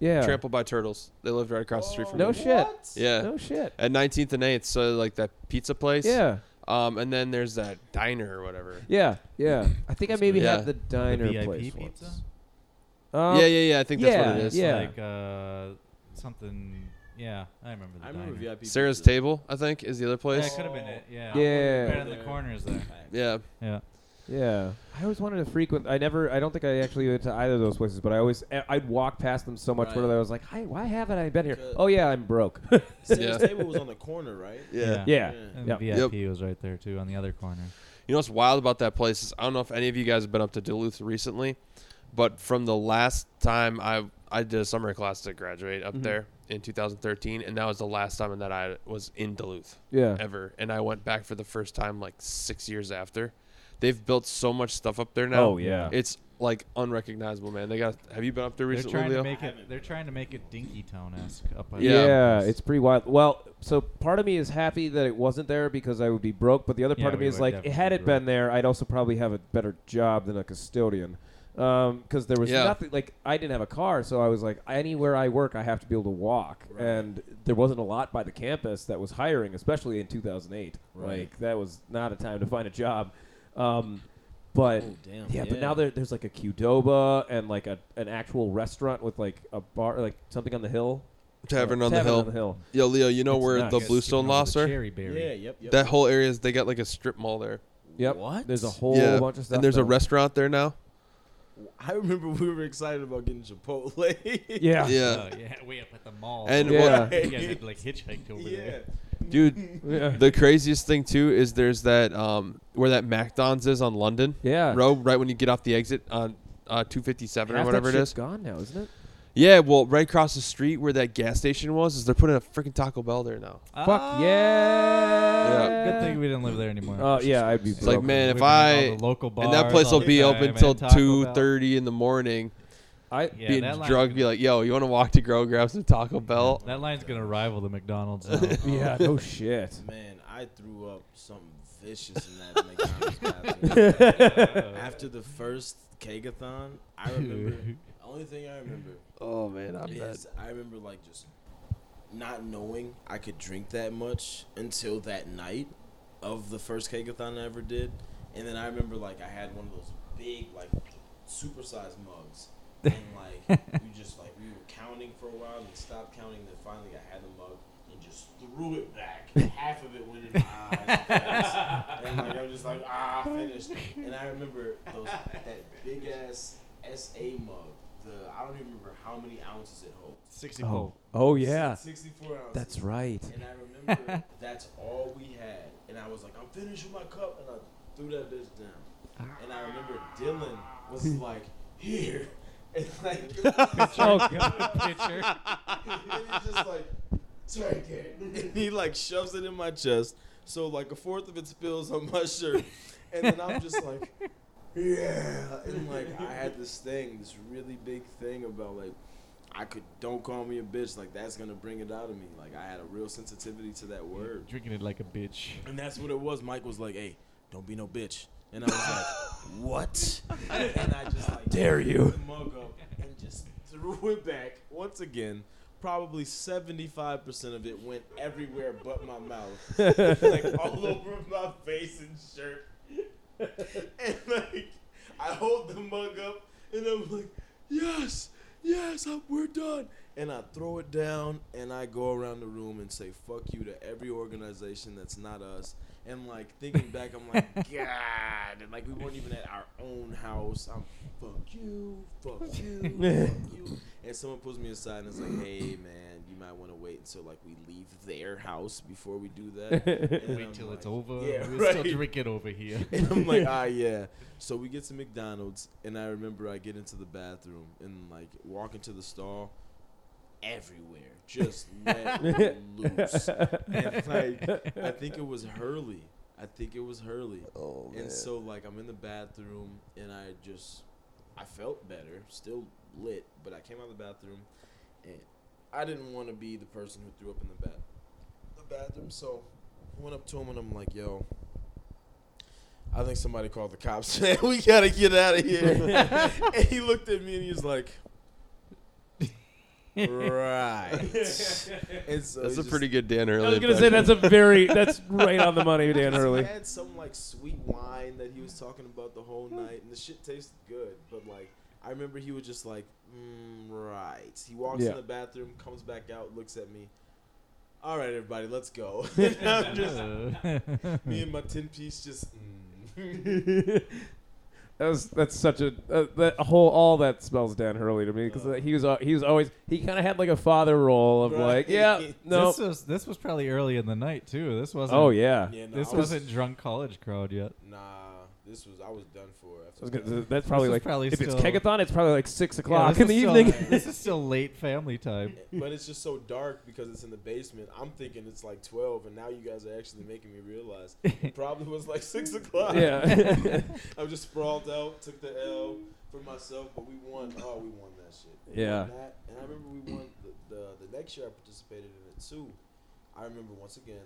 [SPEAKER 4] Yeah.
[SPEAKER 1] trampled by turtles. They lived right across the street from
[SPEAKER 4] No
[SPEAKER 1] me.
[SPEAKER 4] shit.
[SPEAKER 1] Yeah.
[SPEAKER 4] No shit.
[SPEAKER 1] At 19th and 8th, so like that pizza place.
[SPEAKER 4] Yeah.
[SPEAKER 1] Um, and then there's that diner or whatever.
[SPEAKER 4] Yeah. Yeah. I think I maybe
[SPEAKER 1] Yeah.
[SPEAKER 4] had the diner
[SPEAKER 3] VIP
[SPEAKER 4] place
[SPEAKER 3] pizza?
[SPEAKER 4] once. Um,
[SPEAKER 1] yeah, yeah, yeah. I think that's what it
[SPEAKER 4] yeah,
[SPEAKER 1] is.
[SPEAKER 4] yeah.
[SPEAKER 3] Like uh, something. Yeah, I remember the
[SPEAKER 2] I remember
[SPEAKER 3] diner.
[SPEAKER 2] VIP.
[SPEAKER 1] Sarah's
[SPEAKER 2] pizza.
[SPEAKER 1] Table, I think, is the other
[SPEAKER 3] Yeah,
[SPEAKER 1] place.
[SPEAKER 3] it could have been it. Yeah.
[SPEAKER 4] Yeah.
[SPEAKER 3] Right on the corners there.
[SPEAKER 1] Yeah.
[SPEAKER 3] Yeah.
[SPEAKER 4] Yeah, I always wanted to frequent. I never. I don't think I actually went to either of those places, but I always. I- I'd walk past them so much
[SPEAKER 2] Right.
[SPEAKER 4] where I was like, "Hey, why haven't I been here?"
[SPEAKER 2] Good.
[SPEAKER 4] Oh yeah, I'm broke.
[SPEAKER 1] Yeah. Oh,
[SPEAKER 2] Sarah's table was on the corner, right?
[SPEAKER 3] Yeah.
[SPEAKER 4] yeah.
[SPEAKER 3] And
[SPEAKER 4] Yep.
[SPEAKER 3] VIP was right there too on the other corner.
[SPEAKER 1] You know what's wild about that place is I don't know if any of you guys have been up to Duluth recently, but from the last time I I did a summer class to graduate up
[SPEAKER 4] Mhm.
[SPEAKER 1] there in 2013, and that was the last time that I was in Duluth
[SPEAKER 4] Yeah.
[SPEAKER 1] ever, and I went back for the first time like six years after. They've built so much stuff up there now.
[SPEAKER 4] Oh yeah.
[SPEAKER 1] It's like unrecognizable, man. They got. Have you been up there
[SPEAKER 3] They're
[SPEAKER 1] recently,
[SPEAKER 3] trying to
[SPEAKER 1] Leo?
[SPEAKER 3] make it.
[SPEAKER 2] haven't.
[SPEAKER 3] They're trying to make it Dinky Town esque up. on
[SPEAKER 1] Yeah.
[SPEAKER 4] yeah.
[SPEAKER 3] the place.
[SPEAKER 4] it's pretty wild. Well, so part of me is happy that it wasn't there because I would be broke, but the other
[SPEAKER 3] Yeah,
[SPEAKER 4] part of
[SPEAKER 3] we
[SPEAKER 4] me is
[SPEAKER 3] would
[SPEAKER 4] like,
[SPEAKER 3] definitely
[SPEAKER 4] had
[SPEAKER 3] be
[SPEAKER 4] it been there, I'd also probably have a better job than a custodian. Because there was
[SPEAKER 1] Yeah.
[SPEAKER 4] nothing like I didn't have a car, so I was like, anywhere I work, I have to be able to walk,
[SPEAKER 2] Right.
[SPEAKER 4] and there wasn't a lot by the campus that was hiring, especially in 2008.
[SPEAKER 2] Right.
[SPEAKER 4] Like that was not a time to find a job. Um, but
[SPEAKER 2] Oh, damn.
[SPEAKER 4] yeah, but now there, there's like a Qdoba and like a, an actual restaurant with like a bar, like something on the hill.
[SPEAKER 1] Tavern
[SPEAKER 4] Uh,
[SPEAKER 1] on the
[SPEAKER 4] Tavern
[SPEAKER 1] hill.
[SPEAKER 4] on the hill.
[SPEAKER 1] Yo, Leo, you know
[SPEAKER 4] It's
[SPEAKER 1] where
[SPEAKER 4] nuts.
[SPEAKER 1] the
[SPEAKER 4] Yeah,
[SPEAKER 1] Bluestone Lofts are?
[SPEAKER 3] Cherry
[SPEAKER 2] Yeah.
[SPEAKER 3] berry.
[SPEAKER 2] Yep. Yep.
[SPEAKER 1] That whole area is they got like a strip mall there.
[SPEAKER 4] Yep.
[SPEAKER 2] What?
[SPEAKER 4] There's a whole
[SPEAKER 1] yeah.
[SPEAKER 4] bunch of stuff.
[SPEAKER 1] and there's a
[SPEAKER 4] now.
[SPEAKER 1] restaurant there now.
[SPEAKER 2] I remember we were excited about getting Chipotle.
[SPEAKER 4] Yeah.
[SPEAKER 1] Yeah.
[SPEAKER 3] Oh, yeah, way up at the mall.
[SPEAKER 1] And
[SPEAKER 4] Yeah.
[SPEAKER 1] what,
[SPEAKER 3] you guys had like hitchhiked over
[SPEAKER 2] yeah.
[SPEAKER 3] there.
[SPEAKER 1] dude,
[SPEAKER 4] Yeah.
[SPEAKER 1] The craziest thing too is there's that um where that MacDon's is on London
[SPEAKER 4] yeah.
[SPEAKER 1] Road, right when you get off the exit on uh 257
[SPEAKER 4] Half
[SPEAKER 1] or
[SPEAKER 4] that
[SPEAKER 1] whatever it
[SPEAKER 4] shit's
[SPEAKER 1] is.
[SPEAKER 4] gone now, isn't it?
[SPEAKER 1] Yeah, well, right across the street where that gas station was, is they're putting a freaking Taco Bell there now.
[SPEAKER 3] Oh,
[SPEAKER 4] Fuck yeah.
[SPEAKER 1] Yeah.
[SPEAKER 3] Good thing we didn't live there anymore.
[SPEAKER 4] Oh yeah, I'd be.
[SPEAKER 1] It's like
[SPEAKER 4] broke.
[SPEAKER 1] man, if
[SPEAKER 3] We've been to
[SPEAKER 1] I
[SPEAKER 3] all the local
[SPEAKER 1] and that
[SPEAKER 3] bars
[SPEAKER 1] place
[SPEAKER 3] all
[SPEAKER 1] will
[SPEAKER 3] the
[SPEAKER 1] be
[SPEAKER 3] time,
[SPEAKER 1] open
[SPEAKER 3] man.
[SPEAKER 1] till
[SPEAKER 3] Taco Bell.
[SPEAKER 1] two thirty in the morning,
[SPEAKER 4] I
[SPEAKER 3] Yeah,
[SPEAKER 1] being
[SPEAKER 3] that line's
[SPEAKER 1] drunk,
[SPEAKER 3] gonna-
[SPEAKER 1] be like, yo, you want to walk to grow, grab some Taco Bell?
[SPEAKER 3] That line's gonna rival the McDonald's. now.
[SPEAKER 4] yeah, no shit.
[SPEAKER 2] Man, I threw up something vicious in that McDonald's bathroom. After the first Kegathon, I remember. only thing I remember
[SPEAKER 1] Oh man, I'm dead.
[SPEAKER 2] is I remember like just not knowing I could drink that much until that night of the first cakeathon I ever did, and then I remember like I had one of those big like supersized mugs, and like we just like we were counting for a while and stopped counting, then finally I had the mug. and Just threw it back. Half of it went in my eyes, and like I'm just like ah, I finished. And I remember those that big ass SA mug the I don't even remember how many ounces it holds.
[SPEAKER 5] 64.
[SPEAKER 4] Oh, oh yeah,
[SPEAKER 2] sixty-four ounces.
[SPEAKER 4] that's right.
[SPEAKER 2] And I remember that's all we had. And I was like, I'm finished with my cup, and I threw that bitch down. And I remember Dylan was like, here. And like, it was just-
[SPEAKER 4] Oh,
[SPEAKER 3] Oh, Picture.
[SPEAKER 2] and he's just like, take it. And he like shoves it in my chest. So like a fourth of it spills on my shirt. And then I'm just like, yeah. And like I had this thing, this really big thing about like, I could don't call me a bitch. Like that's gonna bring it out of me. Like I had a real sensitivity to that word.
[SPEAKER 3] Drinking it like a bitch.
[SPEAKER 2] And that's what it was. Mike was like, hey, don't be no bitch. And I was like, what? And I just like
[SPEAKER 4] Dare you.
[SPEAKER 2] the mug up and just threw it back once again. Probably 75% of it went everywhere but my mouth. like all over my face and shirt. And like, I hold the mug up and I'm like, yes, yes, I'm, we're done. And I throw it down and I go around the room and say, fuck you to every organization that's not us. And like thinking back, I'm like, God. And like we weren't even at our own house. I'm fuck you, fuck you, fuck you. And someone pulls me aside and is like, hey man, you might want to wait until like we leave their house before we do that. And
[SPEAKER 3] Wait
[SPEAKER 2] I'm
[SPEAKER 3] till it's
[SPEAKER 2] like,
[SPEAKER 3] over.
[SPEAKER 2] Yeah,
[SPEAKER 3] we'll
[SPEAKER 2] right.
[SPEAKER 3] still drink it over here.
[SPEAKER 2] and I'm like, ah, yeah. So we get to McDonald's, and I remember I get into the bathroom and like walk into the stall. Everywhere, just let loose. And like, I think it was Hurley. I think it was Hurley.
[SPEAKER 1] Oh
[SPEAKER 2] And so like I'm in the bathroom and I just I felt better, still lit, but I came out of the bathroom and I didn't want to be the person who threw up in the bath the bathroom, so I went up to him and I'm like, "Yo, I think somebody called the cops. Man, we gotta get out of here." and he looked at me and he was like, "Right." And so
[SPEAKER 1] that's
[SPEAKER 2] he
[SPEAKER 1] a
[SPEAKER 2] just-
[SPEAKER 1] pretty good Dan Early.
[SPEAKER 4] I was gonna say that's a very that's right on the money, Dan
[SPEAKER 2] just
[SPEAKER 4] Hurley.
[SPEAKER 2] had some like sweet wine that he was talking about the whole night, and the shit tasted good. But like, I remember he was just like, mm, right. He walks
[SPEAKER 4] Yeah.
[SPEAKER 2] in the bathroom, comes back out, looks at me. All right, everybody, let's go. And I'm just- me and my ten piece just. Mm.
[SPEAKER 4] that was that's such a uh, that whole all that smells Dan Hurley to me because
[SPEAKER 2] Uh.
[SPEAKER 4] he was al- he was always he kind of had like a father role of
[SPEAKER 2] Right.
[SPEAKER 4] like yeah no
[SPEAKER 3] This was this was probably early in the night too. This wasn't.
[SPEAKER 4] oh yeah,
[SPEAKER 2] yeah, no,
[SPEAKER 3] This
[SPEAKER 2] I was,
[SPEAKER 3] wasn't drunk college crowd yet.
[SPEAKER 2] Nah, this was I was done for.
[SPEAKER 4] I
[SPEAKER 2] After
[SPEAKER 4] was
[SPEAKER 2] that.
[SPEAKER 4] gonna- that's probably
[SPEAKER 3] was
[SPEAKER 4] like
[SPEAKER 3] probably
[SPEAKER 4] if it's
[SPEAKER 3] still-
[SPEAKER 4] kegathon it's probably like six o'clock
[SPEAKER 3] Yeah,
[SPEAKER 4] in the
[SPEAKER 3] this is
[SPEAKER 4] evening
[SPEAKER 3] still- this is still late family time.
[SPEAKER 2] but it's just so dark because it's in the basement. I'm thinking it's like twelve, and now you guys are actually making me realize it probably was like six o'clock.
[SPEAKER 4] yeah
[SPEAKER 2] I was just sprawled out, took the L for myself, but we won. Oh, we won that shit. We
[SPEAKER 4] Yeah.
[SPEAKER 2] won that, and I remember we won the, the the next year I participated in it too. I remember once again,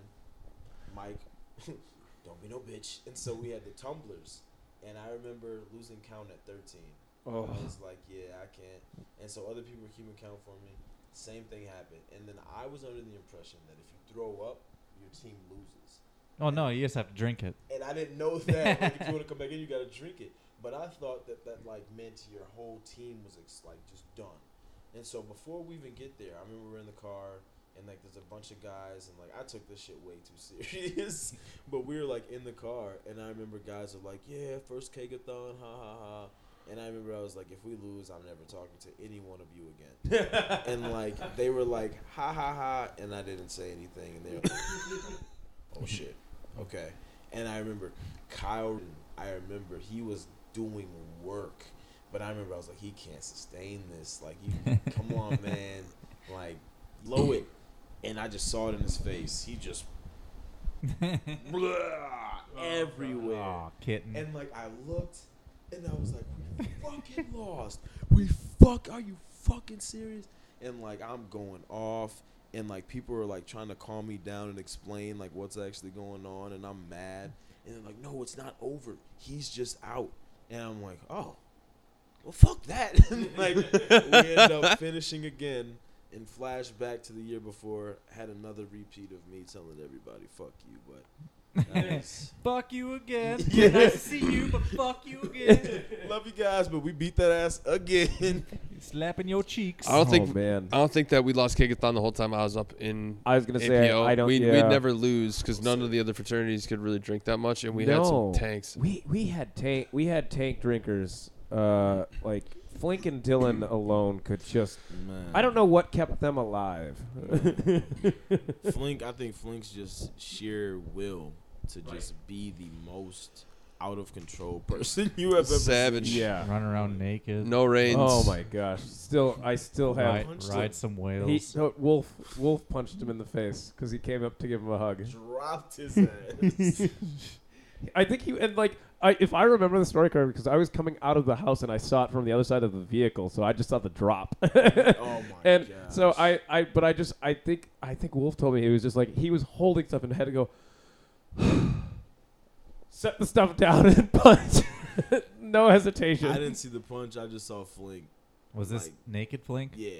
[SPEAKER 2] Mike, don't be no bitch, and so we had the tumblers, and I remember losing count at thirteen.
[SPEAKER 4] oh
[SPEAKER 2] I was like, yeah, I can't. And so other people were keeping count for me. Same thing happened, and then I was under the impression that if you throw up, your team loses.
[SPEAKER 3] Oh no, you just have to drink it.
[SPEAKER 2] And I didn't know that. like, if you want to come back in, you gotta drink it. But I thought that that like meant your whole team was ex- like just done. And so before we even get there, I remember we're in the car and like there's a bunch of guys and like I took this shit way too serious. but we were like in the car and I remember guys are like, yeah, first kegathon, ha ha ha. And I remember I was like, if we lose, I'm never talking to any one of you again. and like they were like, ha ha ha, and I didn't say anything. And they were like, oh shit, okay. And I remember Kyle. I remember he was doing work, but I remember I was like, he can't sustain this. Like, you come on, man. Like, low it. And I just saw it in his face. He just blah, everywhere.
[SPEAKER 3] Aw, kitten.
[SPEAKER 2] And like I looked, and I was like, "We fucking lost. We fuck. Are you fucking serious?" And like I'm going off, and like people are like trying to calm me down and explain like what's actually going on, and I'm mad. And they're like, "No, it's not over. He's just out." And I'm like, "Oh, well, fuck that." And, like we end up finishing again. And flash back to the year before, had another repeat of me telling everybody "fuck you," but that was-
[SPEAKER 3] fuck you again.
[SPEAKER 2] Yeah.
[SPEAKER 3] Nice to see you, but fuck you again.
[SPEAKER 2] Love you guys, but we beat that ass again.
[SPEAKER 3] Slapping your cheeks.
[SPEAKER 1] I don't
[SPEAKER 4] oh,
[SPEAKER 1] think uh,
[SPEAKER 4] man
[SPEAKER 1] I don't think that we lost Kegathon the whole time I was up in
[SPEAKER 4] I was gonna say
[SPEAKER 1] APO.
[SPEAKER 4] I don't
[SPEAKER 1] we,
[SPEAKER 4] yeah.
[SPEAKER 1] We'd never lose because none of the other fraternities could really drink that much, and we had
[SPEAKER 4] No.
[SPEAKER 1] some tanks.
[SPEAKER 4] We we had tank we had tank drinkers uh, like Flink and Dylan alone could just.
[SPEAKER 2] Man.
[SPEAKER 4] I don't know what kept them alive.
[SPEAKER 2] Flink, I think Flink's just sheer will to just be the most out of control person you have ever seen.
[SPEAKER 1] Savage.
[SPEAKER 4] yeah.
[SPEAKER 3] Oh, Run around naked.
[SPEAKER 1] No reins.
[SPEAKER 4] Oh my gosh. Still, I still have.
[SPEAKER 3] Ride,
[SPEAKER 2] Punch
[SPEAKER 3] ride
[SPEAKER 2] the-
[SPEAKER 3] some
[SPEAKER 4] He,
[SPEAKER 3] whales.
[SPEAKER 4] no, Wolf Wolf punched him in the face because he came up to give him a hug.
[SPEAKER 2] Dropped his ass.
[SPEAKER 4] I think he and like I if I remember the story correctly because I was coming out of the house and I saw it from the other side of the vehicle, so I just saw the drop.
[SPEAKER 2] oh my
[SPEAKER 4] and
[SPEAKER 2] god.
[SPEAKER 4] so I, I, but I just, I think, I think Wolf told me he was just like he was holding stuff and had to go set the stuff down and punch, no hesitation.
[SPEAKER 2] I didn't see the punch. I just saw Flink.
[SPEAKER 3] was this
[SPEAKER 2] like-
[SPEAKER 3] naked flink?
[SPEAKER 2] Yeah.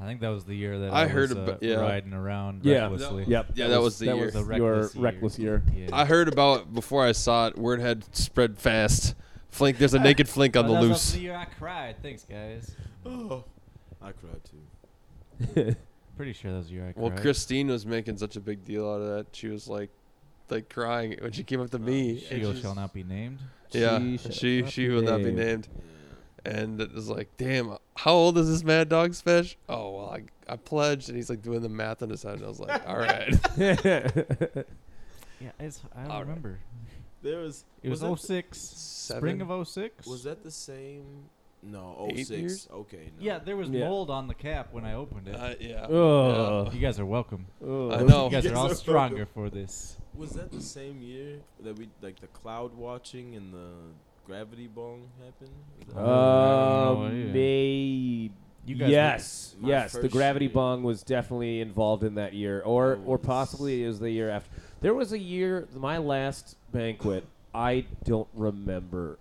[SPEAKER 3] I think that was the year that
[SPEAKER 1] I
[SPEAKER 3] I,
[SPEAKER 1] heard
[SPEAKER 3] was, uh,
[SPEAKER 1] about- yeah.
[SPEAKER 3] riding around
[SPEAKER 4] Yeah.
[SPEAKER 3] recklessly.
[SPEAKER 4] Yep.
[SPEAKER 1] Yeah, that was the year.
[SPEAKER 4] That
[SPEAKER 3] The
[SPEAKER 4] was your
[SPEAKER 3] reckless year.
[SPEAKER 4] reckless year.
[SPEAKER 3] Yeah.
[SPEAKER 1] I heard about it before I saw it. Word had spread fast. Flink, there's a naked Flink
[SPEAKER 3] Oh,
[SPEAKER 1] on the loose.
[SPEAKER 3] year I cried. Thanks, guys.
[SPEAKER 2] Oh. I cried too.
[SPEAKER 3] Pretty sure that was the year I cried.
[SPEAKER 1] Well, Christine was making such a big deal out of that. She was like, like crying when she came up to
[SPEAKER 2] Oh,
[SPEAKER 1] me.
[SPEAKER 2] shit.
[SPEAKER 1] and
[SPEAKER 3] She
[SPEAKER 1] she's-
[SPEAKER 3] shall not be named.
[SPEAKER 1] Yeah,
[SPEAKER 4] She shall
[SPEAKER 1] she
[SPEAKER 4] not
[SPEAKER 1] she
[SPEAKER 4] be
[SPEAKER 1] will not be
[SPEAKER 4] named.
[SPEAKER 1] named.
[SPEAKER 2] Yeah.
[SPEAKER 1] And it was like, damn, how old is this Mad Dog Special? Oh well, I I pledged, and he's like doing the math on his head, and I was like, all right.
[SPEAKER 3] Yeah, it's, I don't
[SPEAKER 1] All right.
[SPEAKER 3] remember.
[SPEAKER 2] There was
[SPEAKER 3] It was,
[SPEAKER 2] that the-
[SPEAKER 3] 06. Spring
[SPEAKER 1] Seven?
[SPEAKER 3] of 06?
[SPEAKER 2] Was that the same? No,
[SPEAKER 1] Eight
[SPEAKER 2] 06.
[SPEAKER 1] years?
[SPEAKER 2] Okay. No.
[SPEAKER 3] Yeah, there was
[SPEAKER 4] Yeah.
[SPEAKER 3] mold on the cap when I opened it.
[SPEAKER 1] Uh, yeah.
[SPEAKER 4] Ugh.
[SPEAKER 3] you guys are welcome.
[SPEAKER 4] Ugh.
[SPEAKER 1] I know.
[SPEAKER 3] You guys Oh, are
[SPEAKER 2] guys
[SPEAKER 3] all
[SPEAKER 2] are
[SPEAKER 3] stronger for this.
[SPEAKER 2] Was that the same year that we like the cloud watching and the gravity bong happened? Was that-
[SPEAKER 4] Uh,
[SPEAKER 3] Oh, yeah.
[SPEAKER 4] may-
[SPEAKER 3] You guys
[SPEAKER 4] yes,
[SPEAKER 2] were- My
[SPEAKER 4] yes. The
[SPEAKER 2] first
[SPEAKER 4] gravity
[SPEAKER 2] year.
[SPEAKER 4] bong was definitely involved in that year, or or possibly it was the year after. There was a year, my last banquet. I don't remember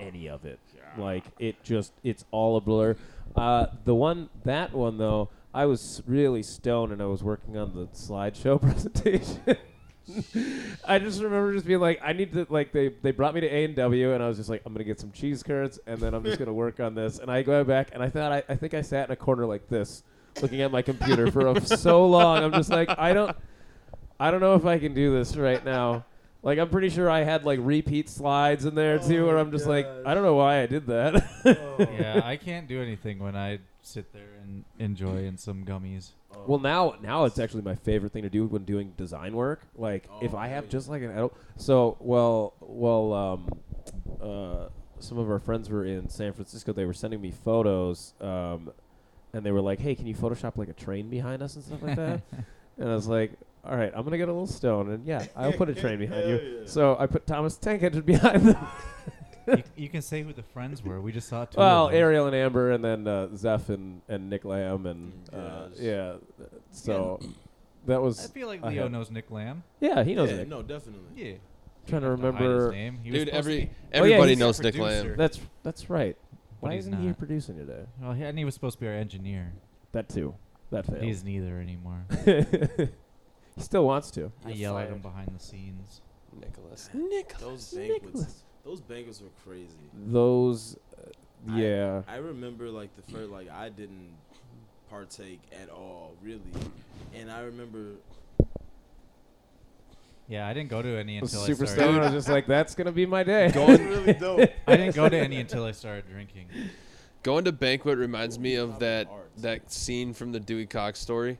[SPEAKER 4] any of it. Like it just, it's all a blur. Uh, the one, that one though, I was really stoned and I was working on the slideshow presentation. I just remember just being like, I need to like they they brought me to A and W, and I was just like, I'm gonna get some cheese curds, and then I'm just gonna work on this. And I go back, and I thought I, I think I sat in a corner like this, looking at my computer for a, so long. I'm just like, I don't, I don't know if I can do this right now. Like I'm pretty sure I had like repeat slides in there too,
[SPEAKER 2] Oh
[SPEAKER 4] where
[SPEAKER 2] my
[SPEAKER 4] I'm just like,
[SPEAKER 2] gosh.
[SPEAKER 4] I don't know why I did that.
[SPEAKER 3] yeah, I can't do anything when I sit there and enjoy in some gummies.
[SPEAKER 2] Oh.
[SPEAKER 4] Well, now now it's actually my favorite thing to do when doing design work. Like if
[SPEAKER 2] Oh,
[SPEAKER 4] I have
[SPEAKER 2] yeah.
[SPEAKER 4] just like an adult. So well well um uh some of our friends were in San Francisco. They were sending me photos um and they were like, "Hey, can you Photoshop like a train behind us and stuff like that?" and I was like. All right, I'm gonna get a little stone, and yeah, I'll put a train behind
[SPEAKER 2] Hell
[SPEAKER 4] you.
[SPEAKER 2] yeah.
[SPEAKER 4] So I put Thomas the Tank Engine behind them.
[SPEAKER 3] you, you can say who the friends were. We just saw two.
[SPEAKER 4] well,
[SPEAKER 3] of them.
[SPEAKER 4] Ariel and Amber, and then uh, Zeph and, and Nick Lamb, and uh,
[SPEAKER 2] Mm, Yes.
[SPEAKER 4] yeah. So that was
[SPEAKER 3] I feel like
[SPEAKER 4] I
[SPEAKER 3] Leo
[SPEAKER 4] had-
[SPEAKER 3] knows Nick Lamb.
[SPEAKER 4] Yeah, he knows
[SPEAKER 2] yeah,
[SPEAKER 4] Nick.
[SPEAKER 2] no, definitely.
[SPEAKER 3] Yeah.
[SPEAKER 4] trying to
[SPEAKER 3] Have hide his
[SPEAKER 4] remember-
[SPEAKER 3] name. He was
[SPEAKER 1] Dude,
[SPEAKER 3] supposed to
[SPEAKER 1] every
[SPEAKER 3] be-
[SPEAKER 4] Oh, yeah,
[SPEAKER 1] everybody
[SPEAKER 4] he's
[SPEAKER 1] knows
[SPEAKER 3] our
[SPEAKER 1] Nick Lamb.
[SPEAKER 3] producer.
[SPEAKER 4] That's that's right.
[SPEAKER 3] But
[SPEAKER 4] Why
[SPEAKER 3] he's
[SPEAKER 4] isn't he
[SPEAKER 3] not.
[SPEAKER 4] producing today?
[SPEAKER 3] Well, he, and he was supposed to be our engineer.
[SPEAKER 4] That too. That
[SPEAKER 3] But
[SPEAKER 4] failed.
[SPEAKER 3] he's neither anymore.
[SPEAKER 4] he still wants to.
[SPEAKER 3] I
[SPEAKER 2] You're
[SPEAKER 3] yell at him
[SPEAKER 2] fired.
[SPEAKER 3] behind the scenes.
[SPEAKER 1] Nicholas.
[SPEAKER 2] Those
[SPEAKER 4] Nicholas.
[SPEAKER 2] banquets, those banquets were crazy.
[SPEAKER 4] Those, uh,
[SPEAKER 2] I-
[SPEAKER 4] yeah.
[SPEAKER 2] I remember like the first, like I didn't partake at all, really, and I remember
[SPEAKER 3] Yeah, I didn't go to any
[SPEAKER 4] I was
[SPEAKER 3] until I
[SPEAKER 4] super
[SPEAKER 3] started.
[SPEAKER 4] stoned. I was just like, that's gonna be my day.
[SPEAKER 2] going really dope.
[SPEAKER 3] I didn't go to any until I started drinking.
[SPEAKER 1] Going to banquet reminds me of that
[SPEAKER 2] Arts.
[SPEAKER 1] that scene from the Dewey Cox story,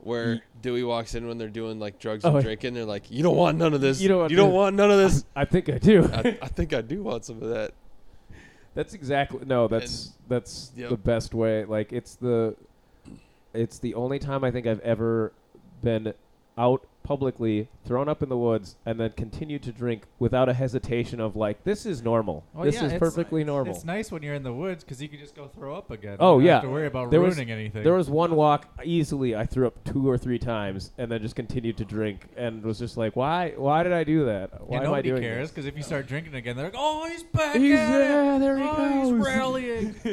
[SPEAKER 1] where Dewey walks in when they're doing like drugs
[SPEAKER 4] Oh,
[SPEAKER 1] and
[SPEAKER 4] yeah.
[SPEAKER 1] drinking. They're like, "You don't want none of this.
[SPEAKER 4] You don't want this."
[SPEAKER 1] want none of this."
[SPEAKER 4] I think I do.
[SPEAKER 3] Uh,
[SPEAKER 1] I, I think I do want some of that.
[SPEAKER 4] That's exactly no. That's that's
[SPEAKER 1] Yep.
[SPEAKER 4] the best way. Like it's the, it's the only time I think I've ever been out publicly, thrown up in the woods, and then continued to drink without a hesitation of like this is normal.
[SPEAKER 3] Oh,
[SPEAKER 4] this
[SPEAKER 3] yeah,
[SPEAKER 4] is
[SPEAKER 3] it's-
[SPEAKER 4] perfectly normal.
[SPEAKER 3] It's nice when you're in the woods because you can just go throw up again.
[SPEAKER 4] Oh,
[SPEAKER 3] You don't have
[SPEAKER 4] yeah.
[SPEAKER 3] to worry about
[SPEAKER 4] There was-
[SPEAKER 3] ruining anything.
[SPEAKER 4] There was one walk easily I threw up two or three times and then just continued to drink and was just like, why? Why did I do that?
[SPEAKER 3] and
[SPEAKER 4] Why am I
[SPEAKER 3] nobody
[SPEAKER 4] doing
[SPEAKER 3] cares because if you start drinking again, they're like, "Oh, he's back
[SPEAKER 4] this? He's
[SPEAKER 3] at it.
[SPEAKER 4] yeah, there he
[SPEAKER 3] oh,
[SPEAKER 4] goes.
[SPEAKER 3] he's rallying."
[SPEAKER 2] I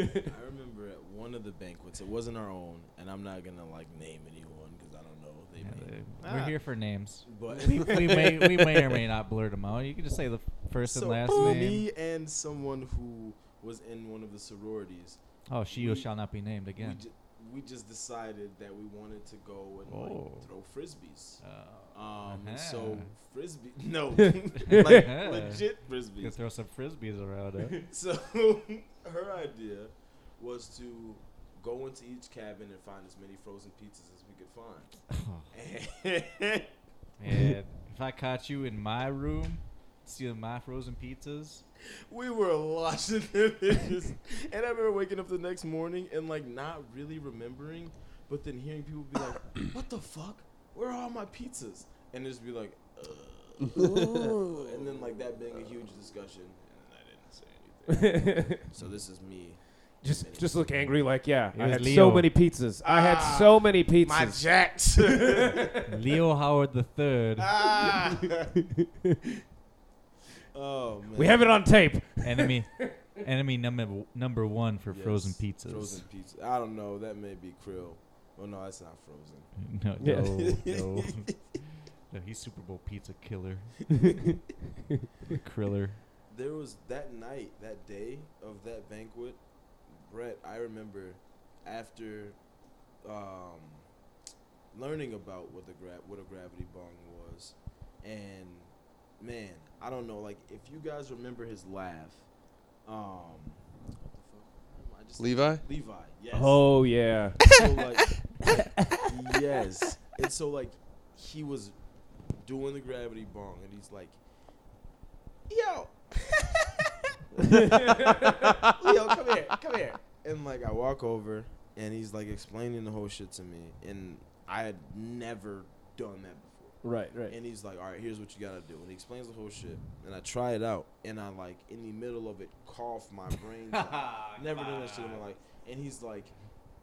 [SPEAKER 2] remember at one of the banquets, it wasn't our own, and I'm not gonna like name anyone because I don't know if they
[SPEAKER 3] Yeah,
[SPEAKER 2] name.
[SPEAKER 3] they-
[SPEAKER 2] Ah.
[SPEAKER 3] We're here for names.
[SPEAKER 2] But
[SPEAKER 3] we, we may we may or may not blur them out. You can just say the first and last
[SPEAKER 2] me
[SPEAKER 3] name.
[SPEAKER 2] and someone who was in one of the sororities.
[SPEAKER 3] Oh, she who shall not be named
[SPEAKER 2] we
[SPEAKER 3] again.
[SPEAKER 2] ju- We, we just decided that we wanted to go and
[SPEAKER 3] Oh.
[SPEAKER 2] like throw frisbees.
[SPEAKER 3] Uh,
[SPEAKER 2] Um,
[SPEAKER 3] Uh-huh.
[SPEAKER 2] so frisbee, no, like legit
[SPEAKER 3] you can
[SPEAKER 2] frisbees.
[SPEAKER 3] throw some frisbees around it.
[SPEAKER 2] So her idea was to go into each cabin and find as many frozen pizzas as we could
[SPEAKER 3] Oh,
[SPEAKER 2] find. And
[SPEAKER 3] man. if I caught you in my room stealing my frozen pizzas,
[SPEAKER 2] we were washing them dishes, and I remember waking up the next morning and like not really remembering, but then hearing people be like, "What the fuck? Where are all my pizzas?" And just be like, "Ugh." and then like that being a huge discussion, and I didn't say anything. So this is me.
[SPEAKER 4] just just look angry like yeah.
[SPEAKER 3] It
[SPEAKER 4] I
[SPEAKER 3] was
[SPEAKER 4] had
[SPEAKER 3] Leo.
[SPEAKER 4] so many pizzas. I had
[SPEAKER 2] Ah,
[SPEAKER 4] so many pizzas.
[SPEAKER 2] My jacks.
[SPEAKER 3] Leo Howard the Third,
[SPEAKER 2] Ah. oh man.
[SPEAKER 4] we have it on tape.
[SPEAKER 3] enemy, enemy number number one for
[SPEAKER 2] Yes,
[SPEAKER 3] frozen pizzas.
[SPEAKER 2] Frozen pizza. I don't know. That may be krill. Oh no, that's not frozen.
[SPEAKER 3] No,
[SPEAKER 4] Yeah.
[SPEAKER 3] no, no. No, he's Super Bowl pizza killer. Kriller.
[SPEAKER 2] There was that night, that day of that banquet, Brett. I remember after um, learning about what the gra- what a gravity bong was, and man, I don't know. Like if you guys remember his laugh, um, what the fuck? I just-
[SPEAKER 1] Levi?
[SPEAKER 2] Levi. Yes.
[SPEAKER 4] Oh yeah.
[SPEAKER 2] so like yes and so like he was doing the gravity bong and he's like yo yo come here come here and like i walk over and he's like explaining the whole shit to me and i had never done that before
[SPEAKER 4] Right, right.
[SPEAKER 2] and he's like, all right, here's what you gotta do. And he explains the whole shit. And I try it out. And I like in the middle of it cough my brains
[SPEAKER 3] Ah,
[SPEAKER 2] out. Never done that shit in my life. And he's like,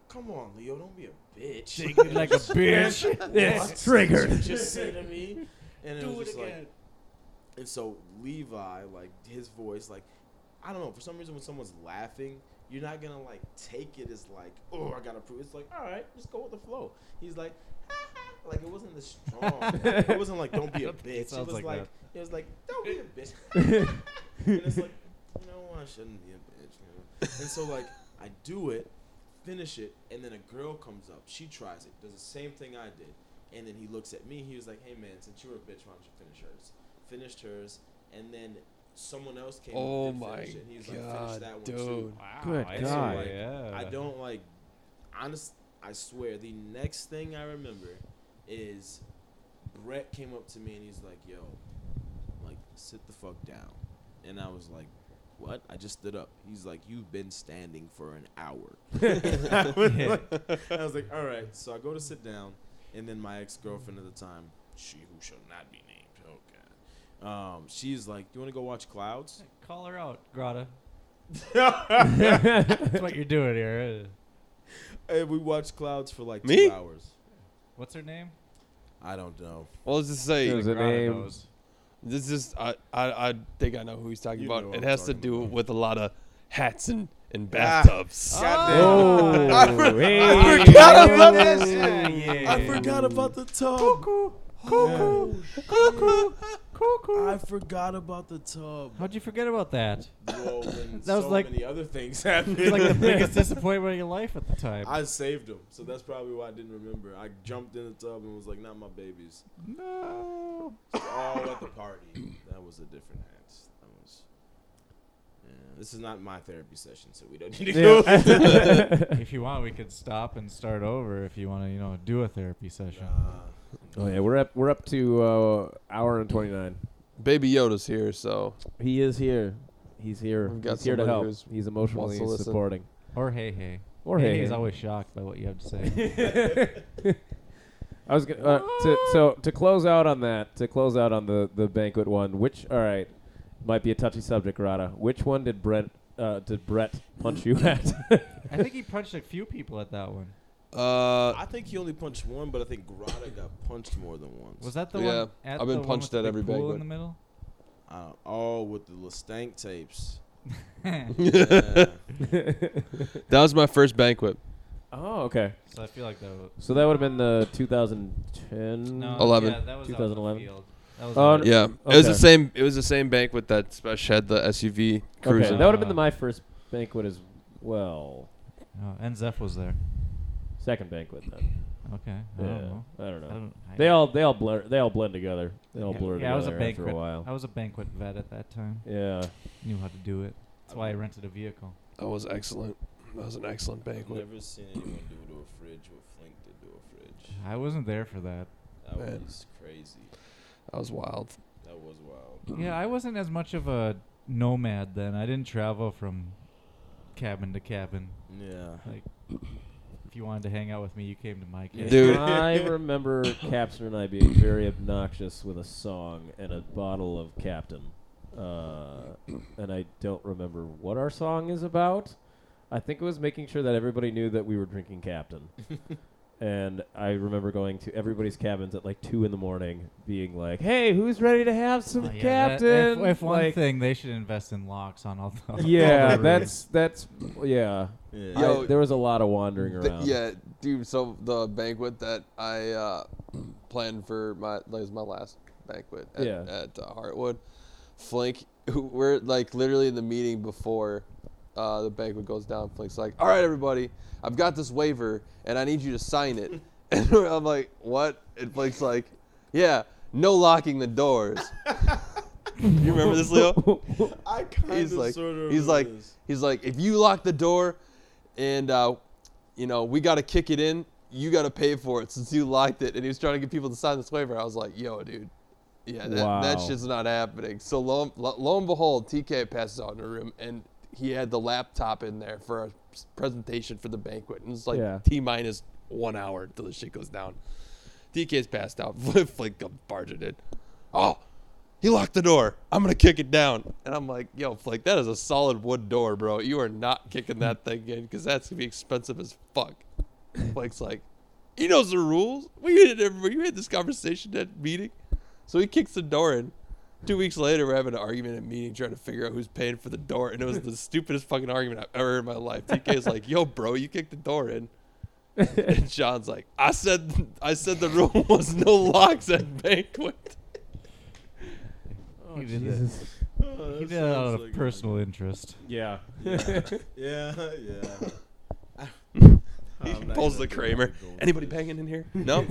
[SPEAKER 2] Come on, Leo, don't be a bitch.
[SPEAKER 3] Shaking like a bitch.
[SPEAKER 4] It's
[SPEAKER 2] What
[SPEAKER 4] triggered.
[SPEAKER 2] did you Just say to me. And it
[SPEAKER 3] Do
[SPEAKER 2] was
[SPEAKER 3] it
[SPEAKER 2] just
[SPEAKER 3] again.
[SPEAKER 2] like and so Levi, like his voice, like I don't know, for some reason when someone's laughing, you're not gonna like take it as like, oh, I gotta prove. It's like, all right, just go with the flow. He's like, like it wasn't as strong. it wasn't like, don't be a
[SPEAKER 3] I don't think
[SPEAKER 2] bitch.
[SPEAKER 3] it
[SPEAKER 2] It,
[SPEAKER 3] sounds
[SPEAKER 2] was
[SPEAKER 3] like
[SPEAKER 2] like,
[SPEAKER 3] that.
[SPEAKER 2] it was like, don't be a bitch. and it's like, no, I shouldn't be a bitch. You know? And so like, I do it, finish it, and then a girl comes up. She tries it, does the same thing I did. And then he looks at me. He was like, "Hey man, since you were a bitch, why don't you finish hers?" Finished hers, and then someone else came.
[SPEAKER 1] Oh
[SPEAKER 2] up and
[SPEAKER 1] my
[SPEAKER 2] finished it, and he was like, "Finish
[SPEAKER 1] god,
[SPEAKER 2] that one
[SPEAKER 1] dude.
[SPEAKER 2] too."
[SPEAKER 3] Wow,
[SPEAKER 4] Good
[SPEAKER 3] I see.
[SPEAKER 2] God.
[SPEAKER 3] yeah.
[SPEAKER 4] Uh.
[SPEAKER 2] I don't like. Honest, I swear. The next thing I remember is Brett came up to me and he's like, "Yo, like sit the fuck down," and I was like. What? I just stood up. He's like, You've been standing for an hour. I was like- I was like, all right. So I go to sit down, and then my ex girlfriend at the time, she who shall not be named, oh god, um, she's like, you want to go watch clouds?
[SPEAKER 3] Call her out, Grata.
[SPEAKER 2] and
[SPEAKER 3] That's what you're doing here. eh?
[SPEAKER 2] we watched clouds for like
[SPEAKER 1] Me?
[SPEAKER 2] two hours.
[SPEAKER 3] What's her name?
[SPEAKER 2] I don't know.
[SPEAKER 1] Well, let's just say
[SPEAKER 4] It was a
[SPEAKER 3] Grata
[SPEAKER 4] name.
[SPEAKER 3] knows.
[SPEAKER 1] This is I, I I think I know who he's talking
[SPEAKER 2] You know
[SPEAKER 1] about.
[SPEAKER 2] what
[SPEAKER 1] It
[SPEAKER 2] I'm
[SPEAKER 1] has to
[SPEAKER 2] talking
[SPEAKER 1] do
[SPEAKER 2] about.
[SPEAKER 1] with a lot of hats and, and
[SPEAKER 2] Ah.
[SPEAKER 1] bathtubs. Ah.
[SPEAKER 2] Goddamn.
[SPEAKER 4] Oh,
[SPEAKER 2] I, for-
[SPEAKER 4] hey.
[SPEAKER 2] I forgot about that shit.
[SPEAKER 3] Yeah, yeah.
[SPEAKER 2] I forgot about the tub. Cuckoo, cuckoo, cuckoo, cuckoo. I forgot about the tub.
[SPEAKER 3] How'd you forget about that?
[SPEAKER 2] Well, when
[SPEAKER 3] That was
[SPEAKER 2] so
[SPEAKER 3] like-
[SPEAKER 2] many other things happened.
[SPEAKER 3] It's like the biggest disappointment of your life at the time.
[SPEAKER 2] I saved him, so that's probably why I didn't remember. I jumped in the tub and was like, "Not my babies."
[SPEAKER 3] no.
[SPEAKER 2] All at the party. That was a different hat. That was. Yeah, this is not my therapy session, so we don't need to go.
[SPEAKER 3] if you want, we could stop and start over. If you want to, you know, do a therapy session.
[SPEAKER 2] Uh,
[SPEAKER 4] oh yeah, we're up. We're up to uh, hour and twenty nine.
[SPEAKER 1] Baby Yoda's here, so
[SPEAKER 4] He is here. He's here.
[SPEAKER 1] We've got
[SPEAKER 4] He's here to
[SPEAKER 1] somebody
[SPEAKER 4] help.
[SPEAKER 1] who's-
[SPEAKER 4] He's emotionally
[SPEAKER 1] wants to listen.
[SPEAKER 4] supporting.
[SPEAKER 3] Or hey hey.
[SPEAKER 4] Or
[SPEAKER 3] hey
[SPEAKER 4] hey,
[SPEAKER 3] hey's
[SPEAKER 4] hey.
[SPEAKER 3] always shocked by what you have to say.
[SPEAKER 4] I was gonna, uh, to, so to close out on that. To close out on the the banquet one. Which all right, might be a touchy subject, Rada. Which one did Brent uh, did Brett punch you at?
[SPEAKER 3] I think he punched a few people at that one.
[SPEAKER 1] uh,
[SPEAKER 2] I think he only punched one, but I think Grata got punched more than once.
[SPEAKER 3] Was that the
[SPEAKER 1] Yeah,
[SPEAKER 3] one? At
[SPEAKER 1] I've been
[SPEAKER 3] the one with
[SPEAKER 1] punched
[SPEAKER 3] the
[SPEAKER 1] at
[SPEAKER 3] big
[SPEAKER 1] every
[SPEAKER 3] pool
[SPEAKER 1] banquet.
[SPEAKER 3] in the middle.
[SPEAKER 2] Uh, all with the Lestank tapes.
[SPEAKER 3] so
[SPEAKER 2] Yeah.
[SPEAKER 1] that was my first banquet.
[SPEAKER 4] oh, okay.
[SPEAKER 3] I feel like that. Was,
[SPEAKER 4] So that would have been the 2010.
[SPEAKER 3] no,
[SPEAKER 1] Eleven.
[SPEAKER 3] Yeah, that was
[SPEAKER 4] 2011.
[SPEAKER 3] 2011. That was
[SPEAKER 4] Oh,
[SPEAKER 3] out on
[SPEAKER 4] no.
[SPEAKER 3] the
[SPEAKER 1] Yeah, it was
[SPEAKER 4] Okay.
[SPEAKER 1] the same. It was the same banquet that Spesh had the SUV
[SPEAKER 4] Okay,
[SPEAKER 1] cruising.
[SPEAKER 4] that would have been the, my first banquet as well.
[SPEAKER 3] field. Oh, and Zeph was there.
[SPEAKER 5] Second banquet then.
[SPEAKER 3] Okay. I
[SPEAKER 5] Yeah,
[SPEAKER 3] don't know.
[SPEAKER 5] I don't
[SPEAKER 3] I
[SPEAKER 5] know.
[SPEAKER 3] don't, I,
[SPEAKER 5] They all they all blur they all blend together. They all
[SPEAKER 3] yeah,
[SPEAKER 5] blur
[SPEAKER 3] yeah, I was a
[SPEAKER 5] together after
[SPEAKER 3] banquet.
[SPEAKER 5] a while.
[SPEAKER 3] I was a banquet vet at that time.
[SPEAKER 5] Yeah.
[SPEAKER 3] Knew how to do it. That's why I rented a vehicle.
[SPEAKER 1] That was excellent. That was an excellent
[SPEAKER 2] I've
[SPEAKER 1] banquet.
[SPEAKER 2] never seen anyone do to a fridge what Flink did to a fridge.
[SPEAKER 3] I wasn't there for that.
[SPEAKER 2] That
[SPEAKER 1] Man.
[SPEAKER 2] was crazy.
[SPEAKER 1] That was wild.
[SPEAKER 2] That was wild.
[SPEAKER 3] Yeah, I wasn't as much of a nomad then. I didn't travel from cabin to cabin.
[SPEAKER 2] Yeah.
[SPEAKER 3] Like, if you wanted to hang out with me, you came to my cabin.
[SPEAKER 1] Dude.
[SPEAKER 5] I remember Captain and I being very obnoxious with a song and a bottle of Captain. Uh, and I don't remember what our song is about. I think it was making sure that everybody knew that we were drinking Captain. and I remember going to everybody's cabins at like 2 in the morning, being like, hey, who's ready to have some
[SPEAKER 3] Oh, yeah, that-
[SPEAKER 5] Captain?
[SPEAKER 3] if, if one
[SPEAKER 5] Like,
[SPEAKER 3] thing, they should invest in locks on all the. all
[SPEAKER 5] yeah,
[SPEAKER 3] the
[SPEAKER 5] that's, that's, yeah.
[SPEAKER 2] Yeah.
[SPEAKER 5] I-
[SPEAKER 1] Yo,
[SPEAKER 5] there was a lot of wandering
[SPEAKER 1] Th-
[SPEAKER 5] around.
[SPEAKER 1] yeah, dude. So the banquet that I uh, planned for my that was my last banquet at,
[SPEAKER 5] Yeah.
[SPEAKER 1] at uh, Heartwood. Flink, who- we're like literally in the meeting before uh, the banquet goes down. Flink's like, "All right, everybody, I've got this waiver and I need you to sign it." and I'm like, "What?" And Flink's like, "Yeah, no locking the doors." you remember this, Leo?
[SPEAKER 2] I kind
[SPEAKER 1] he's like,
[SPEAKER 2] sort of
[SPEAKER 1] he's like, he's like, if you lock the door, and uh, you know we got to kick it in, you got to pay for it since you locked it. And he was trying to get people to sign this waiver. I was like, yo, dude, yeah, that, that
[SPEAKER 5] Wow.
[SPEAKER 1] shit's not happening. So lo, lo, lo and behold, TK passes out in the room, and he had the laptop in there for a s- presentation for the banquet, and it's like
[SPEAKER 5] Yeah.
[SPEAKER 1] t minus one hour until the shit goes down. DK's passed out. Flink comes barging in. Oh, he locked the door. I'm gonna kick it down. And I'm like, yo, Flake, that is a solid wood door, bro. You are not kicking that thing in because that's gonna be expensive as fuck. Flake's like, he knows the rules. We had everybody. We had this conversation at meeting. So he kicks the door in. Two weeks later, we're having an argument at meeting trying to figure out who's paying for the door, and it was the stupidest fucking argument I've ever heard in my life. TK's like, "Yo, bro, you kicked the door in." And Sean's like, I said, I said the room was no locks at banquet.
[SPEAKER 3] He did it. He did it out of personal interest.
[SPEAKER 5] Yeah.
[SPEAKER 2] Yeah, yeah.
[SPEAKER 1] He
[SPEAKER 2] I'm not
[SPEAKER 1] pulls the
[SPEAKER 2] gonna do
[SPEAKER 1] Kramer.
[SPEAKER 2] that. Go with
[SPEAKER 1] Anybody
[SPEAKER 2] this.
[SPEAKER 1] banging in here? No.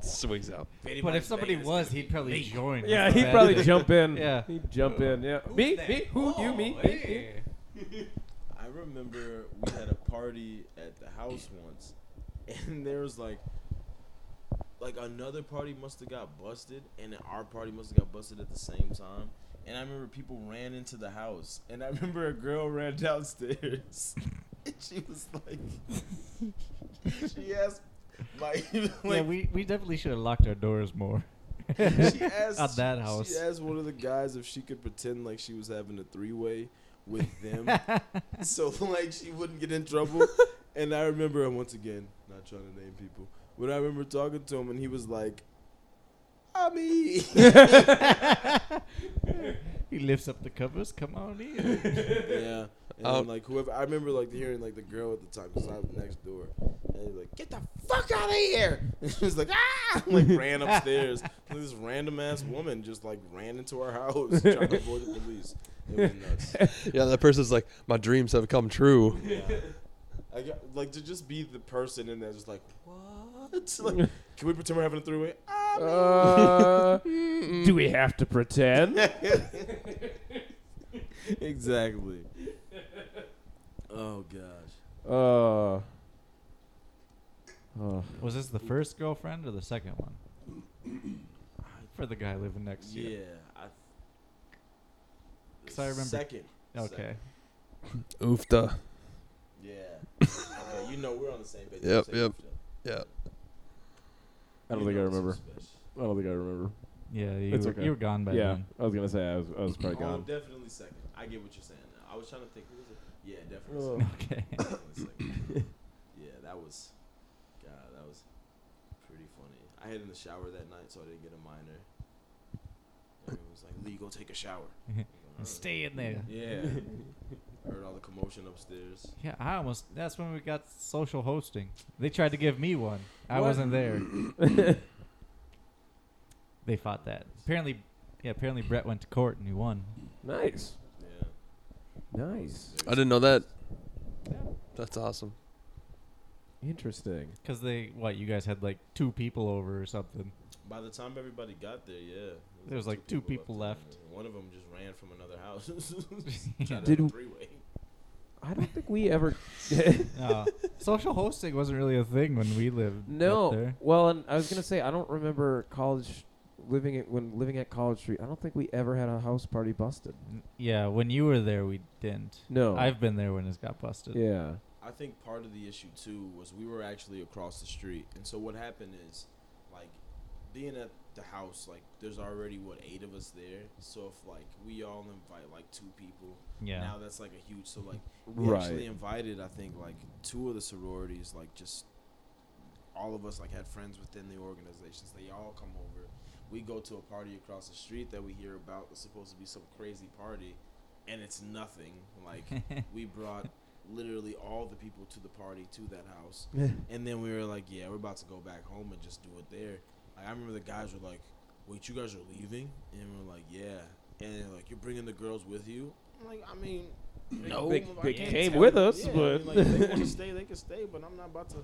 [SPEAKER 1] Swings out.
[SPEAKER 3] But if somebody was, he'd probably join.
[SPEAKER 5] Yeah,
[SPEAKER 3] That's the
[SPEAKER 5] he'd
[SPEAKER 3] bad
[SPEAKER 5] probably
[SPEAKER 3] thing.
[SPEAKER 5] jump in.
[SPEAKER 3] Yeah.
[SPEAKER 5] He'd jump in. Yeah. me? Me? Who? you? Me?
[SPEAKER 2] Oh,
[SPEAKER 5] me, me?
[SPEAKER 3] Hey.
[SPEAKER 2] I remember we had a party at the house once, and there was like, like another party must have got busted, and then our party must have got busted at the same time. And I remember people ran into the house, and I remember a girl ran downstairs, and she was like, she asked, like,
[SPEAKER 3] yeah,
[SPEAKER 2] like
[SPEAKER 3] we, we definitely should have locked our doors more.
[SPEAKER 2] she asked
[SPEAKER 3] At that house.
[SPEAKER 2] She asked one of the guys if she could pretend like she was having a three way with them, so like she wouldn't get in trouble. and I remember and once again, not trying to name people, but I remember talking to him and he was like, "I mean,
[SPEAKER 3] he lifts up the covers. Come on in.
[SPEAKER 2] yeah." And
[SPEAKER 1] Oh.
[SPEAKER 2] then,
[SPEAKER 3] Um,
[SPEAKER 2] like whoever, I remember like hearing like the girl at the time because I was next door, and he was like, "Get the fuck out of here!" And she was like, "Ah!" and, like ran upstairs. And this random ass woman just like ran into our house trying to avoid the police. It was nuts.
[SPEAKER 1] Yeah, that person's like, my dreams have come true.
[SPEAKER 2] I got, like to just be the person in there, just like what? Like, can we pretend we're having a three-way?
[SPEAKER 5] Uh, do we have to pretend?
[SPEAKER 2] exactly. Oh gosh.
[SPEAKER 5] Uh, oh.
[SPEAKER 3] Was this the first girlfriend or the second one? For the guy living next to
[SPEAKER 2] Yeah.
[SPEAKER 3] you.
[SPEAKER 2] I,
[SPEAKER 3] 'Cause I remember-
[SPEAKER 2] Second.
[SPEAKER 3] Okay.
[SPEAKER 1] Oofta.
[SPEAKER 2] Yeah. okay, you know we're on the same page.
[SPEAKER 1] Yep,
[SPEAKER 2] Same
[SPEAKER 1] yep.
[SPEAKER 2] page.
[SPEAKER 1] Yeah.
[SPEAKER 5] I don't
[SPEAKER 2] You
[SPEAKER 5] think I
[SPEAKER 2] know it's
[SPEAKER 5] remember. Oh
[SPEAKER 2] suspicious.
[SPEAKER 5] I don't think I remember.
[SPEAKER 3] Yeah, you,
[SPEAKER 5] It's
[SPEAKER 3] were,
[SPEAKER 5] okay.
[SPEAKER 3] you were gone by
[SPEAKER 5] yeah,
[SPEAKER 3] then.
[SPEAKER 5] I was gonna say I was. I was probably
[SPEAKER 2] Oh,
[SPEAKER 5] gone.
[SPEAKER 2] definitely second. I get what you're saying now. I was trying to think. Who was it? Yeah, definitely.
[SPEAKER 5] Oh.
[SPEAKER 2] Second.
[SPEAKER 3] Okay.
[SPEAKER 2] Definitely second. yeah, that was. God, that was pretty funny. I had in the shower that night, so I didn't get a minor. Everyone was like, "Lee, go take a shower." I'm like, "All right."
[SPEAKER 3] Stay in there.
[SPEAKER 2] Yeah. I heard all the commotion upstairs.
[SPEAKER 3] Yeah, I almost. That's when we got social hosting. They tried to give me one. I wasn't there. they fought that. Apparently, yeah. Apparently, Brett went to court and he won.
[SPEAKER 5] Nice,
[SPEAKER 2] Yeah.
[SPEAKER 5] nice.
[SPEAKER 1] I didn't know that. That's awesome.
[SPEAKER 4] Interesting.
[SPEAKER 3] Because they, what, you guys had like two people over or something.
[SPEAKER 2] By the time everybody got there, yeah,
[SPEAKER 3] There was, like, two people left.
[SPEAKER 2] and One of them just ran from another house.
[SPEAKER 4] Did-
[SPEAKER 2] Did three-way.
[SPEAKER 4] I don't think we ever.
[SPEAKER 3] No. Uh, Social hosting wasn't really a thing when we lived. up
[SPEAKER 4] no.
[SPEAKER 3] there.
[SPEAKER 4] Well, and I was gonna say I don't remember college living at, when living at College Street. I don't think we ever had a house party busted.
[SPEAKER 3] N- Yeah, when you were there, we didn't.
[SPEAKER 4] No.
[SPEAKER 3] I've been there when it's got busted.
[SPEAKER 4] yeah.
[SPEAKER 2] I think part of the issue too was we were actually across the street, and so what happened is, like, being at the house, like, there's already what eight of us there. So if like we all invite like two people,
[SPEAKER 3] Yeah.
[SPEAKER 2] now that's like a huge. So like we actually invited, I think, like two of the sororities, like just all of us, like had friends within the organizations. They all come over. We go to a party across the street that we hear about. It's supposed to be some crazy party, and it's nothing. Like we brought literally all the people to the party to that house, and then we were like, yeah, we're about to go back home and just do it there. Like, I remember the guys were like, wait, you guys are leaving? And we're like, yeah. And they're like, you're bringing the girls with you? I'm like, I mean, no.
[SPEAKER 4] they-
[SPEAKER 2] I
[SPEAKER 4] they
[SPEAKER 2] can't
[SPEAKER 4] came
[SPEAKER 2] tell
[SPEAKER 4] with
[SPEAKER 2] you."
[SPEAKER 4] us,
[SPEAKER 2] Yeah, I mean,
[SPEAKER 4] but-
[SPEAKER 2] like, if they want to stay, they can stay, but I'm not about to.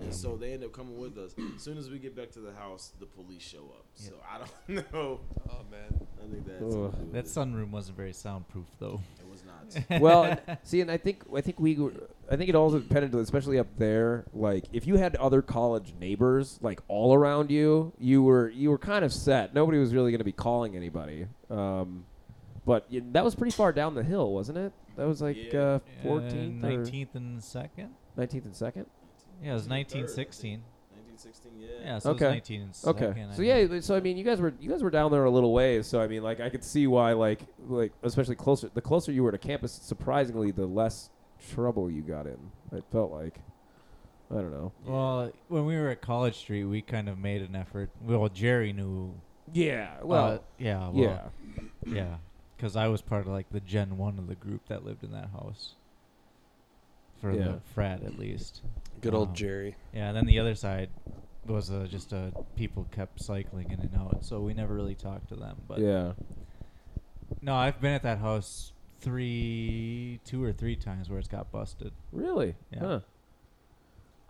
[SPEAKER 2] And so they end up coming with us. As soon as we get back to the house, the police show up. So I don't know.
[SPEAKER 1] Oh man.
[SPEAKER 2] I think that's.
[SPEAKER 4] Ugh.
[SPEAKER 3] That sunroom wasn't very soundproof, though.
[SPEAKER 2] It was not.
[SPEAKER 4] well, and- see, and I think I think we were- I think it also depended, especially up there. Like, if you had other college neighbors like all around you, you were you were kind of set. Nobody was really going to be calling anybody. Um, but y- that was pretty far down the hill, wasn't it? That was like
[SPEAKER 2] Yeah.
[SPEAKER 4] uh,
[SPEAKER 3] Uh,
[SPEAKER 4] 14th, or
[SPEAKER 3] 19th and 2nd?
[SPEAKER 4] 19th and second.
[SPEAKER 3] Yeah, it was
[SPEAKER 2] Third, I think.
[SPEAKER 3] 1916.
[SPEAKER 2] 1916,
[SPEAKER 3] Yeah,
[SPEAKER 2] yeah.
[SPEAKER 3] so
[SPEAKER 4] Okay.
[SPEAKER 3] it was 19 and 2nd.
[SPEAKER 4] Okay.
[SPEAKER 3] I
[SPEAKER 4] So
[SPEAKER 3] mean.
[SPEAKER 4] yeah, but- so I mean, you guys were you guys were down there a little ways. So I mean, like I could see why, like like especially closer the closer you were to campus, surprisingly, the less trouble you got in. It felt like, I don't know.
[SPEAKER 3] Well, when we were at College Street, we kind of made an effort. Well, Jerry knew.
[SPEAKER 4] Yeah.
[SPEAKER 3] uh, yeah, well,
[SPEAKER 4] yeah.
[SPEAKER 3] yeah, because I was part of like the Gen One of the group that lived in that house. For
[SPEAKER 4] Yeah.
[SPEAKER 3] the frat, at least.
[SPEAKER 1] Good old
[SPEAKER 3] Um,
[SPEAKER 1] Jerry.
[SPEAKER 3] Yeah, and then the other side was uh, just uh, people kept cycling in and out, so we never really talked to them. But
[SPEAKER 4] yeah.
[SPEAKER 3] no, I've been at that house three, two or three times where it's got busted.
[SPEAKER 4] Really?
[SPEAKER 3] Yeah.
[SPEAKER 4] Huh.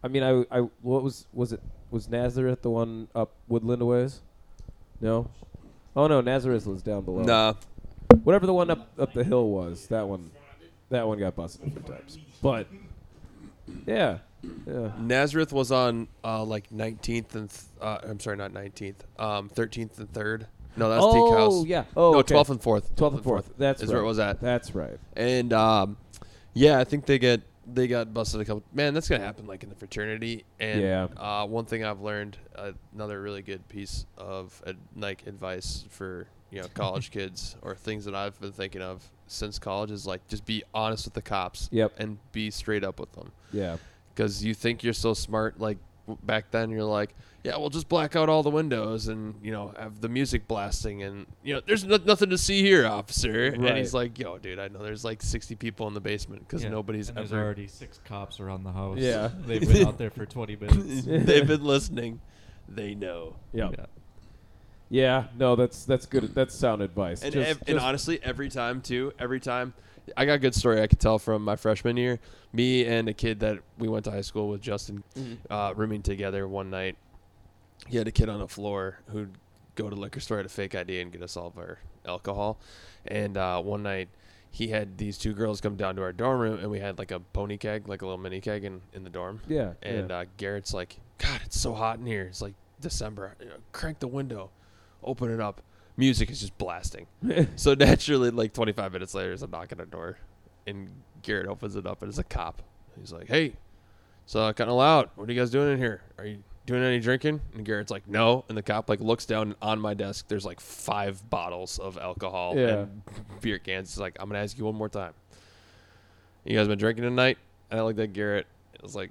[SPEAKER 4] I mean, I, I what was was it was Nazareth the one up Woodland a ways? No. Oh no, Nazareth was down below.
[SPEAKER 1] Nah.
[SPEAKER 4] Whatever the one up up the hill was, that one, that one got busted a few times. But yeah, yeah.
[SPEAKER 1] Nazareth was on uh, like 19th and th- uh, I'm sorry, not 19th, um, 13th and 3rd. No, that's was Teak
[SPEAKER 4] oh
[SPEAKER 1] House.
[SPEAKER 4] yeah. Oh,
[SPEAKER 1] no,
[SPEAKER 4] okay.
[SPEAKER 1] 12th and 4th.
[SPEAKER 4] 12th and fourth. That's
[SPEAKER 1] is
[SPEAKER 4] right.
[SPEAKER 1] where it was at.
[SPEAKER 4] That's right.
[SPEAKER 1] And um, yeah, I think they get they got busted a couple. Man, that's gonna happen like in the fraternity. And
[SPEAKER 4] Yeah.
[SPEAKER 1] uh, one thing I've learned, uh, another really good piece of ad- like advice for you know college kids or things that I've been thinking of since college is like just be honest with the cops.
[SPEAKER 4] Yep.
[SPEAKER 1] And be straight up with them
[SPEAKER 4] Yeah.
[SPEAKER 1] because you think you're so smart. Like w- back then, you're like, yeah, we'll just black out all the windows and you know have the music blasting and you know there's no- nothing to see here, officer.
[SPEAKER 4] Right.
[SPEAKER 1] And he's like, yo, dude, I know there's like 60 people in the basement because nobody's
[SPEAKER 3] and There's
[SPEAKER 1] ever
[SPEAKER 3] already six cops around the house.
[SPEAKER 4] Yeah.
[SPEAKER 3] they've been out there for 20 minutes.
[SPEAKER 1] they've been listening. They know.
[SPEAKER 4] Yeah.
[SPEAKER 3] Yeah.
[SPEAKER 4] Yeah. No, that's that's good. That's sound advice.
[SPEAKER 1] And,
[SPEAKER 4] Just-
[SPEAKER 1] ev- and
[SPEAKER 4] just-
[SPEAKER 1] honestly, every time too, every time, I got a good story I could tell from my freshman year. Me and a kid that we went to high school with, Justin, uh, rooming together one night. He had a kid on the floor who'd go to liquor store at a fake ID and get us all of our alcohol. And uh, one night, he had these two girls come down to our dorm room, and we had like a pony keg, like a little mini keg in, in the dorm.
[SPEAKER 4] yeah.
[SPEAKER 1] And
[SPEAKER 4] yeah.
[SPEAKER 1] uh, Garrett's like, God, it's so hot in here. It's like December. You know, Crank the window, open it up. Music is just blasting. so naturally, like 25 minutes later, there's a knock at our door, and Garrett opens it up, and it's a cop. He's like, Hey, it's uh, kind of loud. What are you guys doing in here? Are you doing any drinking? And Garrett's like, No. And the cop like looks down and on my desk. There's like five bottles of alcohol
[SPEAKER 4] Yeah.
[SPEAKER 1] and beer cans. He's like, I'm gonna ask you one more time. You guys been drinking tonight? And I looked at Garrett. It was like,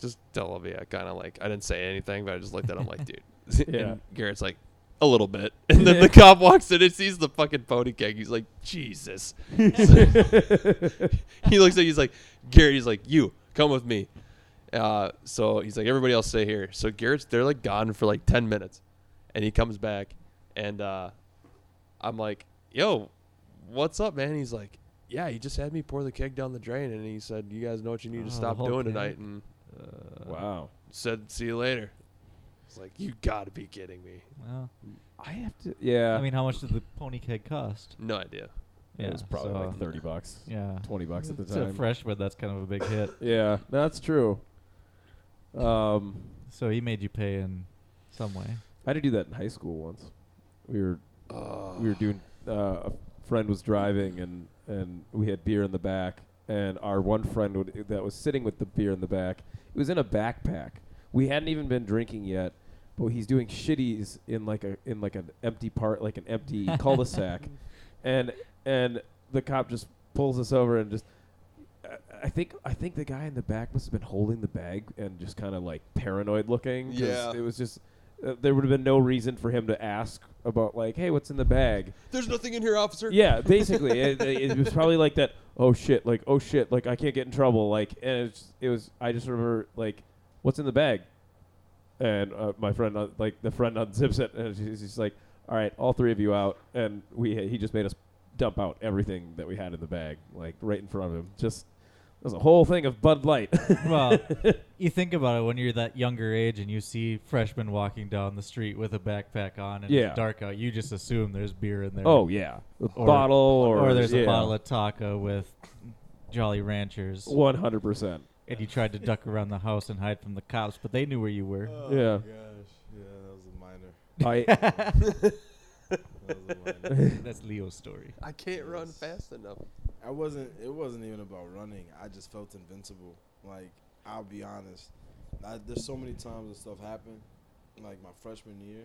[SPEAKER 1] just tell me. I kind of like, I didn't say anything, but I just looked at him like, dude.
[SPEAKER 4] Yeah.
[SPEAKER 1] And Garrett's like, a little bit. And then the cop walks in and sees the fucking pony keg. He's like, Jesus. he looks like he's like, Garrett, he's like, you, come with me. Uh, so he's like, everybody else stay here. So Garrett's, they're like gone for like 10 minutes. And he comes back and uh, I'm like, yo, what's up, man? He's like, yeah, he just had me pour the keg down the drain. And he said, you guys know what you need
[SPEAKER 3] Oh,
[SPEAKER 1] to
[SPEAKER 3] the
[SPEAKER 1] stop
[SPEAKER 3] whole
[SPEAKER 1] doing
[SPEAKER 3] keg?
[SPEAKER 1] tonight. And
[SPEAKER 3] Uh,
[SPEAKER 5] wow.
[SPEAKER 1] Said, see you later. It's like, you gotta be kidding me.
[SPEAKER 3] Well,
[SPEAKER 4] I have to. Yeah.
[SPEAKER 3] I mean, how much did the pony keg cost?
[SPEAKER 1] No idea.
[SPEAKER 3] Yeah,
[SPEAKER 5] it was probably
[SPEAKER 3] so,
[SPEAKER 5] like thirty bucks,
[SPEAKER 3] Yeah.
[SPEAKER 5] twenty bucks at the
[SPEAKER 3] It's a
[SPEAKER 5] time.
[SPEAKER 3] freshman. That's kind of a big hit.
[SPEAKER 5] yeah, that's true. Um,
[SPEAKER 3] So he made you pay in some way.
[SPEAKER 4] I had to do that in high school once. We were
[SPEAKER 1] Oh.
[SPEAKER 4] we were doing uh, a friend was driving and and we had beer in the back and our one friend would, that was sitting with the beer in the back it was in a backpack we hadn't even been drinking yet but he's doing shitties in like a in like an empty part like an empty cul-de-sac and and the cop just pulls us over and just I- I think I think the guy in the back must have been holding the bag and just kind of like paranoid looking. 'cause
[SPEAKER 1] Yeah.
[SPEAKER 4] it was just uh, there would have been no reason for him to ask about like, hey, what's in the bag?
[SPEAKER 1] There's nothing in here, officer.
[SPEAKER 4] Yeah, basically, it, it was probably like that. Oh shit! Like oh shit! Like I can't get in trouble. Like and it's, it was. I just remember like, what's in the bag? And uh, my friend, uh, like the friend, unzips it, and she's just like, all right, all three of you out. And we he just made us dump out everything that we had in the bag, like right in front of him. Just it was a whole thing of Bud Light.
[SPEAKER 3] well, you think about it when you're that younger age and you see freshmen walking down the street with a backpack on and
[SPEAKER 4] Yeah.
[SPEAKER 3] it's dark out, you just assume there's beer in there.
[SPEAKER 4] oh yeah, a
[SPEAKER 3] Or-
[SPEAKER 4] bottle or,
[SPEAKER 3] or, there's a bottle of taco with Jolly Ranchers,
[SPEAKER 4] One hundred percent.
[SPEAKER 3] and you tried to duck around the house and hide from the cops, but they knew where you were.
[SPEAKER 2] Oh
[SPEAKER 4] Yeah.
[SPEAKER 2] my gosh. Yeah, that was a minor.
[SPEAKER 4] I
[SPEAKER 2] That was a minor.
[SPEAKER 3] That's Leo's story.
[SPEAKER 1] I can't run
[SPEAKER 2] Yes.
[SPEAKER 1] fast enough.
[SPEAKER 2] I wasn't. It wasn't even about running. I just felt invincible. Like I'll be honest. I, there's so many times that stuff happened, like my freshman year,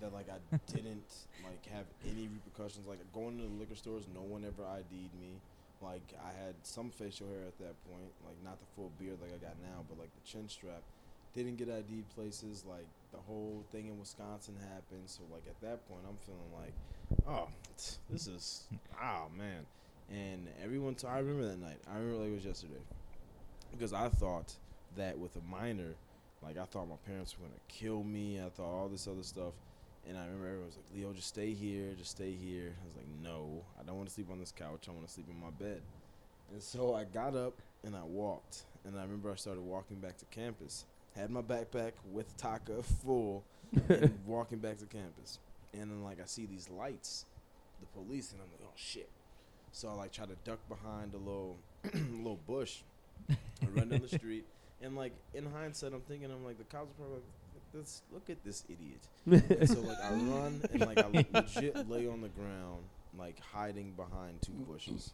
[SPEAKER 2] that like I didn't like have any repercussions. Like going to the liquor stores, no one ever ID'd me. Like I had some facial hair at that point, like not the full beard like I got now, but like the chin strap. Didn't get ID'd places. Like the whole thing in Wisconsin happened. So like at that point, I'm feeling like, oh, this is oh man. And everyone, t- I remember that night. I remember like it was yesterday, because I thought that with a minor, like I thought my parents were gonna kill me. I thought all this other stuff, and I remember everyone was like, "Leo, just stay here, just stay here." I was like, "No, I don't want to sleep on this couch. I want to sleep in my bed." And so I got up and I walked, and I remember I started walking back to campus. Had my backpack with Taka full, and walking back to campus. And then like I see these lights, the police, and I'm like, "Oh shit." So I like try to duck behind a little little bush. I run down the street and like in hindsight I'm thinking I'm like the cops are probably like this look at this idiot. And so like I run and like I legit lay on the ground, like hiding behind two bushes.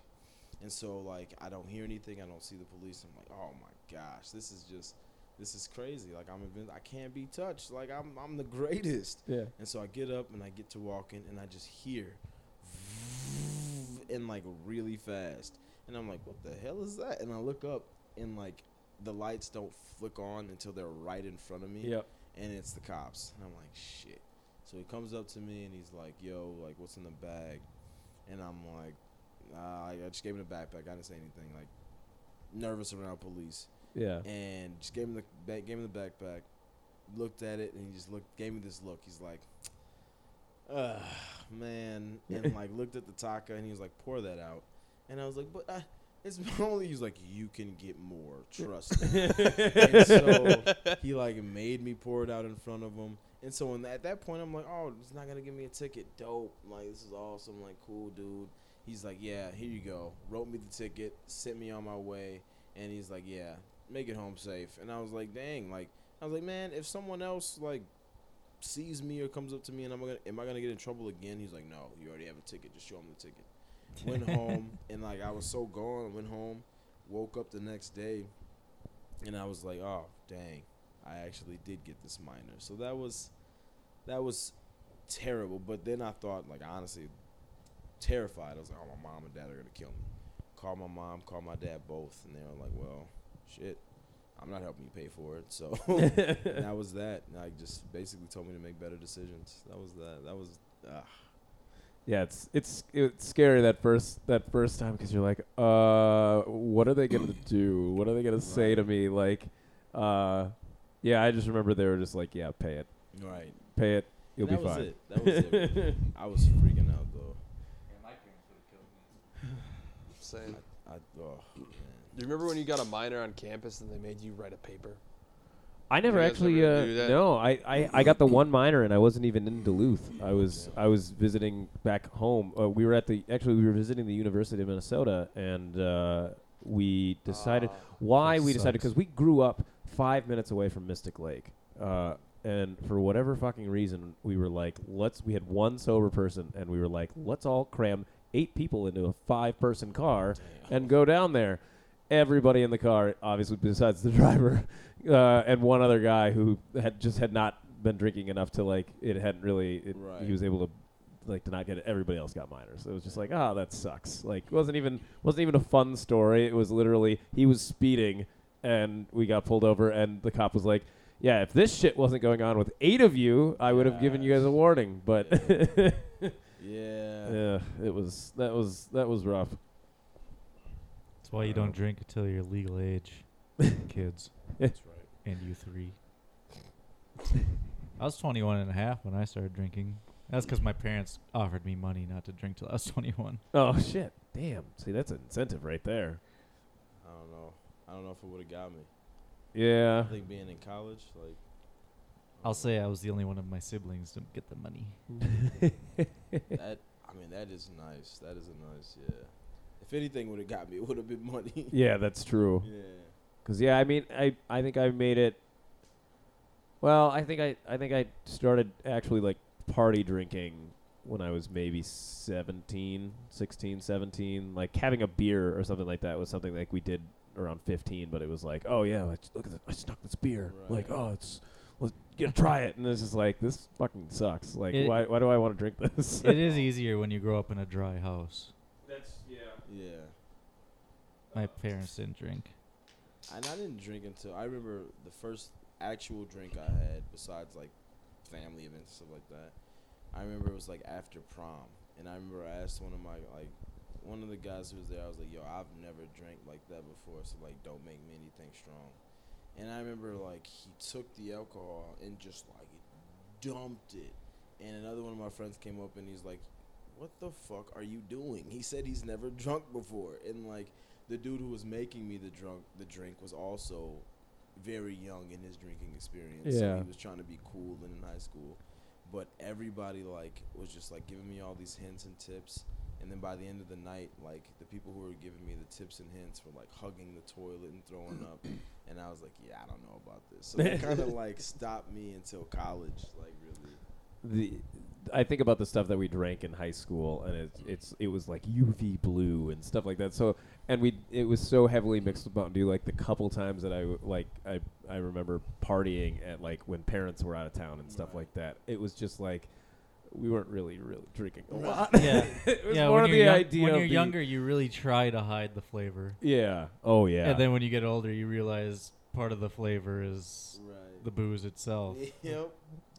[SPEAKER 2] And so like I don't hear anything, I don't see the police. I'm like, oh my gosh, this is just this is crazy. Like I'm invin- I can't be touched. Like I'm I'm the greatest.
[SPEAKER 4] yeah.
[SPEAKER 2] And so I get up and I get to walking and I just hear and like really fast. And I'm like, what the hell is that? And I look up and like the lights don't flick on until they're right in front of me.
[SPEAKER 4] Yep.
[SPEAKER 2] And it's the cops. And I'm like, shit. So he comes up to me and he's like, yo, like what's in the bag? And I'm like, uh, I just gave him the backpack. I didn't say anything. Like nervous around police
[SPEAKER 4] Yeah.
[SPEAKER 2] and just gave him the ba- gave him the backpack. Looked at it and he just looked gave me this look. He's like, "Ugh, man," and like looked at the taka and he was like, "Pour that out." And I was like, "But I, it's my only." He's like, "You can get more. Trust me." and so he like made me pour it out in front of him. And so in, at that point, I'm like, "Oh, he's not gonna give me a ticket. Dope. Like this is awesome. Like cool, dude." He's like, "Yeah, here you go." Wrote me the ticket, sent me on my way, and he's like, "Yeah, make it home safe. And I was like, dang, like I was like, man, if someone else like sees me or comes up to me and I'm gonna am I gonna get in trouble again? He's like, No, you already have a ticket, just show him the ticket. Went home and like I was so gone, went home, woke up the next day and I was like, Oh, dang, I actually did get this minor. So that was that was terrible. But then I thought, like honestly, terrified. I was like, Oh my mom and dad are gonna kill me. Called my mom, called my dad both, and they were like, Well, shit, I'm not helping you pay for it. So and that was that. And I just basically told me to make better decisions. That was that. That was ah.
[SPEAKER 4] Yeah, it's it's it's scary that first that first time because you're like, uh, what are they gonna do? What are they gonna say to me? Like, uh, yeah, I just remember they were just like, yeah, pay it,
[SPEAKER 2] right.
[SPEAKER 4] pay it, you'll
[SPEAKER 2] that
[SPEAKER 4] be
[SPEAKER 2] was
[SPEAKER 4] fine.
[SPEAKER 2] it. That was it. I was freaking out though.
[SPEAKER 1] Same.
[SPEAKER 2] I oh man. oh,
[SPEAKER 1] Do you remember when you got a minor on campus and they made you write a paper?
[SPEAKER 4] I never
[SPEAKER 1] You guys
[SPEAKER 4] actually.
[SPEAKER 1] never
[SPEAKER 4] uh,
[SPEAKER 1] do that?
[SPEAKER 4] no, I, I, I got the one minor and I wasn't even in Duluth. I was I was visiting back home. Uh, we were at the actually we were visiting the University of Minnesota and uh, we decided
[SPEAKER 1] Ah,
[SPEAKER 4] why
[SPEAKER 3] that
[SPEAKER 4] we decided
[SPEAKER 3] sucks.
[SPEAKER 4] because we grew up five minutes away from Mystic Lake. Uh, and for whatever fucking reason, we were like, let's. We had one sober person, and we were like, let's all cram eight people into a five-person car and go down there. Everybody in the car, obviously besides the driver, uh, and one other guy who had just had not been drinking enough to like it hadn't really. It,
[SPEAKER 2] Right.
[SPEAKER 4] He was able to like to not get it. Everybody else got minors. It was just like, ah, that sucks. Like wasn't even wasn't even a fun story. It was literally he was speeding and we got pulled over and the cop was like, yeah, if this shit wasn't going on with eight of you, I would have given you guys a warning. But
[SPEAKER 2] Yeah.
[SPEAKER 4] yeah, it was that was that was rough.
[SPEAKER 3] That's why you don't drink until you're legal age, kids.
[SPEAKER 4] That's
[SPEAKER 3] right. And you three. I was 21 and a half when I started drinking. That's because my parents offered me money not to drink till I was 21.
[SPEAKER 4] Oh shit, damn. See, that's an incentive right there.
[SPEAKER 2] I don't know. I don't know if it would have got me.
[SPEAKER 4] Yeah.
[SPEAKER 2] I think being in college, like. oh,
[SPEAKER 3] I'll say I was the only one of my siblings to get the money.
[SPEAKER 2] that. I mean, that is nice. That is a nice. Yeah. If anything would have got me, it would have been money.
[SPEAKER 4] Yeah, that's true.
[SPEAKER 2] yeah.
[SPEAKER 4] Cause yeah, I mean, I I think I made it. Well, I think I I think I started actually like party drinking when I was maybe 17, 16, 17. Like having a beer or something like that was something like we did around 15, but it was like, oh yeah, I, look at the, I snuck this beer. Like,
[SPEAKER 2] Right.
[SPEAKER 4] oh, it's let's yeah, try it. And this is like this fucking sucks. Like,
[SPEAKER 3] It-
[SPEAKER 4] why why do I want to drink this?
[SPEAKER 3] it is easier when you grow up in a dry house.
[SPEAKER 4] That's yeah.
[SPEAKER 2] Yeah.
[SPEAKER 3] My parents didn't drink.
[SPEAKER 2] And I didn't drink until I remember the first actual drink I had, besides like family events and stuff like that. I remember it was like after prom, and I remember I asked one of my like one of the guys who was there. I was like, "Yo, I've never drank like that before, so like, don't make me anything strong." And I remember like he took the alcohol and just like dumped it. And another one of my friends came up and he's like, "What the fuck are you doing?" He said he's never drunk before, and like the dude who was making me the drunk the drink was also very young in his drinking experience. So
[SPEAKER 4] Yeah.
[SPEAKER 2] he was trying to be cool and in high school. But everybody like was just like giving me all these hints and tips. And then by the end of the night, like the people who were giving me the tips and hints were like hugging the toilet and throwing up. And I was like, yeah, I don't know about this. So it kind of like stopped me until college, like really.
[SPEAKER 4] the I think about the stuff that we drank in high school, and it's it's it was like UV blue and stuff like that. So and we it was so heavily mixed with Mountain Dew. Like the couple times that I w- like I I remember partying at like when parents were out of town and stuff
[SPEAKER 2] Right.
[SPEAKER 4] like that. It was just like we weren't really really drinking a
[SPEAKER 2] Right.
[SPEAKER 4] lot.
[SPEAKER 3] Yeah.
[SPEAKER 4] it was
[SPEAKER 3] yeah,
[SPEAKER 4] more
[SPEAKER 3] when
[SPEAKER 4] the
[SPEAKER 3] you're, young-
[SPEAKER 4] idea
[SPEAKER 3] when
[SPEAKER 4] of
[SPEAKER 3] you're
[SPEAKER 4] the-
[SPEAKER 3] younger, you really try to hide the flavor.
[SPEAKER 4] Yeah. Oh yeah.
[SPEAKER 3] And then when you get older, you realize part of the flavor is the
[SPEAKER 2] Right.
[SPEAKER 3] booze itself.
[SPEAKER 2] Yep.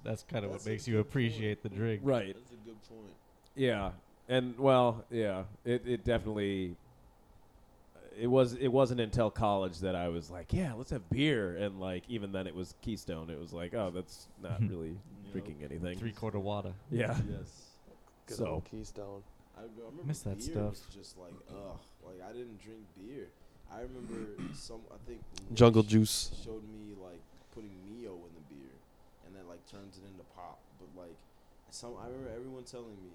[SPEAKER 3] That's kind of
[SPEAKER 2] That's
[SPEAKER 3] what
[SPEAKER 2] a
[SPEAKER 3] makes
[SPEAKER 2] good
[SPEAKER 3] you
[SPEAKER 2] point.
[SPEAKER 3] appreciate the drink.
[SPEAKER 4] right.
[SPEAKER 2] That's a good point.
[SPEAKER 4] Yeah, and well, yeah, it it definitely. It was it wasn't until college that I was like, yeah, let's have beer, and like even then it was Keystone. It was like, oh, that's not really
[SPEAKER 2] Yep.
[SPEAKER 4] drinking anything.
[SPEAKER 3] Three quarter water.
[SPEAKER 4] Yeah.
[SPEAKER 2] Yes.
[SPEAKER 4] Good So- old
[SPEAKER 1] Keystone.
[SPEAKER 2] I, don't know, I remember
[SPEAKER 3] Miss that
[SPEAKER 2] beer
[SPEAKER 3] stuff.
[SPEAKER 2] was just like, ugh. Like I didn't drink beer. I remember some. I think Nick
[SPEAKER 1] Jungle Juice.
[SPEAKER 2] showed me like putting Mio in the beer, and that like turns it into pop. But like, some I remember everyone telling me,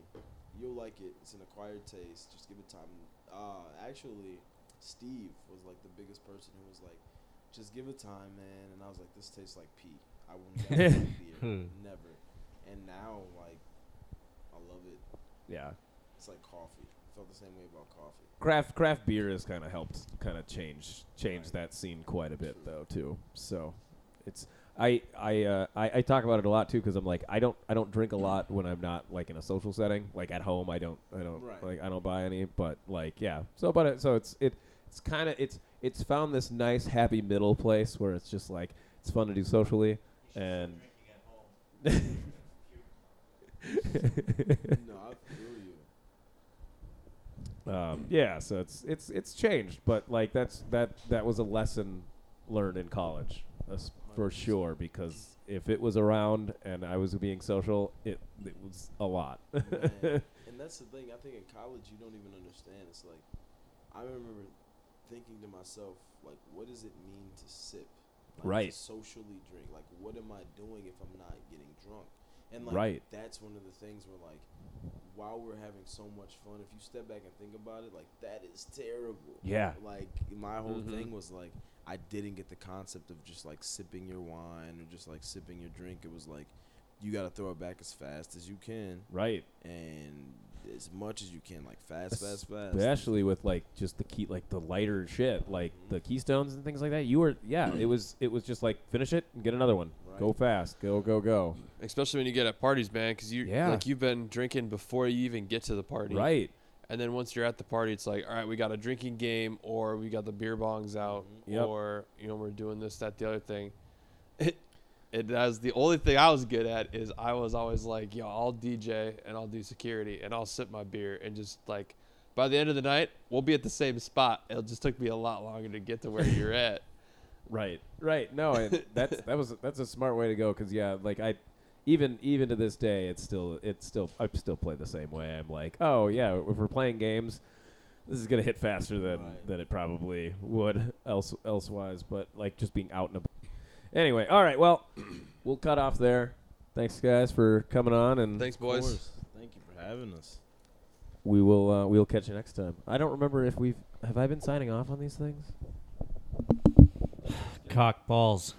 [SPEAKER 2] "You'll like it. It's an acquired taste. Just give it time." Uh, actually, Steve was like the biggest person who was like, "Just give it time, man." And I was like, "This tastes like pee. I will never drink beer,
[SPEAKER 3] Hmm.
[SPEAKER 2] never." And now like, I love it.
[SPEAKER 4] Yeah,
[SPEAKER 2] It's like coffee. I felt the same way about coffee.
[SPEAKER 4] craft craft beer has kind of helped kind of change change
[SPEAKER 2] Right.
[SPEAKER 4] that scene quite a bit
[SPEAKER 2] True.
[SPEAKER 4] though too. So it's I I, uh, I I talk about it a lot too because I'm like I don't I don't drink a lot when I'm not like in a social setting like at home I don't I don't
[SPEAKER 2] Right.
[SPEAKER 4] like I don't buy any but like yeah so but it, so it's it it's kind of it's it's found this nice happy middle place where it's just like it's fun to do socially and
[SPEAKER 2] no, I feel you.
[SPEAKER 4] um, yeah so it's it's it's changed but like that's that that was a lesson learned in college
[SPEAKER 5] uh,
[SPEAKER 4] that's for sure because if it was around and i was being social it it was a lot
[SPEAKER 2] Man. and that's the thing. I think in college you don't even understand. It's like I remember thinking to myself, like, what does it mean to sip? Like,
[SPEAKER 4] Right.
[SPEAKER 2] Socially drink. Like, what am I doing if I'm not getting drunk? And like,
[SPEAKER 4] Right.
[SPEAKER 2] that's one of the things where like, while we're having so much fun, if you step back and think about it, like that is terrible.
[SPEAKER 4] Yeah.
[SPEAKER 2] Like my whole
[SPEAKER 1] Mhm.
[SPEAKER 2] thing was like, I didn't get the concept of just like sipping your wine or just like sipping your drink. It was like, you got to throw it back as fast as you can
[SPEAKER 4] Right.
[SPEAKER 2] and as much as you can, like fast, fast, fast.
[SPEAKER 5] especially with like just the key like the lighter shit like the keystones and things like that you were yeah it was it was just like finish it and get another one
[SPEAKER 2] Right.
[SPEAKER 5] go fast go go go
[SPEAKER 1] Especially when you get at parties, man, because you
[SPEAKER 5] Yeah.
[SPEAKER 1] like you've been drinking before you even get to the party,
[SPEAKER 5] right
[SPEAKER 1] And then once you're at the party, it's like, all right, we got a drinking game, or we got the beer bongs out,
[SPEAKER 2] Mm-hmm.
[SPEAKER 5] Yep.
[SPEAKER 1] or you know we're doing this, that, the other thing. It, it that's the only thing I was good at is I was always like, yo, I'll DJ and I'll do security and I'll sip my beer and just like, by the end of the night, we'll be at the same spot. It just took me a lot longer to get to where you're at.
[SPEAKER 5] right
[SPEAKER 4] Right. No, and that's that was that's a smart way to go because yeah, like I, even even to this day, it's still it's still I still play the same way. I'm like, oh yeah, if we're playing games, this is gonna hit faster than
[SPEAKER 2] Right.
[SPEAKER 4] than it probably would else elsewise. But like just being out and about. Anyway, all right. Well, we'll cut off there. Thanks guys for coming on, and
[SPEAKER 1] Thanks,
[SPEAKER 2] Of
[SPEAKER 1] boys.
[SPEAKER 2] course. Thank you for having us.
[SPEAKER 5] we will uh, we'll catch you next time i don't remember if we've have i been signing off on these things
[SPEAKER 3] Cock balls.